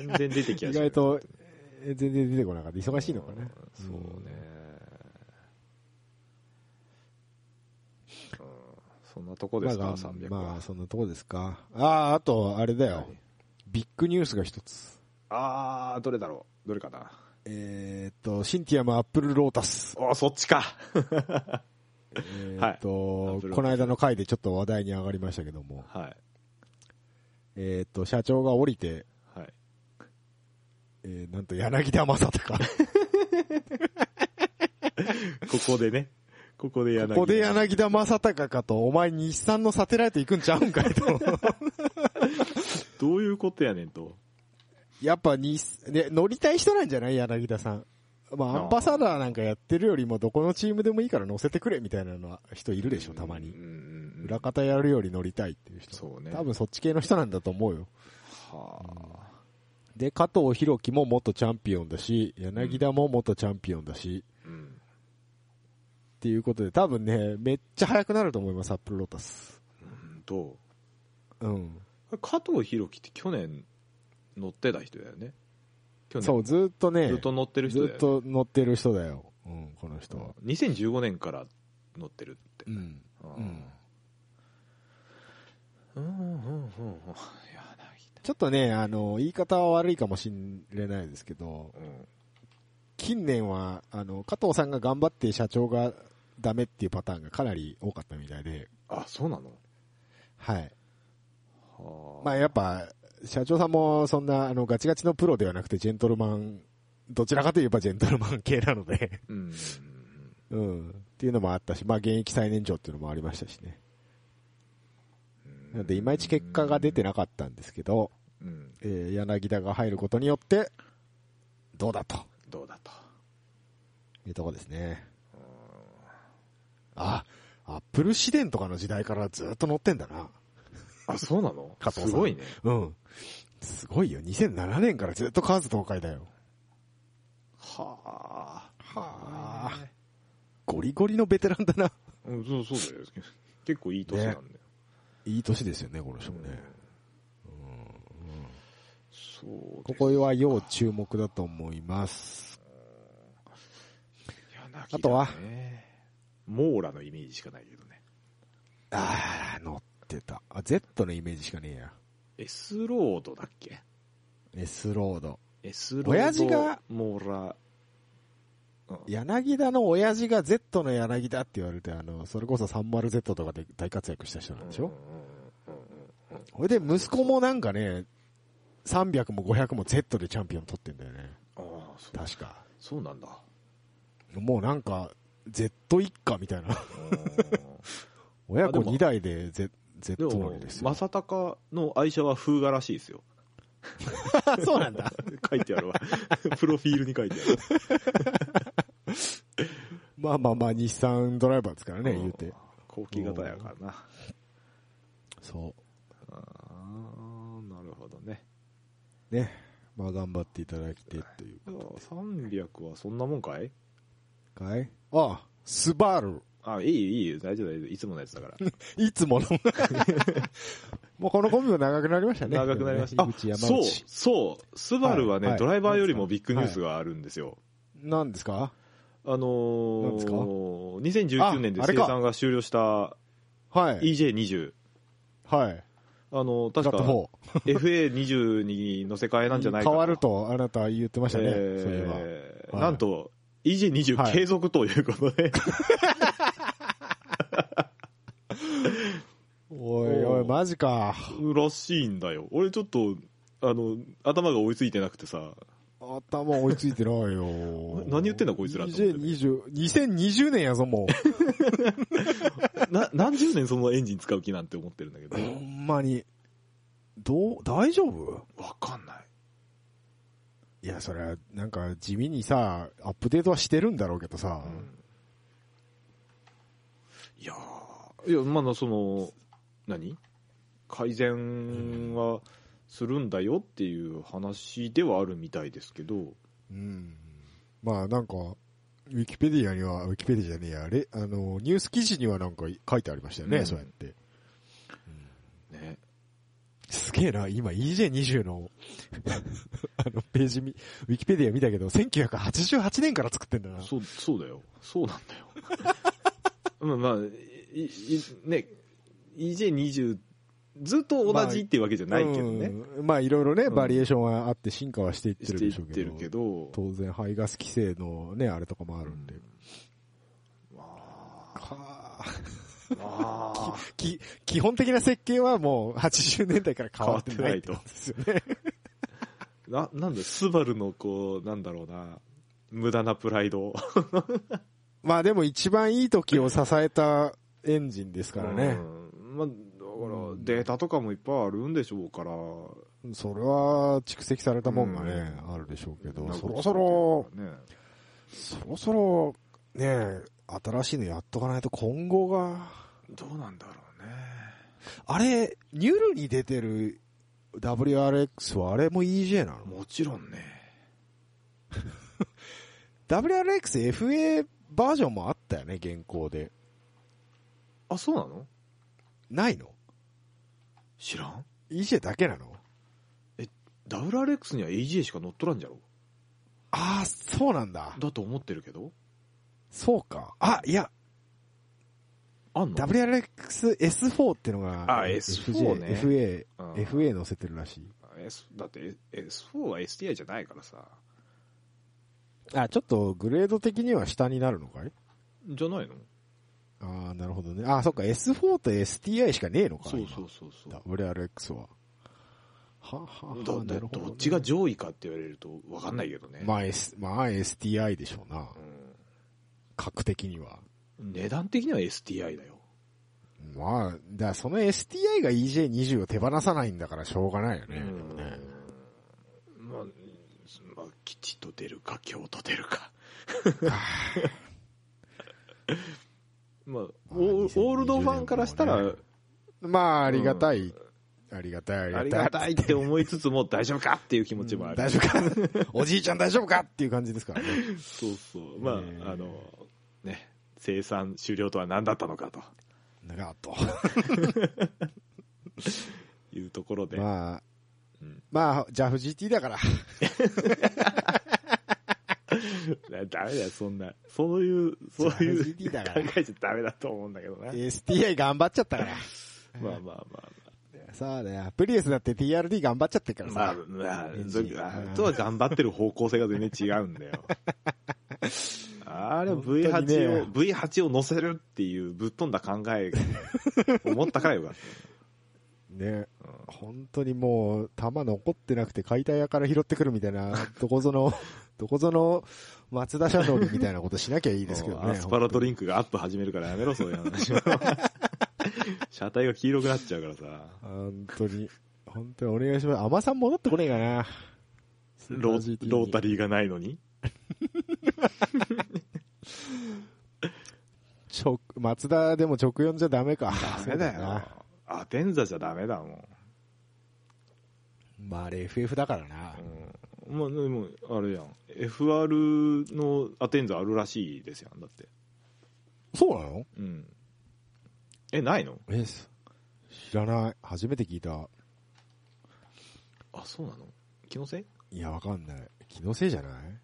[SPEAKER 2] うよね、全然出てきや
[SPEAKER 1] 意
[SPEAKER 2] しない
[SPEAKER 1] 外と、え全然出てこなかった。忙しいのかね。
[SPEAKER 2] うんそうねうんそんなとこですか、
[SPEAKER 1] まあ
[SPEAKER 2] 300は、
[SPEAKER 1] まあ、そんなとこですか。ああ、あと、あれだよ、
[SPEAKER 2] はい
[SPEAKER 1] ビッグニュースが一つ。
[SPEAKER 2] あーどれだろうどれかな
[SPEAKER 1] えーっと、シンティアムアップルロータス。
[SPEAKER 2] あそっちか
[SPEAKER 1] えーっと、
[SPEAKER 2] Apple
[SPEAKER 1] この間の回でちょっと話題に上がりましたけども、
[SPEAKER 2] はい
[SPEAKER 1] えーっと、社長が降りて、
[SPEAKER 2] はい
[SPEAKER 1] えーなんと柳田正隆。
[SPEAKER 2] ここでねここで柳
[SPEAKER 1] ここで柳田正隆かと、お前日産のサテライト行くんちゃうんかいと。
[SPEAKER 2] どういうことやねんと
[SPEAKER 1] やっぱに、ね、乗りたい人なんじゃない柳田さん。まあ、
[SPEAKER 2] あ
[SPEAKER 1] アンバサダーなんかやってるよりも、どこのチームでもいいから乗せてくれみたいなのは人いるでしょ、たま
[SPEAKER 2] うん
[SPEAKER 1] に。
[SPEAKER 2] うんうん
[SPEAKER 1] 裏方やるより乗りたいっていう人。
[SPEAKER 2] そうね
[SPEAKER 1] 多分そっち系の人なんだと思うよ。
[SPEAKER 2] はあ
[SPEAKER 1] で、加藤博樹も元チャンピオンだし、柳田も元チャンピオンだし、
[SPEAKER 2] うん
[SPEAKER 1] っていうことで、多分ね、めっちゃ速くなると思います、アップルロータス。
[SPEAKER 2] うんと
[SPEAKER 1] うん。
[SPEAKER 2] 加藤弘樹って去年乗ってた人だよね去年
[SPEAKER 1] そう、ずっとね、
[SPEAKER 2] ずっと乗ってる人だよ
[SPEAKER 1] ず
[SPEAKER 2] ね
[SPEAKER 1] っと乗ってる人だよ。うん、この人は。
[SPEAKER 2] 2015年から乗ってるって
[SPEAKER 1] うん。うん
[SPEAKER 2] うんうんうんうんいや
[SPEAKER 1] ちょっとね、あの、言い方は悪いかもしれないですけど、
[SPEAKER 2] なうん
[SPEAKER 1] 近年は、あの、加藤さんが頑張って社長がダメっていうパターンがかなり多かったみたいで、
[SPEAKER 2] あそうなの
[SPEAKER 1] はい。
[SPEAKER 2] は
[SPEAKER 1] まあやっぱ、社長さんもそんな、あの、ガチガチのプロではなくて、ジェントルマン、どちらかといえばジェントルマン系なので、
[SPEAKER 2] うん
[SPEAKER 1] うん。っていうのもあったし、まあ現役最年長っていうのもありましたしね。なので、いまいち結果が出てなかったんですけど、
[SPEAKER 2] うん
[SPEAKER 1] えー柳田が入ることによって、どうだと。
[SPEAKER 2] どうだと
[SPEAKER 1] いうとこですね。あ、アップル市電とかの時代からずっと乗ってんだな。
[SPEAKER 2] あそうなの
[SPEAKER 1] 加藤さん
[SPEAKER 2] すごいね
[SPEAKER 1] うん。すごいよ。2007年からずっとカーズ東海だよ。
[SPEAKER 2] はあ
[SPEAKER 1] はあゴリゴリのベテランだな。
[SPEAKER 2] うんそうそうだよ結構いい年なんだよ
[SPEAKER 1] いい年ですよね、この人もね。
[SPEAKER 2] そう
[SPEAKER 1] こ
[SPEAKER 2] です
[SPEAKER 1] こは要注目だと思います。
[SPEAKER 2] 柳田ね
[SPEAKER 1] あとは
[SPEAKER 2] モーラのイメージしかないけどね
[SPEAKER 1] あー、乗ってた。あ、Z のイメージしかねえや。
[SPEAKER 2] S ロードだっけ
[SPEAKER 1] S ロード。
[SPEAKER 2] S ロード
[SPEAKER 1] 親父が
[SPEAKER 2] モーラ
[SPEAKER 1] 柳田の親父が Z の柳田って言われて、あの、それこそ 30Z とかで大活躍した人なんでしょ
[SPEAKER 2] うんうんうんうん
[SPEAKER 1] ほれで息子もなんかね、300も500も Z でチャンピオン取ってんだよね。
[SPEAKER 2] ああそう
[SPEAKER 1] 確か。
[SPEAKER 2] そ うなんだ
[SPEAKER 1] もうなんか、Z 一家みたいな。 親
[SPEAKER 2] あで
[SPEAKER 1] 子
[SPEAKER 2] も
[SPEAKER 1] 2代で Z、
[SPEAKER 2] で
[SPEAKER 1] Z な
[SPEAKER 2] も
[SPEAKER 1] んですよ。
[SPEAKER 2] 正隆の愛車は風雅らしいですよ
[SPEAKER 1] そうなんだ。
[SPEAKER 2] 書いてあるわ プロフィールに書いてある
[SPEAKER 1] まあまあまあ、日産ドライバーですからね、
[SPEAKER 2] うん
[SPEAKER 1] 言うて。
[SPEAKER 2] 後期型やからな
[SPEAKER 1] そ
[SPEAKER 2] ああなるほどね
[SPEAKER 1] う。ね。まあ頑張っていただきてっていう。
[SPEAKER 2] 300はそんなもんかい
[SPEAKER 1] かいああ、スバル。
[SPEAKER 2] あいいいい大丈夫大丈夫いつものやつだから
[SPEAKER 1] いつもの。 もうこのコンビも長くなりましたね。
[SPEAKER 2] 長くなりました
[SPEAKER 1] でもね井口
[SPEAKER 2] あ
[SPEAKER 1] 山
[SPEAKER 2] そう
[SPEAKER 1] 内。
[SPEAKER 2] そうスバルはね、
[SPEAKER 1] はいはい
[SPEAKER 2] ドライバーよりもビッグニュースがあるんですよ、
[SPEAKER 1] なんですか
[SPEAKER 2] あのー、
[SPEAKER 1] なんですか
[SPEAKER 2] 2019年で
[SPEAKER 1] ああ
[SPEAKER 2] 生
[SPEAKER 1] れか
[SPEAKER 2] 産が終了した
[SPEAKER 1] はい。
[SPEAKER 2] EJ20
[SPEAKER 1] はい。
[SPEAKER 2] あのー
[SPEAKER 1] プ
[SPEAKER 2] 確
[SPEAKER 1] ラット
[SPEAKER 2] か
[SPEAKER 1] フォー
[SPEAKER 2] FA22 の世界なんじゃないか
[SPEAKER 1] 変わるとあなた言ってましたね、
[SPEAKER 2] えー
[SPEAKER 1] そういえば。はい
[SPEAKER 2] なんと
[SPEAKER 1] は
[SPEAKER 2] EJ20
[SPEAKER 1] い
[SPEAKER 2] 継続ということで、
[SPEAKER 1] おいお
[SPEAKER 2] お
[SPEAKER 1] い、
[SPEAKER 2] ー
[SPEAKER 1] マジか。
[SPEAKER 2] らしいんだよ俺ちょっとあの頭が追いついてなくてさ
[SPEAKER 1] 頭追いついてないよ。
[SPEAKER 2] 何言ってんだこいつらと思って
[SPEAKER 1] 2020、2020年やぞ、もう。
[SPEAKER 2] な何十年そのエンジン使う気なんて思ってるんだけど
[SPEAKER 1] ほんまに。どう、大丈夫
[SPEAKER 2] わかんない
[SPEAKER 1] いや、それは、なんか、地味にさ、アップデートはしてるんだろうけどさ。
[SPEAKER 2] いやーいやまだその何改善はするんだよっていう話ではあるみたいですけど
[SPEAKER 1] うん。まあ、なんか、ウィキペディアには、ウィキペディアじゃねえや、あれ、あの、ニュース記事にはなんか書いてありましたよね、
[SPEAKER 2] うん
[SPEAKER 1] そうやって。
[SPEAKER 2] ね
[SPEAKER 1] すげえな、今 EJ20 の、 あの、ページ見、ウィキペディア見たけど、1988年から作ってんだな。
[SPEAKER 2] そうそうだよそうなんだよ まあまあいいね EJ20 ずっと同じっていうわけじゃないけどね、
[SPEAKER 1] うん。まあいろいろね、
[SPEAKER 2] うん
[SPEAKER 1] バリエーションはあって進化はしていって
[SPEAKER 2] し
[SPEAKER 1] る
[SPEAKER 2] てい
[SPEAKER 1] で
[SPEAKER 2] っ
[SPEAKER 1] しょう
[SPEAKER 2] て
[SPEAKER 1] け
[SPEAKER 2] る
[SPEAKER 1] ど。
[SPEAKER 2] けど
[SPEAKER 1] 当然排ガス規制のね、あれとかもあるんで。
[SPEAKER 2] ま
[SPEAKER 1] か
[SPEAKER 2] あまあ
[SPEAKER 1] き、基本的な設計はもう80年代から変わってないってことですよね。
[SPEAKER 2] な、なんだ、スバルのこう、なんだろうな、無駄なプライド。
[SPEAKER 1] まあでも一番いい時を支えたエンジンですからね。
[SPEAKER 2] うん。まあ、だから
[SPEAKER 1] う、ん
[SPEAKER 2] データとかもいっぱいあるんでしょうから。
[SPEAKER 1] それは蓄積されたもんがね、
[SPEAKER 2] う
[SPEAKER 1] あるでしょうけど、
[SPEAKER 2] なんか
[SPEAKER 1] そろそろ、
[SPEAKER 2] ね、
[SPEAKER 1] そろそろ、ね、新しいのやっとかないと今後が、
[SPEAKER 2] どうなんだろうね。
[SPEAKER 1] あれ、ニュルに出てる WRX はあれも EJ なの
[SPEAKER 2] もちろんね。
[SPEAKER 1] ?WRXFA バージョンもあったよね、現行で。
[SPEAKER 2] あ、そうなの
[SPEAKER 1] ないの
[SPEAKER 2] 知らん
[SPEAKER 1] ?EJ だけなの
[SPEAKER 2] ?WRX には AGA しか乗っとらんじゃろ
[SPEAKER 1] ああ、そうなんだ。
[SPEAKER 2] だと思ってるけど。
[SPEAKER 1] そうか。あ、いや、
[SPEAKER 2] あんの
[SPEAKER 1] WRXS4 ってのが、
[SPEAKER 2] あ S4 ね
[SPEAKER 1] FA、
[SPEAKER 2] うん
[SPEAKER 1] FA 乗せてるらしい。
[SPEAKER 2] S だって S- S4 は STI じゃないからさ。
[SPEAKER 1] あ、ちょっとグレード的には下になるのかい
[SPEAKER 2] じゃないの
[SPEAKER 1] ああ、なるほどね。あー、そっか、S4 と STI しかねえのか。
[SPEAKER 2] そうそうそうそう。
[SPEAKER 1] 今。WRX は。ははは
[SPEAKER 2] ど
[SPEAKER 1] な
[SPEAKER 2] ど
[SPEAKER 1] るほね
[SPEAKER 2] どっちが上位かって言われると分かんないけどね、
[SPEAKER 1] まあ、S、まあ、STI でしょうな。
[SPEAKER 2] う
[SPEAKER 1] 格的には。
[SPEAKER 2] ん、値段的には STI だよ
[SPEAKER 1] まあ、だからその STI が EJ20 を手放さないんだからしょうがないよね。でもね
[SPEAKER 2] うんまあ、まあ、吉と出るか京と出るかまあオー
[SPEAKER 1] 2020
[SPEAKER 2] オールドファンからしたら、
[SPEAKER 1] 年もねまあ、ありがたい、ありがたい、
[SPEAKER 2] ありがたいって思いつつも大丈夫かっていう気持ちもあ
[SPEAKER 1] うん
[SPEAKER 2] る、
[SPEAKER 1] 大丈夫か おじいちゃん大丈夫かっていう感じですからね。
[SPEAKER 2] そうそうまあ、
[SPEAKER 1] ね
[SPEAKER 2] あのね生産終了とは何だったのかと
[SPEAKER 1] なあと。
[SPEAKER 2] いうところで、
[SPEAKER 1] まあ
[SPEAKER 2] うん、
[SPEAKER 1] まあ、ジャフ GT だから。
[SPEAKER 2] ダメだよそんなそういうそういう
[SPEAKER 1] GT だ
[SPEAKER 2] 考
[SPEAKER 1] から。
[SPEAKER 2] えちゃダメだと思うんだけどな
[SPEAKER 1] STI 頑張っちゃったから。
[SPEAKER 2] まあまあまあ
[SPEAKER 1] そうだよ。プリウスだって TRD 頑張っちゃってるからさ。
[SPEAKER 2] まあ、まあ
[SPEAKER 1] エン、ジ
[SPEAKER 2] そ
[SPEAKER 1] ン
[SPEAKER 2] うあとは頑張ってる方向性が全然違うんだよ。あれは V8 を、
[SPEAKER 1] 本
[SPEAKER 2] V8 を乗せるっていうぶっ飛んだ考えを持ったからよかった。
[SPEAKER 1] ね、
[SPEAKER 2] うん
[SPEAKER 1] 本当にもう、弾残ってなくて解体屋から拾ってくるみたいな、どこぞ の、どこぞの松田車道にみたいなことしなきゃいい ですけど
[SPEAKER 2] もう
[SPEAKER 1] ね。
[SPEAKER 2] アスパラドリンクがアップ始めるからやめろ、そういう 話は。車体が黄色くなっちゃうからさ。
[SPEAKER 1] 本当に。本当にお願いします。甘さん戻ってこねえかな。
[SPEAKER 2] ローロータ
[SPEAKER 1] リ
[SPEAKER 2] リーがないのに。
[SPEAKER 1] ー。松田でも直4じゃダメか。ダメだよな。
[SPEAKER 2] アテンザじゃダメだもん。
[SPEAKER 1] まあ、あれ FF だからな。
[SPEAKER 2] うんまあでも、あれやん。FR のアテンザあるらしいですやん、だって。
[SPEAKER 1] そうなの
[SPEAKER 2] うん。え、ないの
[SPEAKER 1] え、す知らない。初めて聞いた。
[SPEAKER 2] あ、そうなの気のせい
[SPEAKER 1] いや、わかんない。気のせいじゃない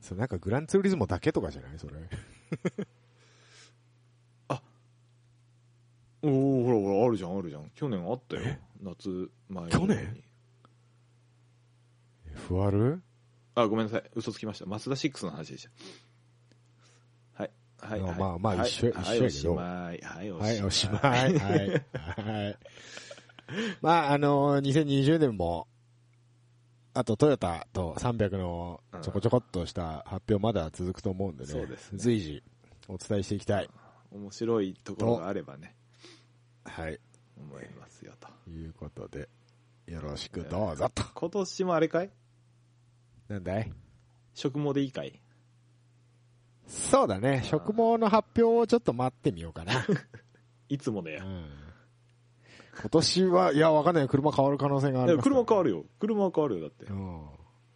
[SPEAKER 1] それなんかグランツーリズモだけとかじゃないそれ。
[SPEAKER 2] おおほらほら、あるじゃん、あるじゃん。去年あったよ
[SPEAKER 1] え。
[SPEAKER 2] 夏前に
[SPEAKER 1] 去年 FR?
[SPEAKER 2] あ、ごめんなさい。嘘つきました。マツダ6の話でした。はい。はい。
[SPEAKER 1] まあ
[SPEAKER 2] はい
[SPEAKER 1] まあまあ
[SPEAKER 2] はい
[SPEAKER 1] 一緒
[SPEAKER 2] は
[SPEAKER 1] 一緒
[SPEAKER 2] いお
[SPEAKER 1] やけ
[SPEAKER 2] し
[SPEAKER 1] ど
[SPEAKER 2] まい。はい、
[SPEAKER 1] はい、おしまい。はい。はい。まあ、あのー2020年も、あとトヨタと300のちょこちょこっとした発表まだ続くと思うんでね。
[SPEAKER 2] そうですね
[SPEAKER 1] 随時お伝えしていきたい。
[SPEAKER 2] 面白いところがあればね、
[SPEAKER 1] はい。
[SPEAKER 2] 思いますよと。
[SPEAKER 1] いうことで、よろしくどうぞと。
[SPEAKER 2] 今年もあれかい
[SPEAKER 1] なんだい
[SPEAKER 2] 食毛でいいかい
[SPEAKER 1] そうだね。食毛の発表をちょっと待ってみようかな。
[SPEAKER 2] いつもだよ。
[SPEAKER 1] 今年は、いや、わかんない。車変わる可能性があ
[SPEAKER 2] いや
[SPEAKER 1] る、
[SPEAKER 2] 車変わるよ。車は変わるよ、だって。
[SPEAKER 1] うん。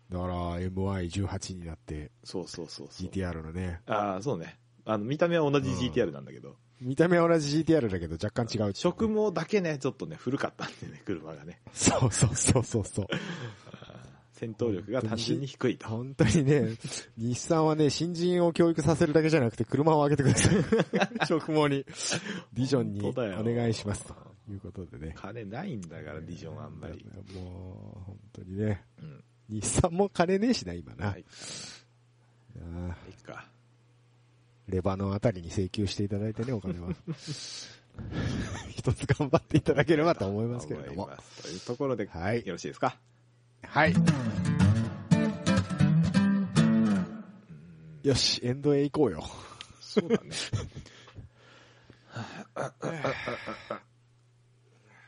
[SPEAKER 1] だから、MI18 になって、
[SPEAKER 2] そうそうそうそう。
[SPEAKER 1] GTR のね。
[SPEAKER 2] ああ、そうね。あの、見た目は同じ
[SPEAKER 1] うん
[SPEAKER 2] GTR なんだけど、
[SPEAKER 1] 見た目は同じ GTR だけど、若干違う。
[SPEAKER 2] 食。毛だけね、ちょっとね、古かったんでね、車がね。
[SPEAKER 1] そうそうそうそうそう。
[SPEAKER 2] 戦闘力が単純に低いと。
[SPEAKER 1] 本当にね、日産はね、新人を教育させるだけじゃなくて、車を上げてくださ い。食毛に。ディジョンにお
[SPEAKER 2] 本当だよ
[SPEAKER 1] 願いします。ということでね。
[SPEAKER 2] 金ないんだから、ディジョンあんまり。。
[SPEAKER 1] もう、本当にね。
[SPEAKER 2] うん。
[SPEAKER 1] 日産も金ねえしな、今な。
[SPEAKER 2] はい。い
[SPEAKER 1] ああ
[SPEAKER 2] いか。
[SPEAKER 1] レバノンあたりに請求していただいてね、お金は。 一つ頑張っていただければと思いますけれども
[SPEAKER 2] 思い。ますというところで、
[SPEAKER 1] はい
[SPEAKER 2] よろしいですか
[SPEAKER 1] はい。よし、エンドへ行こうよ。
[SPEAKER 2] そうだね。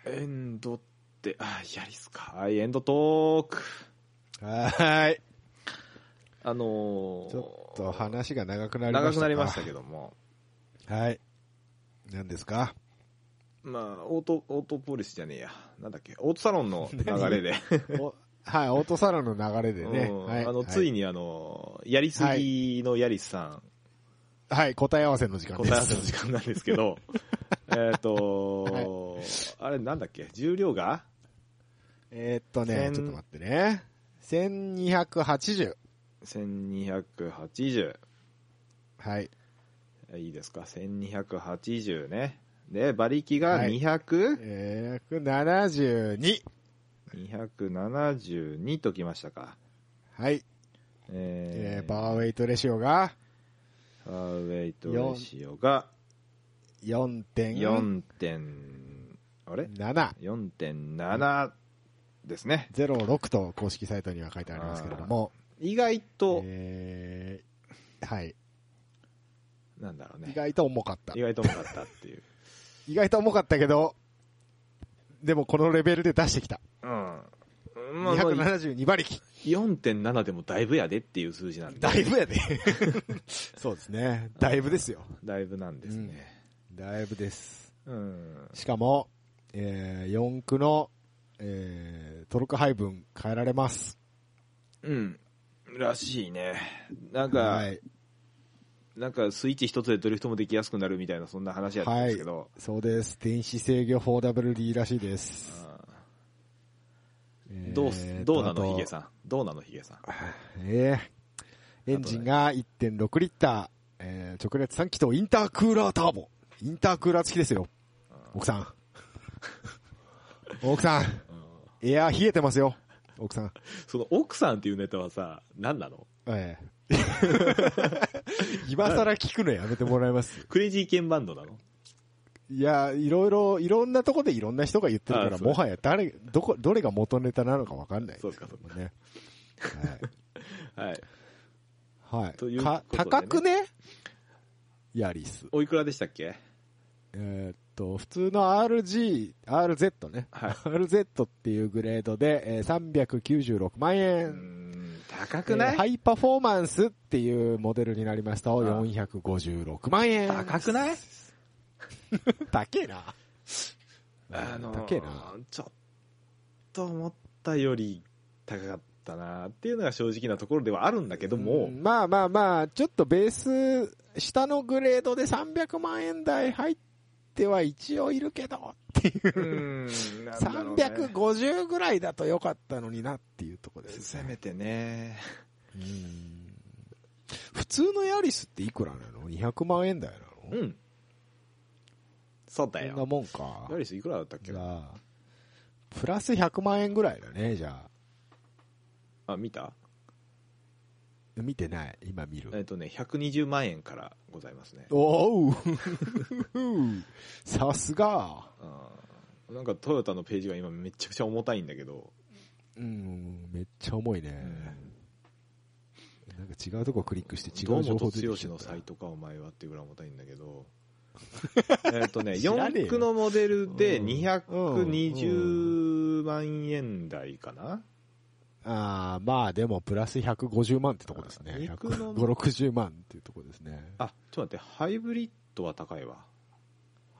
[SPEAKER 2] エンドって、あ、やりすか。はい、エンドトーク。
[SPEAKER 1] はーい。
[SPEAKER 2] あのー、
[SPEAKER 1] ちょっと話が長くなりました。
[SPEAKER 2] 長くなりましたけども、
[SPEAKER 1] ど。はい。何ですか
[SPEAKER 2] まあ、オート、オートポリスじゃねえや。なんだっけ、オートサロンの流れで、
[SPEAKER 1] おはい、オートサロンの流れでね。
[SPEAKER 2] うん
[SPEAKER 1] はい。
[SPEAKER 2] あの、
[SPEAKER 1] は
[SPEAKER 2] つい。にあの、やりすぎのやりすさん、
[SPEAKER 1] はい、答え合わせの時間で
[SPEAKER 2] 答え合わせの
[SPEAKER 1] す。
[SPEAKER 2] 時間なんですけ ど、えっと、あれなんだっけ、重量が
[SPEAKER 1] えーっとね
[SPEAKER 2] 千、
[SPEAKER 1] ちょっと待ってね。1280。
[SPEAKER 2] 1280。
[SPEAKER 1] はい。
[SPEAKER 2] いいですか、1280ね。で、馬力が
[SPEAKER 1] はい
[SPEAKER 2] 200?272、
[SPEAKER 1] えー172。
[SPEAKER 2] 272ときましたか。
[SPEAKER 1] はい。え
[SPEAKER 2] え
[SPEAKER 1] ー
[SPEAKER 2] ー、
[SPEAKER 1] バーウェイトレシオが
[SPEAKER 2] パワーウェイトレシオが
[SPEAKER 1] 4.7。
[SPEAKER 2] 4点、あれ ?4.7 ですね。
[SPEAKER 1] 06と公式サイトには書いてありますけれども、
[SPEAKER 2] 意外と、
[SPEAKER 1] えーはい。
[SPEAKER 2] なんだろうね
[SPEAKER 1] 意。外と重かった
[SPEAKER 2] 意。外と重かったっていう。
[SPEAKER 1] 意外と重かったけど、でもこのレベルで出してきた。
[SPEAKER 2] うん。まあ、
[SPEAKER 1] 272馬力。
[SPEAKER 2] 4.7でもだいぶやでっていう数字なんで。
[SPEAKER 1] だいぶやで。 そうですね。だいぶですよ。
[SPEAKER 2] だいぶなんですね。
[SPEAKER 1] だいぶです。
[SPEAKER 2] うん。
[SPEAKER 1] しかも、えー、4区の、えー、トルク配分変えられます。
[SPEAKER 2] うん。らしいね。なんか、
[SPEAKER 1] はい。
[SPEAKER 2] なんかスイッチ一つでドリフトもできやすくなるみたいな、そんな話やったんですけど、
[SPEAKER 1] そうです。電子制御 4WD らしいです。
[SPEAKER 2] うんどうす、どうなのヒゲ
[SPEAKER 1] ん。
[SPEAKER 2] さん。どうなのヒゲさん。
[SPEAKER 1] ええエンジンが1.6リッター、えー直列3気筒インタークーラーターボ。インタークーラー付きですよ。奥 さん。奥さん。エアー冷えてますよ。奥さん。
[SPEAKER 2] その奥さんっていうネタはさ、何なの
[SPEAKER 1] ええ 今更聞くのやめてもらいます。
[SPEAKER 2] クレイジーケンバンドなの
[SPEAKER 1] いや、いろいろ、いろんなとこでいろんな人が言ってるか
[SPEAKER 2] あ
[SPEAKER 1] ら、
[SPEAKER 2] そう
[SPEAKER 1] もはや誰、どこ、どれが元ネタなのかわかんない
[SPEAKER 2] そうかそう
[SPEAKER 1] もんね。
[SPEAKER 2] はい。
[SPEAKER 1] はい。はい。
[SPEAKER 2] という
[SPEAKER 1] か
[SPEAKER 2] ことでね
[SPEAKER 1] 高くねヤリス。
[SPEAKER 2] おいくらでしたっけ
[SPEAKER 1] えーっと、普通の RG、RZ ね。
[SPEAKER 2] はい
[SPEAKER 1] RZ っていうグレードで、えー396万
[SPEAKER 2] うー
[SPEAKER 1] 円。
[SPEAKER 2] ん、高くない、
[SPEAKER 1] えーハイパフォーマンスっていうモデルになりました。
[SPEAKER 2] ああ
[SPEAKER 1] 456万円。
[SPEAKER 2] 高くない
[SPEAKER 1] 高えな。
[SPEAKER 2] あの
[SPEAKER 1] 高えな。
[SPEAKER 2] ちょっと思ったより高かったなっていうのが正直なところではあるんだけども、
[SPEAKER 1] うんまあまあまあ、ちょっとベース、下のグレードで300万円台入っては一応いるけど、
[SPEAKER 2] うん、なんだろうね
[SPEAKER 1] 350ぐらいだと良かったのになっていうところです
[SPEAKER 2] せ
[SPEAKER 1] ね、
[SPEAKER 2] めてね、
[SPEAKER 1] うん普通のヤリスっていくらなの ?200 万円台な
[SPEAKER 2] う
[SPEAKER 1] の
[SPEAKER 2] ん、そうだ
[SPEAKER 1] そんな
[SPEAKER 2] よ。
[SPEAKER 1] もんか
[SPEAKER 2] ヤ。リスいくらだったっ
[SPEAKER 1] じ
[SPEAKER 2] け
[SPEAKER 1] ゃあ、プラス100万円ぐらいだね、じゃあ。
[SPEAKER 2] あ、見た
[SPEAKER 1] 見てない、今見る。
[SPEAKER 2] えっとね、120万円からございますね。
[SPEAKER 1] おうさすが
[SPEAKER 2] うんなんかトヨタのページが今めちゃくちゃ重たいんだけど、
[SPEAKER 1] うん、めっちゃ重いね。なんか違うとこクリックして違
[SPEAKER 2] 堂
[SPEAKER 1] う情
[SPEAKER 2] 本
[SPEAKER 1] 報
[SPEAKER 2] 剛
[SPEAKER 1] 出てきちゃっ
[SPEAKER 2] の
[SPEAKER 1] た
[SPEAKER 2] サイトかお前はっていうぐらい重たいんだけど えっとね
[SPEAKER 1] 知らねえよ
[SPEAKER 2] 4区のモデルで
[SPEAKER 1] うん
[SPEAKER 2] 220万円台かな、
[SPEAKER 1] ああ、まあでもプラス150万ってとこです
[SPEAKER 2] あ
[SPEAKER 1] ね。
[SPEAKER 2] 肉の
[SPEAKER 1] 150、60万っていうとこですね。
[SPEAKER 2] あちょっと待ってハイブリッドは高いわ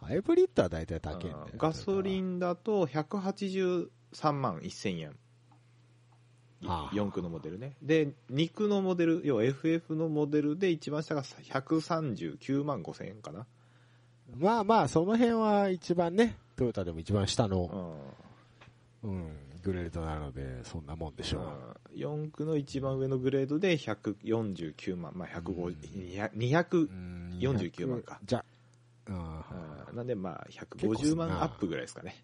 [SPEAKER 1] ハイブリッドは大体高いね
[SPEAKER 2] あ。ガソリンだと183万1000円
[SPEAKER 1] ああ
[SPEAKER 2] 4区のモデルねで2区のモデル要は FF のモデルで一番下が139万5000円かな、
[SPEAKER 1] まあまあ、その辺は一番ね、トヨタでも一番下
[SPEAKER 2] う
[SPEAKER 1] の、
[SPEAKER 2] ん
[SPEAKER 1] うん、グレードなので、そんなもんでしょう。
[SPEAKER 2] 4区の一番上のグレードで149万、まあ、150 200
[SPEAKER 1] う、ん
[SPEAKER 2] 49万か
[SPEAKER 1] じゃ、あ
[SPEAKER 2] うんなんでまあ
[SPEAKER 1] 結構す
[SPEAKER 2] 150
[SPEAKER 1] ん
[SPEAKER 2] 万
[SPEAKER 1] な
[SPEAKER 2] アップぐらいですかね。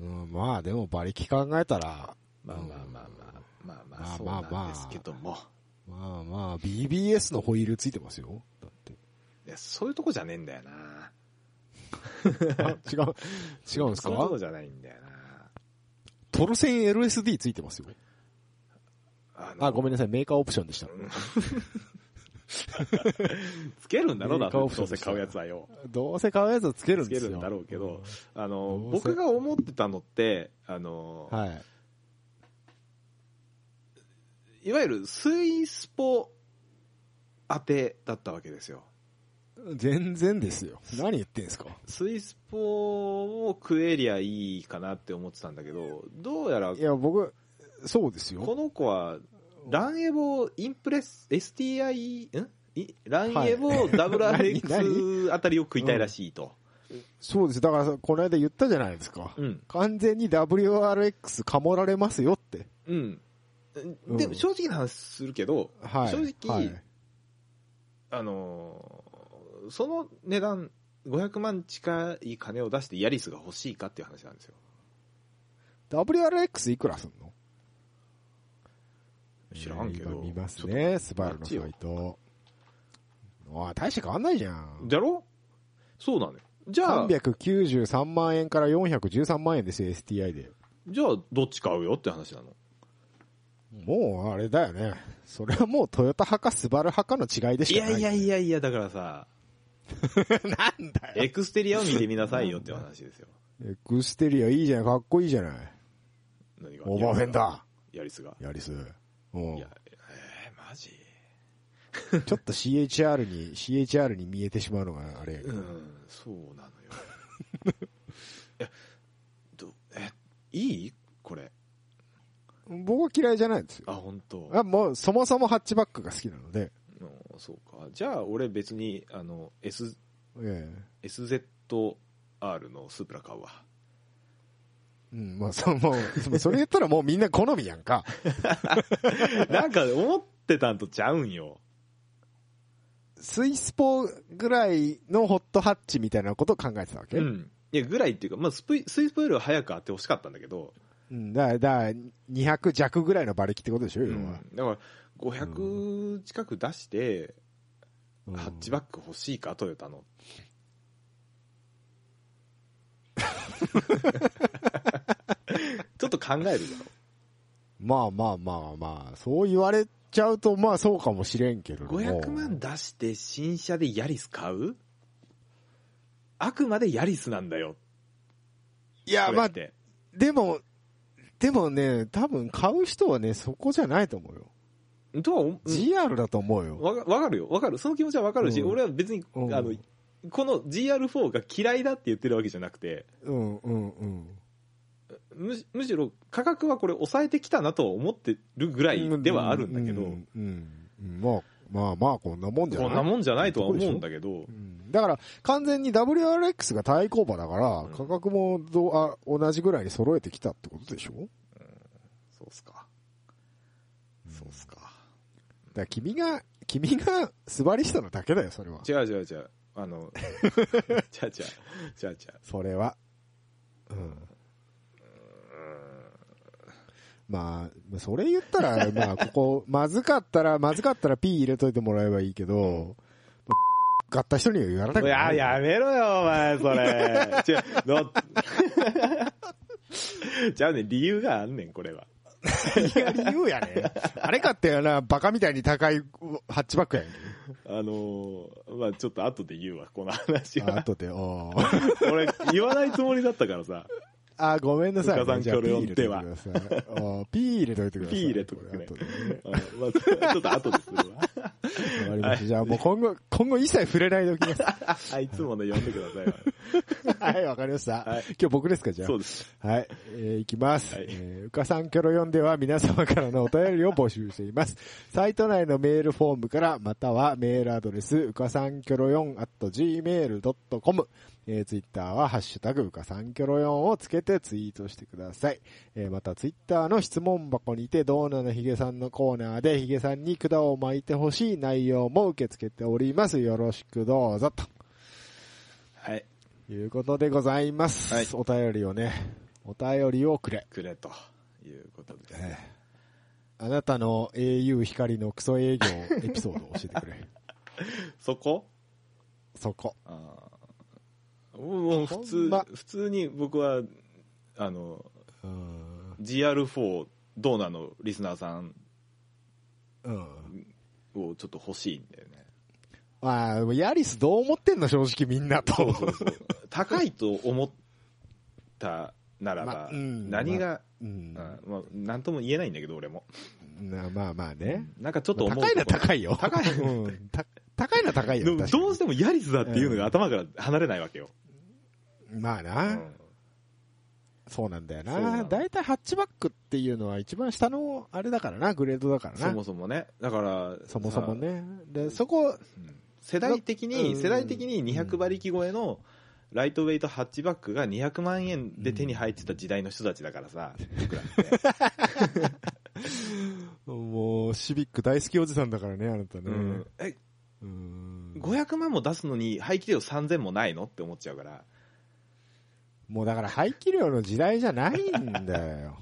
[SPEAKER 1] ーうん、まあでも馬力考えたら、
[SPEAKER 2] まあまあまあまあ、まあま
[SPEAKER 1] ま
[SPEAKER 2] あ
[SPEAKER 1] あ
[SPEAKER 2] そう
[SPEAKER 1] まあまあ
[SPEAKER 2] なんですけども。
[SPEAKER 1] まあまあ、BBS のホイールついてますよ。だって。
[SPEAKER 2] いや、そういうとこじゃねえんだよな。
[SPEAKER 1] あ違う、違うんです
[SPEAKER 2] そういうと
[SPEAKER 1] か
[SPEAKER 2] こじゃないんだよ
[SPEAKER 1] トルセン LSD ついてますよ。
[SPEAKER 2] な。の
[SPEAKER 1] あ、ごめんなさい、メーカーオプションでした。
[SPEAKER 2] つけるんだろうな、
[SPEAKER 1] メーカー
[SPEAKER 2] ど
[SPEAKER 1] オプショ
[SPEAKER 2] う
[SPEAKER 1] ン
[SPEAKER 2] せ
[SPEAKER 1] でした
[SPEAKER 2] 買うやつはよ。
[SPEAKER 1] どうせ買うやつをつけるん
[SPEAKER 2] つけ
[SPEAKER 1] ですよ。
[SPEAKER 2] るんだろうけど、あの
[SPEAKER 1] どう、せ
[SPEAKER 2] 僕が思ってたのって、あの、
[SPEAKER 1] うん。はい。
[SPEAKER 2] いわゆるスイスポ当てだったわけですよ。
[SPEAKER 1] 全然です よ。何言ってんすか
[SPEAKER 2] スイスポを食えりゃいいかなって思ってたんだけど、どうやら
[SPEAKER 1] いや、僕、そうですよ。
[SPEAKER 2] この子は、ランエボインプレス、STI、んいランエボ
[SPEAKER 1] 何
[SPEAKER 2] WRX あたりを食いたいらしいと。
[SPEAKER 1] そうです。だから、この間言ったじゃないですか。
[SPEAKER 2] うん。
[SPEAKER 1] 完全に WRX かもられますよって。
[SPEAKER 2] うん。
[SPEAKER 1] うん
[SPEAKER 2] でも正直な話するけど、
[SPEAKER 1] はい。
[SPEAKER 2] 正直
[SPEAKER 1] はい
[SPEAKER 2] あのーその値段、500万近い金を出してヤリスが欲しいかっていう話なんですよ。
[SPEAKER 1] WRX いくらすんの
[SPEAKER 2] 知らんけど
[SPEAKER 1] えー今見ますね、スバルのサイト。あ大して変わんないじゃん。
[SPEAKER 2] だろそうなのよ。じゃあ、
[SPEAKER 1] 393万円から413万円ですよ、STI で。
[SPEAKER 2] じゃあどっち買うよって話なの。
[SPEAKER 1] もう、あれだよね。それはもうトヨタ派かスバル派かの違いで
[SPEAKER 2] い
[SPEAKER 1] しか
[SPEAKER 2] や
[SPEAKER 1] ない。
[SPEAKER 2] いやいやいや、だからさ、
[SPEAKER 1] なんだよ。
[SPEAKER 2] エクステリアを見てみなさいよっていう話ですよ。
[SPEAKER 1] エクステリアいいじゃない、かっこいいじゃない。
[SPEAKER 2] 何が
[SPEAKER 1] オーバーフェンダ
[SPEAKER 2] ヤリスが。
[SPEAKER 1] ー。ヤリス。うん
[SPEAKER 2] いや、えー、マジ
[SPEAKER 1] ちょっと CHR に、CHR に見えてしまうのがあれやけ
[SPEAKER 2] う
[SPEAKER 1] ど。
[SPEAKER 2] ん、そうなのよ。 いや、ど、え、いいこれ。
[SPEAKER 1] 僕は嫌いじゃないんですよ。
[SPEAKER 2] あ、本当。
[SPEAKER 1] あもう、そもそもハッチバックが好きなので。
[SPEAKER 2] うんそうか。じゃあ、俺別に、あの、S、
[SPEAKER 1] え
[SPEAKER 2] SZR のスープ ラ買うわ。
[SPEAKER 1] えうん、まあ、そう、もう、それ言ったらもうみんな好みやんか。
[SPEAKER 2] なんか、思ってたんとちゃうんよ。
[SPEAKER 1] スイスポぐらいのホットハッチみたいなことを考えてたわけ。
[SPEAKER 2] う。ん。いや、ぐらいっていうか、まあ、スプイスイスプールは早くあってほしかったんだけど、
[SPEAKER 1] うん、だから、だから200弱ぐらいの馬力ってことでしょ、
[SPEAKER 2] う
[SPEAKER 1] 要は。
[SPEAKER 2] んだから、500近く出して、
[SPEAKER 1] うん
[SPEAKER 2] ハッチバック欲しいか、トヨタのっちょっと考えるだろ。
[SPEAKER 1] まあまあまあまあ、そう言われちゃうと、まあそうかもしれんけれども。
[SPEAKER 2] 500万出して新車でヤリス買うあくまでヤリスなんだよ。
[SPEAKER 1] いや、まあ
[SPEAKER 2] これ、って
[SPEAKER 1] でも、でもね、多分買う人はね、そこじゃないと思うよ。
[SPEAKER 2] とは思う、
[SPEAKER 1] GR だと思うよ。
[SPEAKER 2] わかわかるよ。わかる。その気持ちはわかるし、
[SPEAKER 1] うん
[SPEAKER 2] 俺は別に、
[SPEAKER 1] うん
[SPEAKER 2] あの、この GR4 が嫌いだって言ってるわけじゃなくて、
[SPEAKER 1] うんうんうん。
[SPEAKER 2] むしむしろ価格はこれ抑えてきたなとは思ってるぐらいではあるんだけど、
[SPEAKER 1] うんうんうんまあまあまあ、こんなもんじゃない
[SPEAKER 2] こんなもんじゃないとは思うんだけど
[SPEAKER 1] う、んだから、完全に WRX が対抗馬だから、
[SPEAKER 2] うん
[SPEAKER 1] 価格もどうあ同じぐらいに揃えてきたってことでしょ
[SPEAKER 2] そうっすか。
[SPEAKER 1] うん
[SPEAKER 2] そうっすか。
[SPEAKER 1] だから君が、君がスバリしたのだけだよ、それは。
[SPEAKER 2] 違う違う違う。あ の、違う違う。違う違う。
[SPEAKER 1] それは。うん。まあ、それ言った ら、まあ、ここ、まずかったら、まずかったら P 入れといてもらえばいいけど、買った人には言われたく
[SPEAKER 2] い
[SPEAKER 1] な
[SPEAKER 2] や、
[SPEAKER 1] い。
[SPEAKER 2] やめろよ、お前、それ。違う、の、 じゃあね、理由があんねん、これは。
[SPEAKER 1] いや、理由やね。 あれ買ったよな、バカみたいに高いハッチバックやね
[SPEAKER 2] あのーまあちょっと後で言うわ、この話
[SPEAKER 1] あ
[SPEAKER 2] は。
[SPEAKER 1] 後で、おー
[SPEAKER 2] 俺、言わないつもりだったからさ。
[SPEAKER 1] あ、ごめんなさい、
[SPEAKER 2] 深さん
[SPEAKER 1] じゃあ
[SPEAKER 2] キョロヨン
[SPEAKER 1] P 入れといてください。おー P 入れといてください。
[SPEAKER 2] P 入れとくね
[SPEAKER 1] これ後でね
[SPEAKER 2] あのまあ、ちょっと後でするわ。
[SPEAKER 1] わかりました。じゃあもう今後、今後一切触れないでおき ます。
[SPEAKER 2] あ、いつもの呼んでくださいわ。
[SPEAKER 1] はい、わかりました。
[SPEAKER 2] はい
[SPEAKER 1] 今日僕ですか、じゃあ
[SPEAKER 2] そう。です。
[SPEAKER 1] はい、えーいきます。
[SPEAKER 2] はい
[SPEAKER 1] えーうかさんキョロ4では皆様からのお便りを募集しています。サイト内のメールフォームから、またはメールアドレス、うかさんキョロ4 at gmail.com。えー、ツイッターは、ハッシュタグ、うかさんキョロ4をつけてツイートしてください。えーまたツイッターの質問箱にて、ドーナのヒゲさんのコーナーで、ヒゲさんに管を巻いてほしい内容も受け付けております。よろしくどうぞ、と。
[SPEAKER 2] はい。
[SPEAKER 1] いうことでございます。
[SPEAKER 2] はい
[SPEAKER 1] お便りをね、お便りをくれ。
[SPEAKER 2] くれと。いうことで。
[SPEAKER 1] あなたの au 光のクソ営業エピソードを教えてく れ。
[SPEAKER 2] そこ
[SPEAKER 1] そこ。
[SPEAKER 2] あーもう普
[SPEAKER 1] ほん
[SPEAKER 2] 通、
[SPEAKER 1] ま
[SPEAKER 2] 普通に僕は、あの、
[SPEAKER 1] うん。
[SPEAKER 2] GR4 ドーナのリスナーさん
[SPEAKER 1] うん。
[SPEAKER 2] をちょっと欲しいんだよね。
[SPEAKER 1] ああ、ヤリスどう思ってんの正直みんなと。
[SPEAKER 2] そうそうそう。高いと思ったなら
[SPEAKER 1] ま
[SPEAKER 2] ば
[SPEAKER 1] あ、うん
[SPEAKER 2] 何が、
[SPEAKER 1] うん。
[SPEAKER 2] うんまあ、なんとも言えないんだけど、俺も。
[SPEAKER 1] なまあまあね。
[SPEAKER 2] なんかちょっと
[SPEAKER 1] ま
[SPEAKER 2] 思
[SPEAKER 1] あ
[SPEAKER 2] う。
[SPEAKER 1] 高いのは
[SPEAKER 2] とこ
[SPEAKER 1] 高いよ。
[SPEAKER 2] 高い
[SPEAKER 1] うん。た高いのは高い
[SPEAKER 2] で
[SPEAKER 1] よ。
[SPEAKER 2] も
[SPEAKER 1] 確かに
[SPEAKER 2] どうしてもヤリスだっていうのが頭から離れないわけよ。
[SPEAKER 1] まあ
[SPEAKER 2] う
[SPEAKER 1] な、
[SPEAKER 2] ん
[SPEAKER 1] そうなんだよ
[SPEAKER 2] そうな
[SPEAKER 1] な。
[SPEAKER 2] の
[SPEAKER 1] だいたいハッチバックっていうのは一番下のあれだからな、グレードだから
[SPEAKER 2] そ
[SPEAKER 1] な。
[SPEAKER 2] もそもね。だから、
[SPEAKER 1] そもそもね。で、
[SPEAKER 2] ん
[SPEAKER 1] そこ、
[SPEAKER 2] さ。うん世代的
[SPEAKER 1] う
[SPEAKER 2] に、
[SPEAKER 1] ん
[SPEAKER 2] 世代的に200馬力超えのライトウェイトハッチバックが200万円で手に入ってた時代の人たちだからさ、僕らって。
[SPEAKER 1] もう、シビック大好きおじさんだからね、あなたね。
[SPEAKER 2] うんえ、
[SPEAKER 1] うん
[SPEAKER 2] 500万も出すのに排気量3000もないのって思っちゃうから。
[SPEAKER 1] もうだから排気量の時代じゃないんだよ。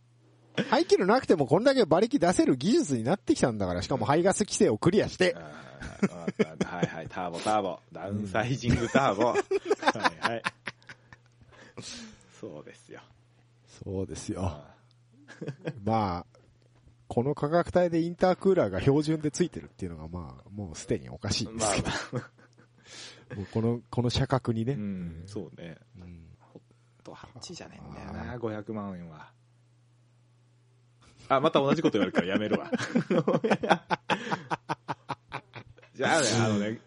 [SPEAKER 1] 排気量なくてもこんだけ馬力出せる技術になってきたんだから、しかも排ガス規制をクリアして、
[SPEAKER 2] あーわかったはいはい、ターボターボ。ダウンサイジングターボ。はいはい。そうですよ。
[SPEAKER 1] そうですよ。
[SPEAKER 2] あ
[SPEAKER 1] まあ、この価格帯でインタークーラーが標準でついてるっていうのがまあ、もうすでにおかしい
[SPEAKER 2] ー
[SPEAKER 1] んで
[SPEAKER 2] ます
[SPEAKER 1] け
[SPEAKER 2] あまあ、
[SPEAKER 1] ど、もうこの、この社格にね。
[SPEAKER 2] うん、そうね。
[SPEAKER 1] うん
[SPEAKER 2] あと8じゃねえんだよな、500万円は。あ、また同じこと言われるからやめ るわ。じゃあね、あのね、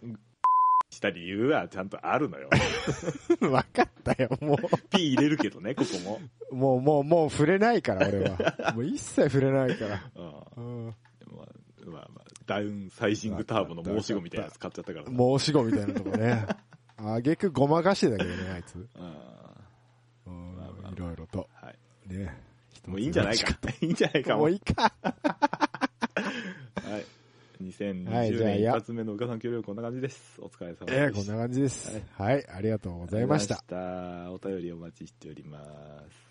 [SPEAKER 2] した理由はちゃんとあるのよ。
[SPEAKER 1] わかったよ、も
[SPEAKER 2] P 入れるけどね、ここも。
[SPEAKER 1] う。もう、もう、もう触れないから、俺は。もう一切触れないから。
[SPEAKER 2] うん
[SPEAKER 1] うん
[SPEAKER 2] まあ、まあまあ、ダウンサイジングターボの申し子みたいなやつ買っちゃったからさ。
[SPEAKER 1] 申し子みたいなとこね。あげくごまかしてたけどね、あいつ。
[SPEAKER 2] うん
[SPEAKER 1] うん
[SPEAKER 2] まあまあ
[SPEAKER 1] いろいろと。
[SPEAKER 2] はい。
[SPEAKER 1] ね。
[SPEAKER 2] もういいんじゃないか。いいんじゃないかも。
[SPEAKER 1] も
[SPEAKER 2] は
[SPEAKER 1] う
[SPEAKER 2] い
[SPEAKER 1] いいか。。はいじ
[SPEAKER 2] 2020
[SPEAKER 1] ゃあ
[SPEAKER 2] 年一
[SPEAKER 1] や
[SPEAKER 2] 発目の岡さん協力こんな感じです。お疲れ様で
[SPEAKER 1] ええ、
[SPEAKER 2] す。
[SPEAKER 1] こんな感じです。はい、ありがとうございました。
[SPEAKER 2] ありがとうございました。お便りお待ちしております。